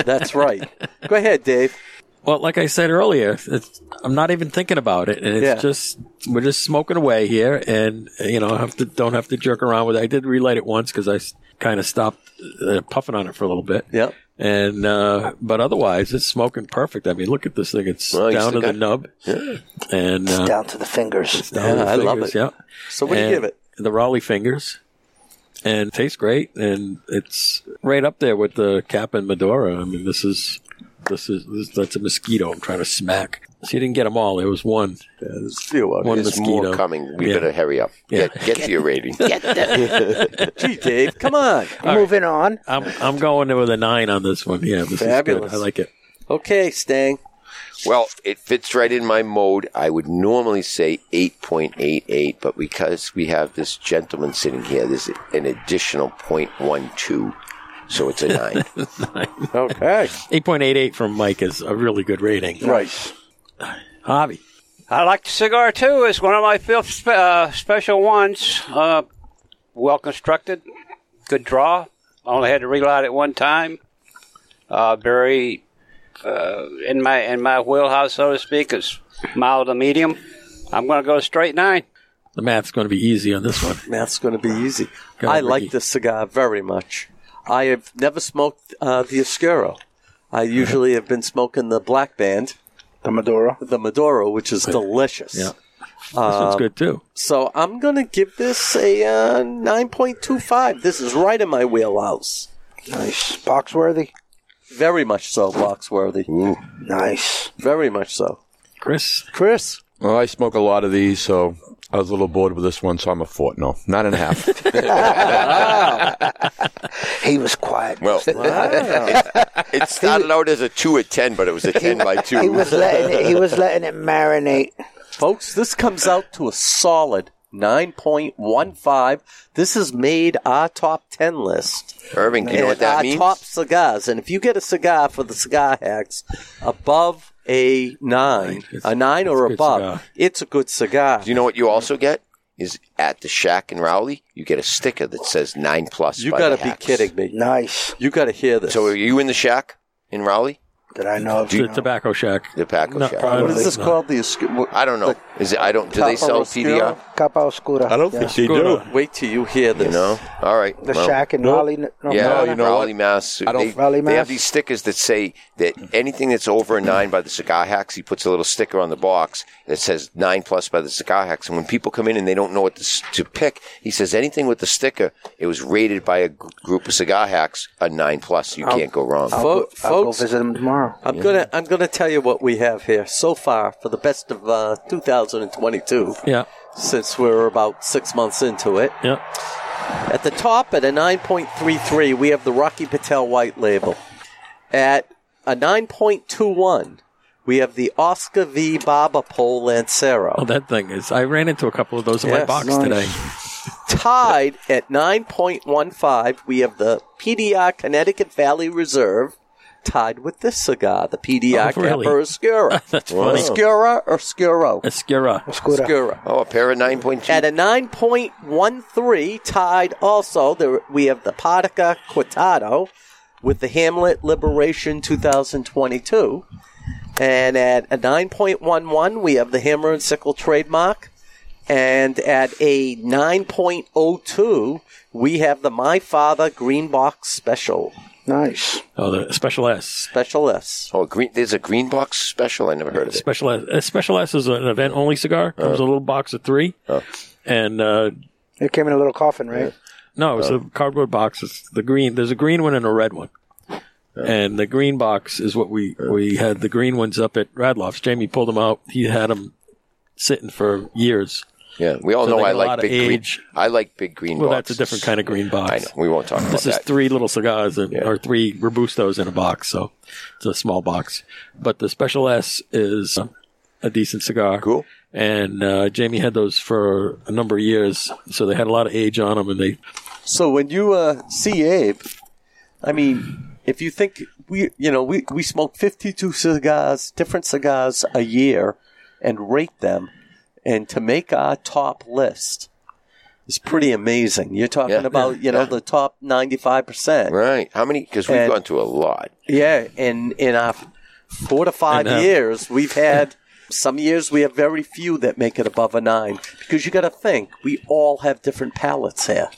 Speaker 2: That's right. Go ahead, Dave.
Speaker 1: Well, like I said earlier, it's, I'm not even thinking about it, and it's
Speaker 2: Yeah.
Speaker 1: just we're just smoking away here, and you know, have to don't have to jerk around with. it. I did relight it once because I kind of stopped uh, puffing on it for a little bit.
Speaker 2: Yep.
Speaker 1: And uh, but otherwise, it's smoking perfect. I mean, look at this thing; it's
Speaker 3: Well, you
Speaker 1: down to
Speaker 3: still
Speaker 1: the
Speaker 3: got-
Speaker 1: nub, and uh,
Speaker 9: Down to the fingers.
Speaker 1: down to the
Speaker 2: Yeah, I love
Speaker 1: fingers,
Speaker 2: it.
Speaker 1: Yeah.
Speaker 2: So what do you
Speaker 1: And
Speaker 2: give it?
Speaker 1: The Raleigh fingers, and tastes great, and it's right up there with the Cap and Medora. I mean, this is this is this, that's a mosquito I'm trying to smack. So you didn't get them all. There was one.
Speaker 2: Few of
Speaker 1: One
Speaker 2: it.
Speaker 3: There's more
Speaker 1: mosquito.
Speaker 3: coming. We
Speaker 1: Yeah.
Speaker 3: better hurry up.
Speaker 1: Yeah.
Speaker 3: Get, get to your rating.
Speaker 2: Gee, Dave, come on.
Speaker 9: Moving on.
Speaker 1: I'm I'm going with a nine on this one. Yeah, this is
Speaker 2: Fabulous.
Speaker 1: good. I like it.
Speaker 2: Okay, Stang.
Speaker 3: Well, it fits right in my mode. I would normally say 8.88, but because we have this gentleman sitting here, there's an additional 0.12. So it's a nine.
Speaker 2: Okay.
Speaker 1: Eight point eight eight from Mike is a really good rating.
Speaker 2: right.
Speaker 1: Hobby.
Speaker 5: I like the cigar too. It's one of my fifth spe- uh, special ones. Uh, well constructed, good draw. I only had to relight it one time. Uh, very uh, in my in my wheelhouse, so to speak. It's mild to medium. I'm going to go straight nine.
Speaker 1: The math's going to be easy on this one.
Speaker 2: That's going to be easy.
Speaker 1: Go,
Speaker 2: I
Speaker 1: Ricky.
Speaker 2: like this cigar very much. I have never smoked uh, the Oscuro. I usually have been smoking the Black Band,
Speaker 9: The Maduro.
Speaker 2: the Maduro, which is delicious.
Speaker 1: Yeah. this
Speaker 2: Um,
Speaker 1: one's good too.
Speaker 2: So I'm going to give this a uh, 9.25. This is right in my wheelhouse.
Speaker 9: Nice. Boxworthy.
Speaker 2: Very much so, Boxworthy.
Speaker 9: Nice.
Speaker 2: Very much so.
Speaker 1: Chris,
Speaker 2: Chris,
Speaker 10: Well, I smoke a lot of these, so I was a little bored with this one, so I'm a fort. No, nine and a half.
Speaker 9: He was quiet.
Speaker 3: Well, it, it started out as a 2 at 10, but it was a 10 by 2.
Speaker 9: He was letting it, he was letting it marinate.
Speaker 2: Folks, this comes out to a solid 9.15. This has made our top 10 list.
Speaker 3: Irving, do you know what
Speaker 2: And
Speaker 3: that
Speaker 2: our
Speaker 3: means?
Speaker 2: Eh, top cigars. And if you get a cigar for the cigar hacks above a 9, a 9 or
Speaker 1: good
Speaker 2: above,
Speaker 1: cigar.
Speaker 2: it's a good cigar.
Speaker 3: Do you know what you also get? Is at the shack in Rowley, you get a sticker that says 9 plus.
Speaker 2: You
Speaker 3: by
Speaker 2: got to
Speaker 3: the
Speaker 2: be
Speaker 3: Hacks.
Speaker 2: kidding me.
Speaker 9: Nice.
Speaker 2: You got to hear this.
Speaker 3: So are you in the shack in Rowley?
Speaker 9: That I know of.
Speaker 1: the
Speaker 9: No.
Speaker 1: tobacco shack.
Speaker 3: The Paco
Speaker 1: No,
Speaker 3: shack?
Speaker 1: probably
Speaker 2: what is this
Speaker 1: not.
Speaker 2: called? The Escu- what-
Speaker 3: I don't know. Is it? I don't. Do they
Speaker 2: Tapa
Speaker 3: sell
Speaker 2: Oscuro?
Speaker 3: TDR?
Speaker 9: Capa Oscura.
Speaker 10: I don't
Speaker 9: Yeah.
Speaker 10: think they
Speaker 1: Good,
Speaker 10: do.
Speaker 1: uh,
Speaker 2: Wait till you hear this.
Speaker 3: You know. All right.
Speaker 9: The
Speaker 3: well,
Speaker 9: shack in Raleigh. N- North
Speaker 3: Yeah,
Speaker 10: No,
Speaker 9: Carolina.
Speaker 10: you know
Speaker 3: Raleigh, Mass.
Speaker 10: I don't-
Speaker 3: they,
Speaker 9: Raleigh,
Speaker 3: they have
Speaker 9: Mass.
Speaker 3: these stickers that say that anything that's over a nine by the cigar hacks, he puts a little sticker on the box that says nine plus by the cigar hacks. And when people come in and they don't know what to, s- to pick, he says anything with the sticker, it was rated by a gr- group of cigar hacks a nine plus. You
Speaker 1: Oh.
Speaker 3: can't go wrong.
Speaker 2: Fo-
Speaker 9: I'll go
Speaker 2: folks,
Speaker 9: visit him tomorrow.
Speaker 2: I'm gonna I'm gonna tell you what we have here so far for the best of uh, 2022.
Speaker 1: Yeah.
Speaker 2: Since we're about six months into it,
Speaker 1: Yeah.
Speaker 2: at the top at a 9.33, we have the Rocky Patel White Label. At a 9.21, we have the Oscar V. Baba Pole Lancero.
Speaker 1: Oh, that thing is. I ran into a couple of those in my
Speaker 2: Yes.
Speaker 1: box
Speaker 2: Nice.
Speaker 1: today.
Speaker 2: Tied at 9.15, we have the PDR Connecticut Valley Reserve. Tied with this cigar, the PDR
Speaker 1: Oh, really?
Speaker 2: Camper Oscura.
Speaker 1: That's funny.
Speaker 2: Oscura or Scuro?
Speaker 1: Escura.
Speaker 9: Oscura.
Speaker 2: Oscura.
Speaker 3: Oh, a pair of nine point two.
Speaker 2: At a 9.13, tied also, there, we have the Podica Quitado with the Hamlet Liberation 2022. And at a 9.11, we have the Hammer and Sickle trademark. And at a 9.02, we have the My Father Green Box Special.
Speaker 9: Nice.
Speaker 1: Oh, the Special S.
Speaker 2: Special S.
Speaker 3: Oh, green. There's a green box special. I never heard of it.
Speaker 1: Special S. uh, Special S is an event only cigar. Comes in a little box of three. And uh,
Speaker 9: It came in a little coffin, right?
Speaker 1: no, it's a cardboard box. It's the green. There's a green one and a red one. And the green box is what we we had. The green ones up at Radloff's. Jamie pulled them out. He had them sitting for years.
Speaker 3: Yeah, we all
Speaker 1: So
Speaker 3: know
Speaker 1: they got
Speaker 3: I
Speaker 1: a lot
Speaker 3: like
Speaker 1: of
Speaker 3: big green.
Speaker 1: age.
Speaker 3: I like big green.
Speaker 1: Well, that's a
Speaker 3: boxes.
Speaker 1: different kind of green box.
Speaker 3: I know. We won't talk about
Speaker 1: This is
Speaker 3: that.
Speaker 1: three little cigars and, or three robustos in a box, so it's a small box. But the Special S is a decent cigar.
Speaker 3: Cool.
Speaker 1: And uh, Jamie had those for a number of years, so they had a lot of age on them, and they
Speaker 2: So when you uh, see Abe, I mean, if you think we, you know, we, we smoke 52 cigars, different cigars a year, and rate them, and to make our top list is pretty amazing. You're talking
Speaker 3: Yeah.
Speaker 2: about, you know, the top 95%.
Speaker 3: Right? How many? Because we've
Speaker 2: And-
Speaker 3: gone through a lot.
Speaker 2: Yeah, and in our four to five
Speaker 3: And, uh,
Speaker 2: years, we've had some years we have very few that make it above a nine because you got to think we all have different palates here.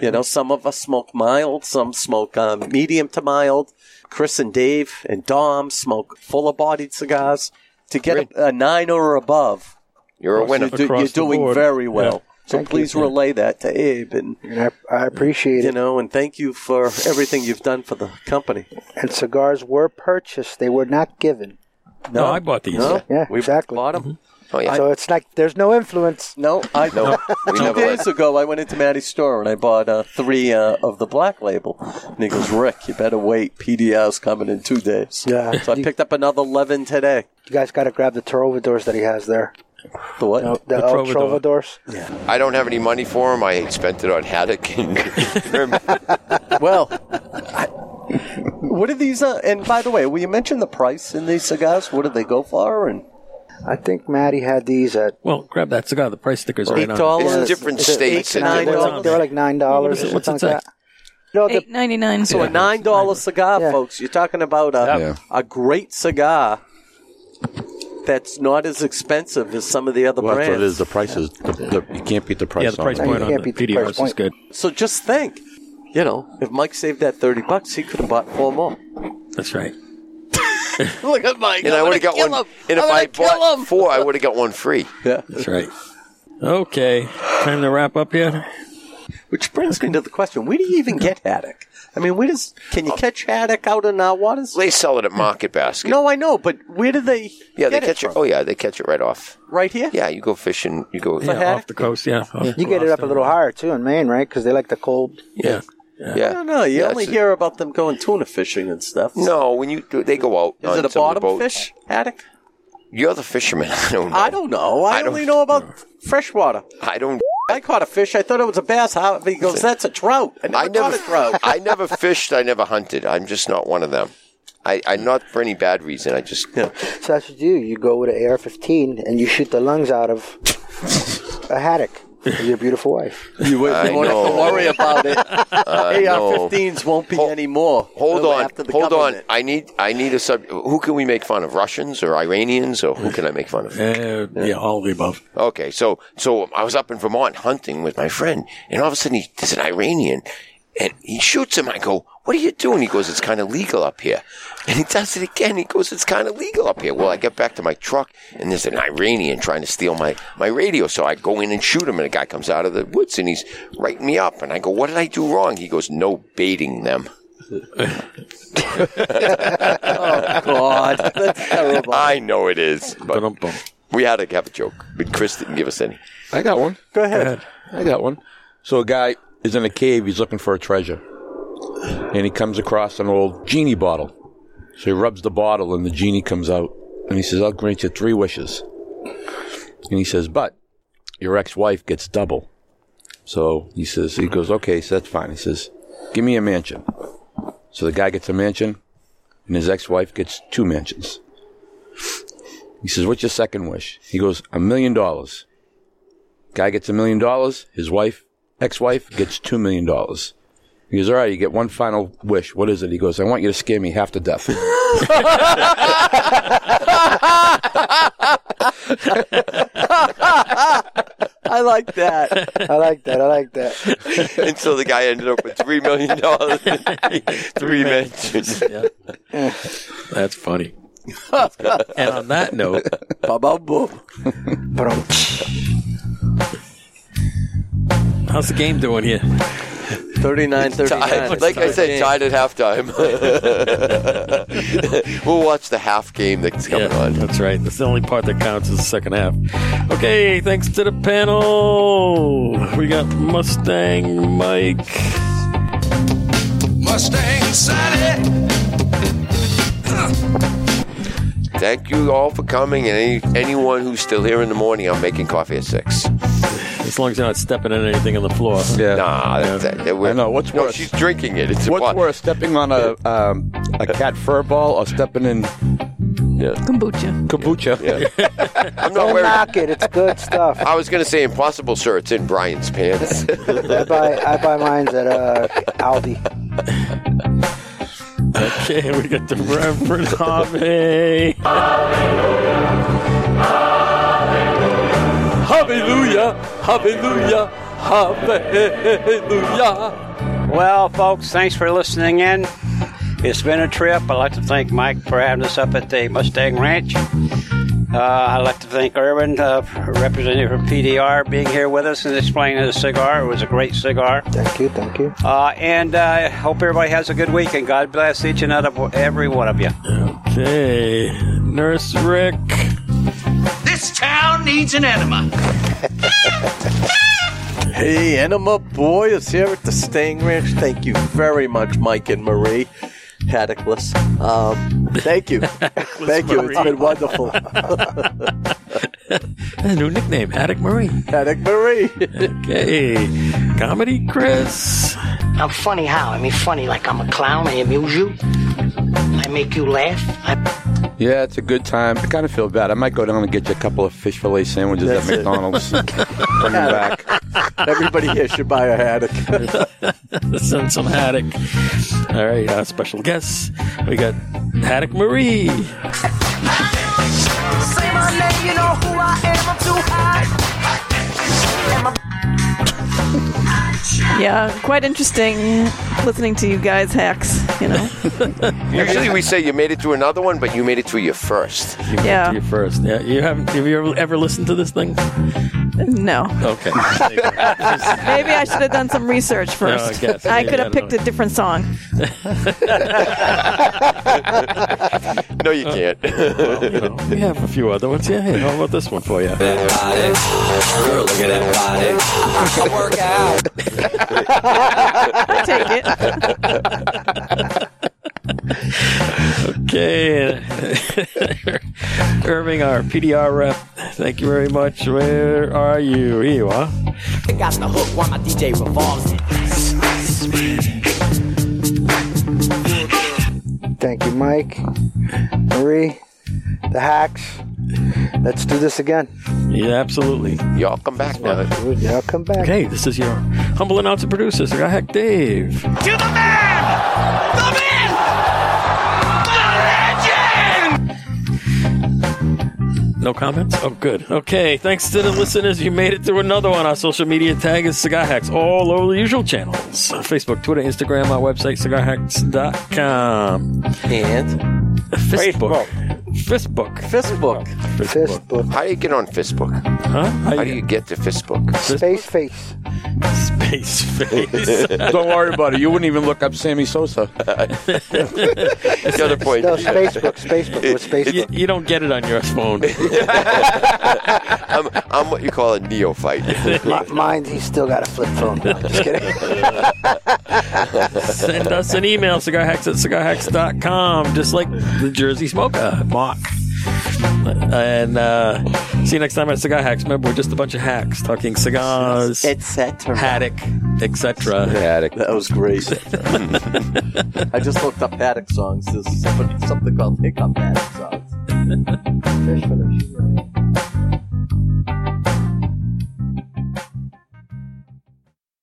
Speaker 2: You know, some of us smoke mild, some smoke um, medium to mild. Chris and Dave and Dom smoke fuller bodied cigars. To get a, a nine or above,
Speaker 3: You're a winner.
Speaker 2: You're, do-
Speaker 3: Across
Speaker 2: you're
Speaker 3: the
Speaker 2: doing
Speaker 3: board.
Speaker 2: very well.
Speaker 3: Yeah.
Speaker 2: So
Speaker 3: Thank you.
Speaker 2: please relay that to Abe, and,
Speaker 9: I, I appreciate
Speaker 2: you know, and thank you for everything you've done for the company.
Speaker 9: And cigars were purchased; they were not given.
Speaker 2: No, Mm-hmm. No, I bought these. no.
Speaker 9: yeah,
Speaker 2: We
Speaker 9: exactly.
Speaker 2: bought them.
Speaker 3: Oh yeah.
Speaker 9: So it's like there's no influence.
Speaker 2: No, I
Speaker 9: No, we
Speaker 2: two
Speaker 9: never
Speaker 2: days ago I went into Maddie's store and I bought uh, three uh, of the black label. And he goes, Rick, you better wait. PDR's coming in two days.
Speaker 9: Yeah.
Speaker 2: So I picked up another eleven today.
Speaker 9: You guys got to grab the Trovadors that he has there.
Speaker 2: The what?
Speaker 9: The, the El Trovadors.
Speaker 3: I don't have any money for them. I spent it on haddock and trim.
Speaker 2: Well, I- what are these? Uh, and by the way, will you mention the price in these cigars? What do they go for? And
Speaker 9: I think Maddie had these at
Speaker 1: well grab that cigar. The price stickers right on.
Speaker 2: $8?
Speaker 1: it.
Speaker 2: It's different
Speaker 9: Is it
Speaker 2: states
Speaker 9: eight,
Speaker 2: and
Speaker 9: nine
Speaker 2: different-
Speaker 9: dollars? They were like nine dollars. or
Speaker 1: What's it
Speaker 9: something
Speaker 1: say?
Speaker 9: like that. No, the-
Speaker 8: Eight ninety nine.
Speaker 2: So Oh, a nine dollar cigar, folks. You're talking about a a great cigar that's not as expensive as some of the other
Speaker 10: Well, that's what
Speaker 2: brands.
Speaker 10: it is. The price is the, the, you can't beat the price.
Speaker 1: Yeah, the price
Speaker 10: on it.
Speaker 1: point on the PDRs is good.
Speaker 2: So just think, you know, if Mike saved that thirty bucks, he could have bought four more.
Speaker 1: That's right.
Speaker 2: Look at Mike.
Speaker 3: and I would have got one. And if I bought four, I would have got one free.
Speaker 2: Yeah,
Speaker 1: that's right. Okay, time to wrap up here.
Speaker 2: Which brings me to the question: Where do you even get haddock? I mean, where does can you catch haddock out in our waters?
Speaker 3: They sell it at Market Basket.
Speaker 2: No, I know, but where do they? get
Speaker 3: Yeah, they catch it.
Speaker 2: from?
Speaker 3: Oh yeah, they catch it right off.
Speaker 2: right here.
Speaker 3: Yeah, you go fishing. You go
Speaker 2: For haddock?
Speaker 1: off the coast. Yeah,
Speaker 9: you get it up a little higher too in Maine, right? Because they like the cold.
Speaker 1: Yeah.
Speaker 3: Yeah.
Speaker 2: I don't know. You
Speaker 3: Yeah,
Speaker 2: only
Speaker 3: it's a-
Speaker 2: hear about them going tuna fishing and stuff.
Speaker 3: No, when you do, they go out.
Speaker 2: Is
Speaker 3: on
Speaker 2: it a
Speaker 3: some of
Speaker 2: bottom
Speaker 3: the boats.
Speaker 2: fish haddock?
Speaker 3: You're the fisherman. I don't know.
Speaker 2: I don't know. I,
Speaker 3: I don't-
Speaker 2: only know about freshwater.
Speaker 3: I don't.
Speaker 2: I caught a fish. I thought it was a bass. How he goes, that's a trout. I never,
Speaker 3: I never.
Speaker 2: caught a trout.
Speaker 3: I never fished. I never hunted. I'm just not one of them. I, I not for any bad reason. I just
Speaker 9: So that's what you do. You go with an AR-15 and you shoot the lungs out of a haddock. for Your beautiful wife.
Speaker 2: You
Speaker 3: I
Speaker 2: wouldn't you won't have to
Speaker 3: know.
Speaker 2: worry about it.
Speaker 3: I know.
Speaker 2: AR-15s won't be any more.
Speaker 3: hold
Speaker 2: till
Speaker 3: on.
Speaker 2: after the
Speaker 3: Hold on.
Speaker 2: government.
Speaker 3: I need. I need a sub. Who can we make fun of? Russians or Iranians or who can I make fun of?
Speaker 1: Uh, yeah, all of the above.
Speaker 3: Okay, so so I was up in Vermont hunting with my friend, and all of a sudden he, there's an Iranian, and he shoots him. I go, "What are you doing?" He goes, "It's kind of legal up here," and he does it again. He goes, "It's kind of legal up here." Well, I get back to my truck, and there's an Iranian trying to steal my my radio, so I go in and shoot him, and a guy comes out of the woods, and he's writing me up, and I go, "What did I do wrong?" He goes, "No baiting them."
Speaker 2: Oh, God. That's terrible.
Speaker 3: I know it is, but
Speaker 1: Ba-dum-bum.
Speaker 3: we had to have a joke, but Chris didn't give us any.
Speaker 10: I got one.
Speaker 2: Go ahead.
Speaker 10: I got one. So a guy is in a cave. He's looking for a treasure, and he comes across an old genie bottle. So he rubs the bottle, and the genie comes out, and he says, "I'll grant you three wishes." And he says, "But your ex-wife gets double." So he says, "He goes, okay, so that's fine." He says, "Give me a mansion." So the guy gets a mansion, and his ex-wife gets two mansions. He says, "What's your second wish?" He goes, "A million dollars." Guy gets a million dollars. His wife, ex-wife, gets two million dollars. He goes, all right, you get one final wish. What is it? He goes, I want you to scare me half to death.
Speaker 2: I like that.
Speaker 9: I like that. I like that.
Speaker 3: and so the guy ended up with three million dollars, three mentions.
Speaker 1: That's funny. and on that note,
Speaker 2: Ba-ba-boom.
Speaker 1: how's the game doing here?
Speaker 2: 39 39.
Speaker 3: Tied, like I said, tied at halftime. we'll watch the half game that's coming
Speaker 1: yeah,
Speaker 3: on.
Speaker 1: That's right. That's the only part that counts is the second half. Okay, thanks to the panel. We got Mustang Mike.
Speaker 12: Mustang Sally.
Speaker 3: Thank you all for coming, and any, anyone who's still here in the morning, I'm making coffee at six.
Speaker 1: As long as you're not stepping on anything on the floor.
Speaker 4: Yeah.
Speaker 3: Nah, that, that, that,
Speaker 4: I know. What's
Speaker 3: no,
Speaker 4: worse?
Speaker 3: she's drinking it. It's
Speaker 4: What's
Speaker 3: a,
Speaker 4: worse, stepping on a um, a cat fur ball or stepping in
Speaker 8: Kombucha.
Speaker 4: kombucha?
Speaker 3: I'm not
Speaker 9: Don't
Speaker 3: wearing.
Speaker 9: knock it. It's good stuff.
Speaker 3: I was gonna say impossible, sir. It's in Brian's pants.
Speaker 9: I buy I buy mines at uh, Aldi.
Speaker 1: Okay, we got the Reverend Harvey.
Speaker 2: Hallelujah. Hallelujah. Hallelujah.
Speaker 5: Well, folks, thanks for listening in. It's been a trip. I'd like to thank Mike for having us up at the Mustang Ranch. Uh, I'd like to thank Irwin, uh, representative from PDR, being here with us and explaining the cigar. It was a great cigar.
Speaker 9: Thank you. Thank you.
Speaker 5: Uh, and I uh, hope everybody has a good weekend. God bless each and other, every one of you.
Speaker 1: Okay, Nurse Rick.
Speaker 12: This town needs an enema.
Speaker 2: Hey, Enema Boy is here at the Staying Ranch. Thank you very much, Mike and Marie. Haddockless. Um, thank you. thank you. It's been wonderful.
Speaker 1: That's a new nickname, Attic Marie.
Speaker 2: Haddock Marie.
Speaker 1: Okay, Comedy Chris.
Speaker 6: I'm funny how? I mean, funny like I'm a clown. I amuse you. I make you laugh. I,
Speaker 10: Yeah, it's a good time. I kind of feel bad. I might go down and get you a couple of fish fillet sandwiches
Speaker 2: That's it.
Speaker 10: at McDonald's. Bring them back.
Speaker 2: Everybody here should buy a haddock.
Speaker 1: Send some Haddock. All right, our special guest. We got Haddock Marie.
Speaker 13: Say my name, you know who I am. I'm too hot.
Speaker 8: Yeah, quite interesting listening to you guys hacks, you know.
Speaker 3: Usually we say you made it to another one, but you made it to your first.
Speaker 1: You went
Speaker 8: Yeah.
Speaker 1: to You first. Yeah. You haven't. Have you ever, ever listened to this thing?
Speaker 8: No.
Speaker 1: Okay.
Speaker 8: Maybe I should have done some research first.
Speaker 1: I guess.
Speaker 8: I
Speaker 1: Maybe,
Speaker 8: could
Speaker 1: I
Speaker 8: have
Speaker 1: don't
Speaker 8: picked
Speaker 1: know.
Speaker 8: a different song.
Speaker 3: No, you can't.
Speaker 1: you know, we have a few other ones. Yeah. Hey, how about this one for you?
Speaker 8: I take it.
Speaker 1: Okay. Irving, our PDR rep. Thank you very much. Where are you? Here you are.
Speaker 13: Got the hook while my DJ revolves it.
Speaker 9: Thank you, Mike, Marie, the hacks. Let's do this again.
Speaker 1: Yeah, absolutely.
Speaker 3: Y'all come back now.
Speaker 9: I'll come back.
Speaker 1: Okay, this is your humble announcer producer, Cigar Hack Dave.
Speaker 12: To the man! The man! The legend!
Speaker 1: No comments? Oh, good. Okay, thanks to the listeners. You made it through another one. Our social media tag is Cigar Hacks, all over the usual channels Uh, Facebook, Twitter, Instagram, our website, cigarhacks.com.
Speaker 2: And
Speaker 1: Facebook. Facebook.
Speaker 2: Fistbook.
Speaker 9: Fist book.
Speaker 3: How do you get on Facebook?
Speaker 1: Huh?
Speaker 3: How do you get to Facebook?
Speaker 9: Space face.
Speaker 1: Space face.
Speaker 10: Don't worry about it. You wouldn't even look up Sammy Sosa.
Speaker 3: The other point.
Speaker 9: No, Spacebook. Spacebook. With
Speaker 1: you,
Speaker 9: Spacebook.
Speaker 1: you don't get it on your phone.
Speaker 3: I'm, I'm what you call a neophyte.
Speaker 9: Mi- Mine, he's still got a flip phone. No, just kidding.
Speaker 1: Send us an email, cigarhacks at cigarhacks.com, just like the Jersey Smoker, Mark. And uh, see you next time at Cigar Hacks. Remember, we're just a bunch of hacks talking cigars,
Speaker 2: Etc.
Speaker 1: haddock, etc.
Speaker 10: Attic.
Speaker 2: That was great. I just looked up haddock songs. There's somebody, something called Hiccup Haddock Songs.
Speaker 9: Fish fillets.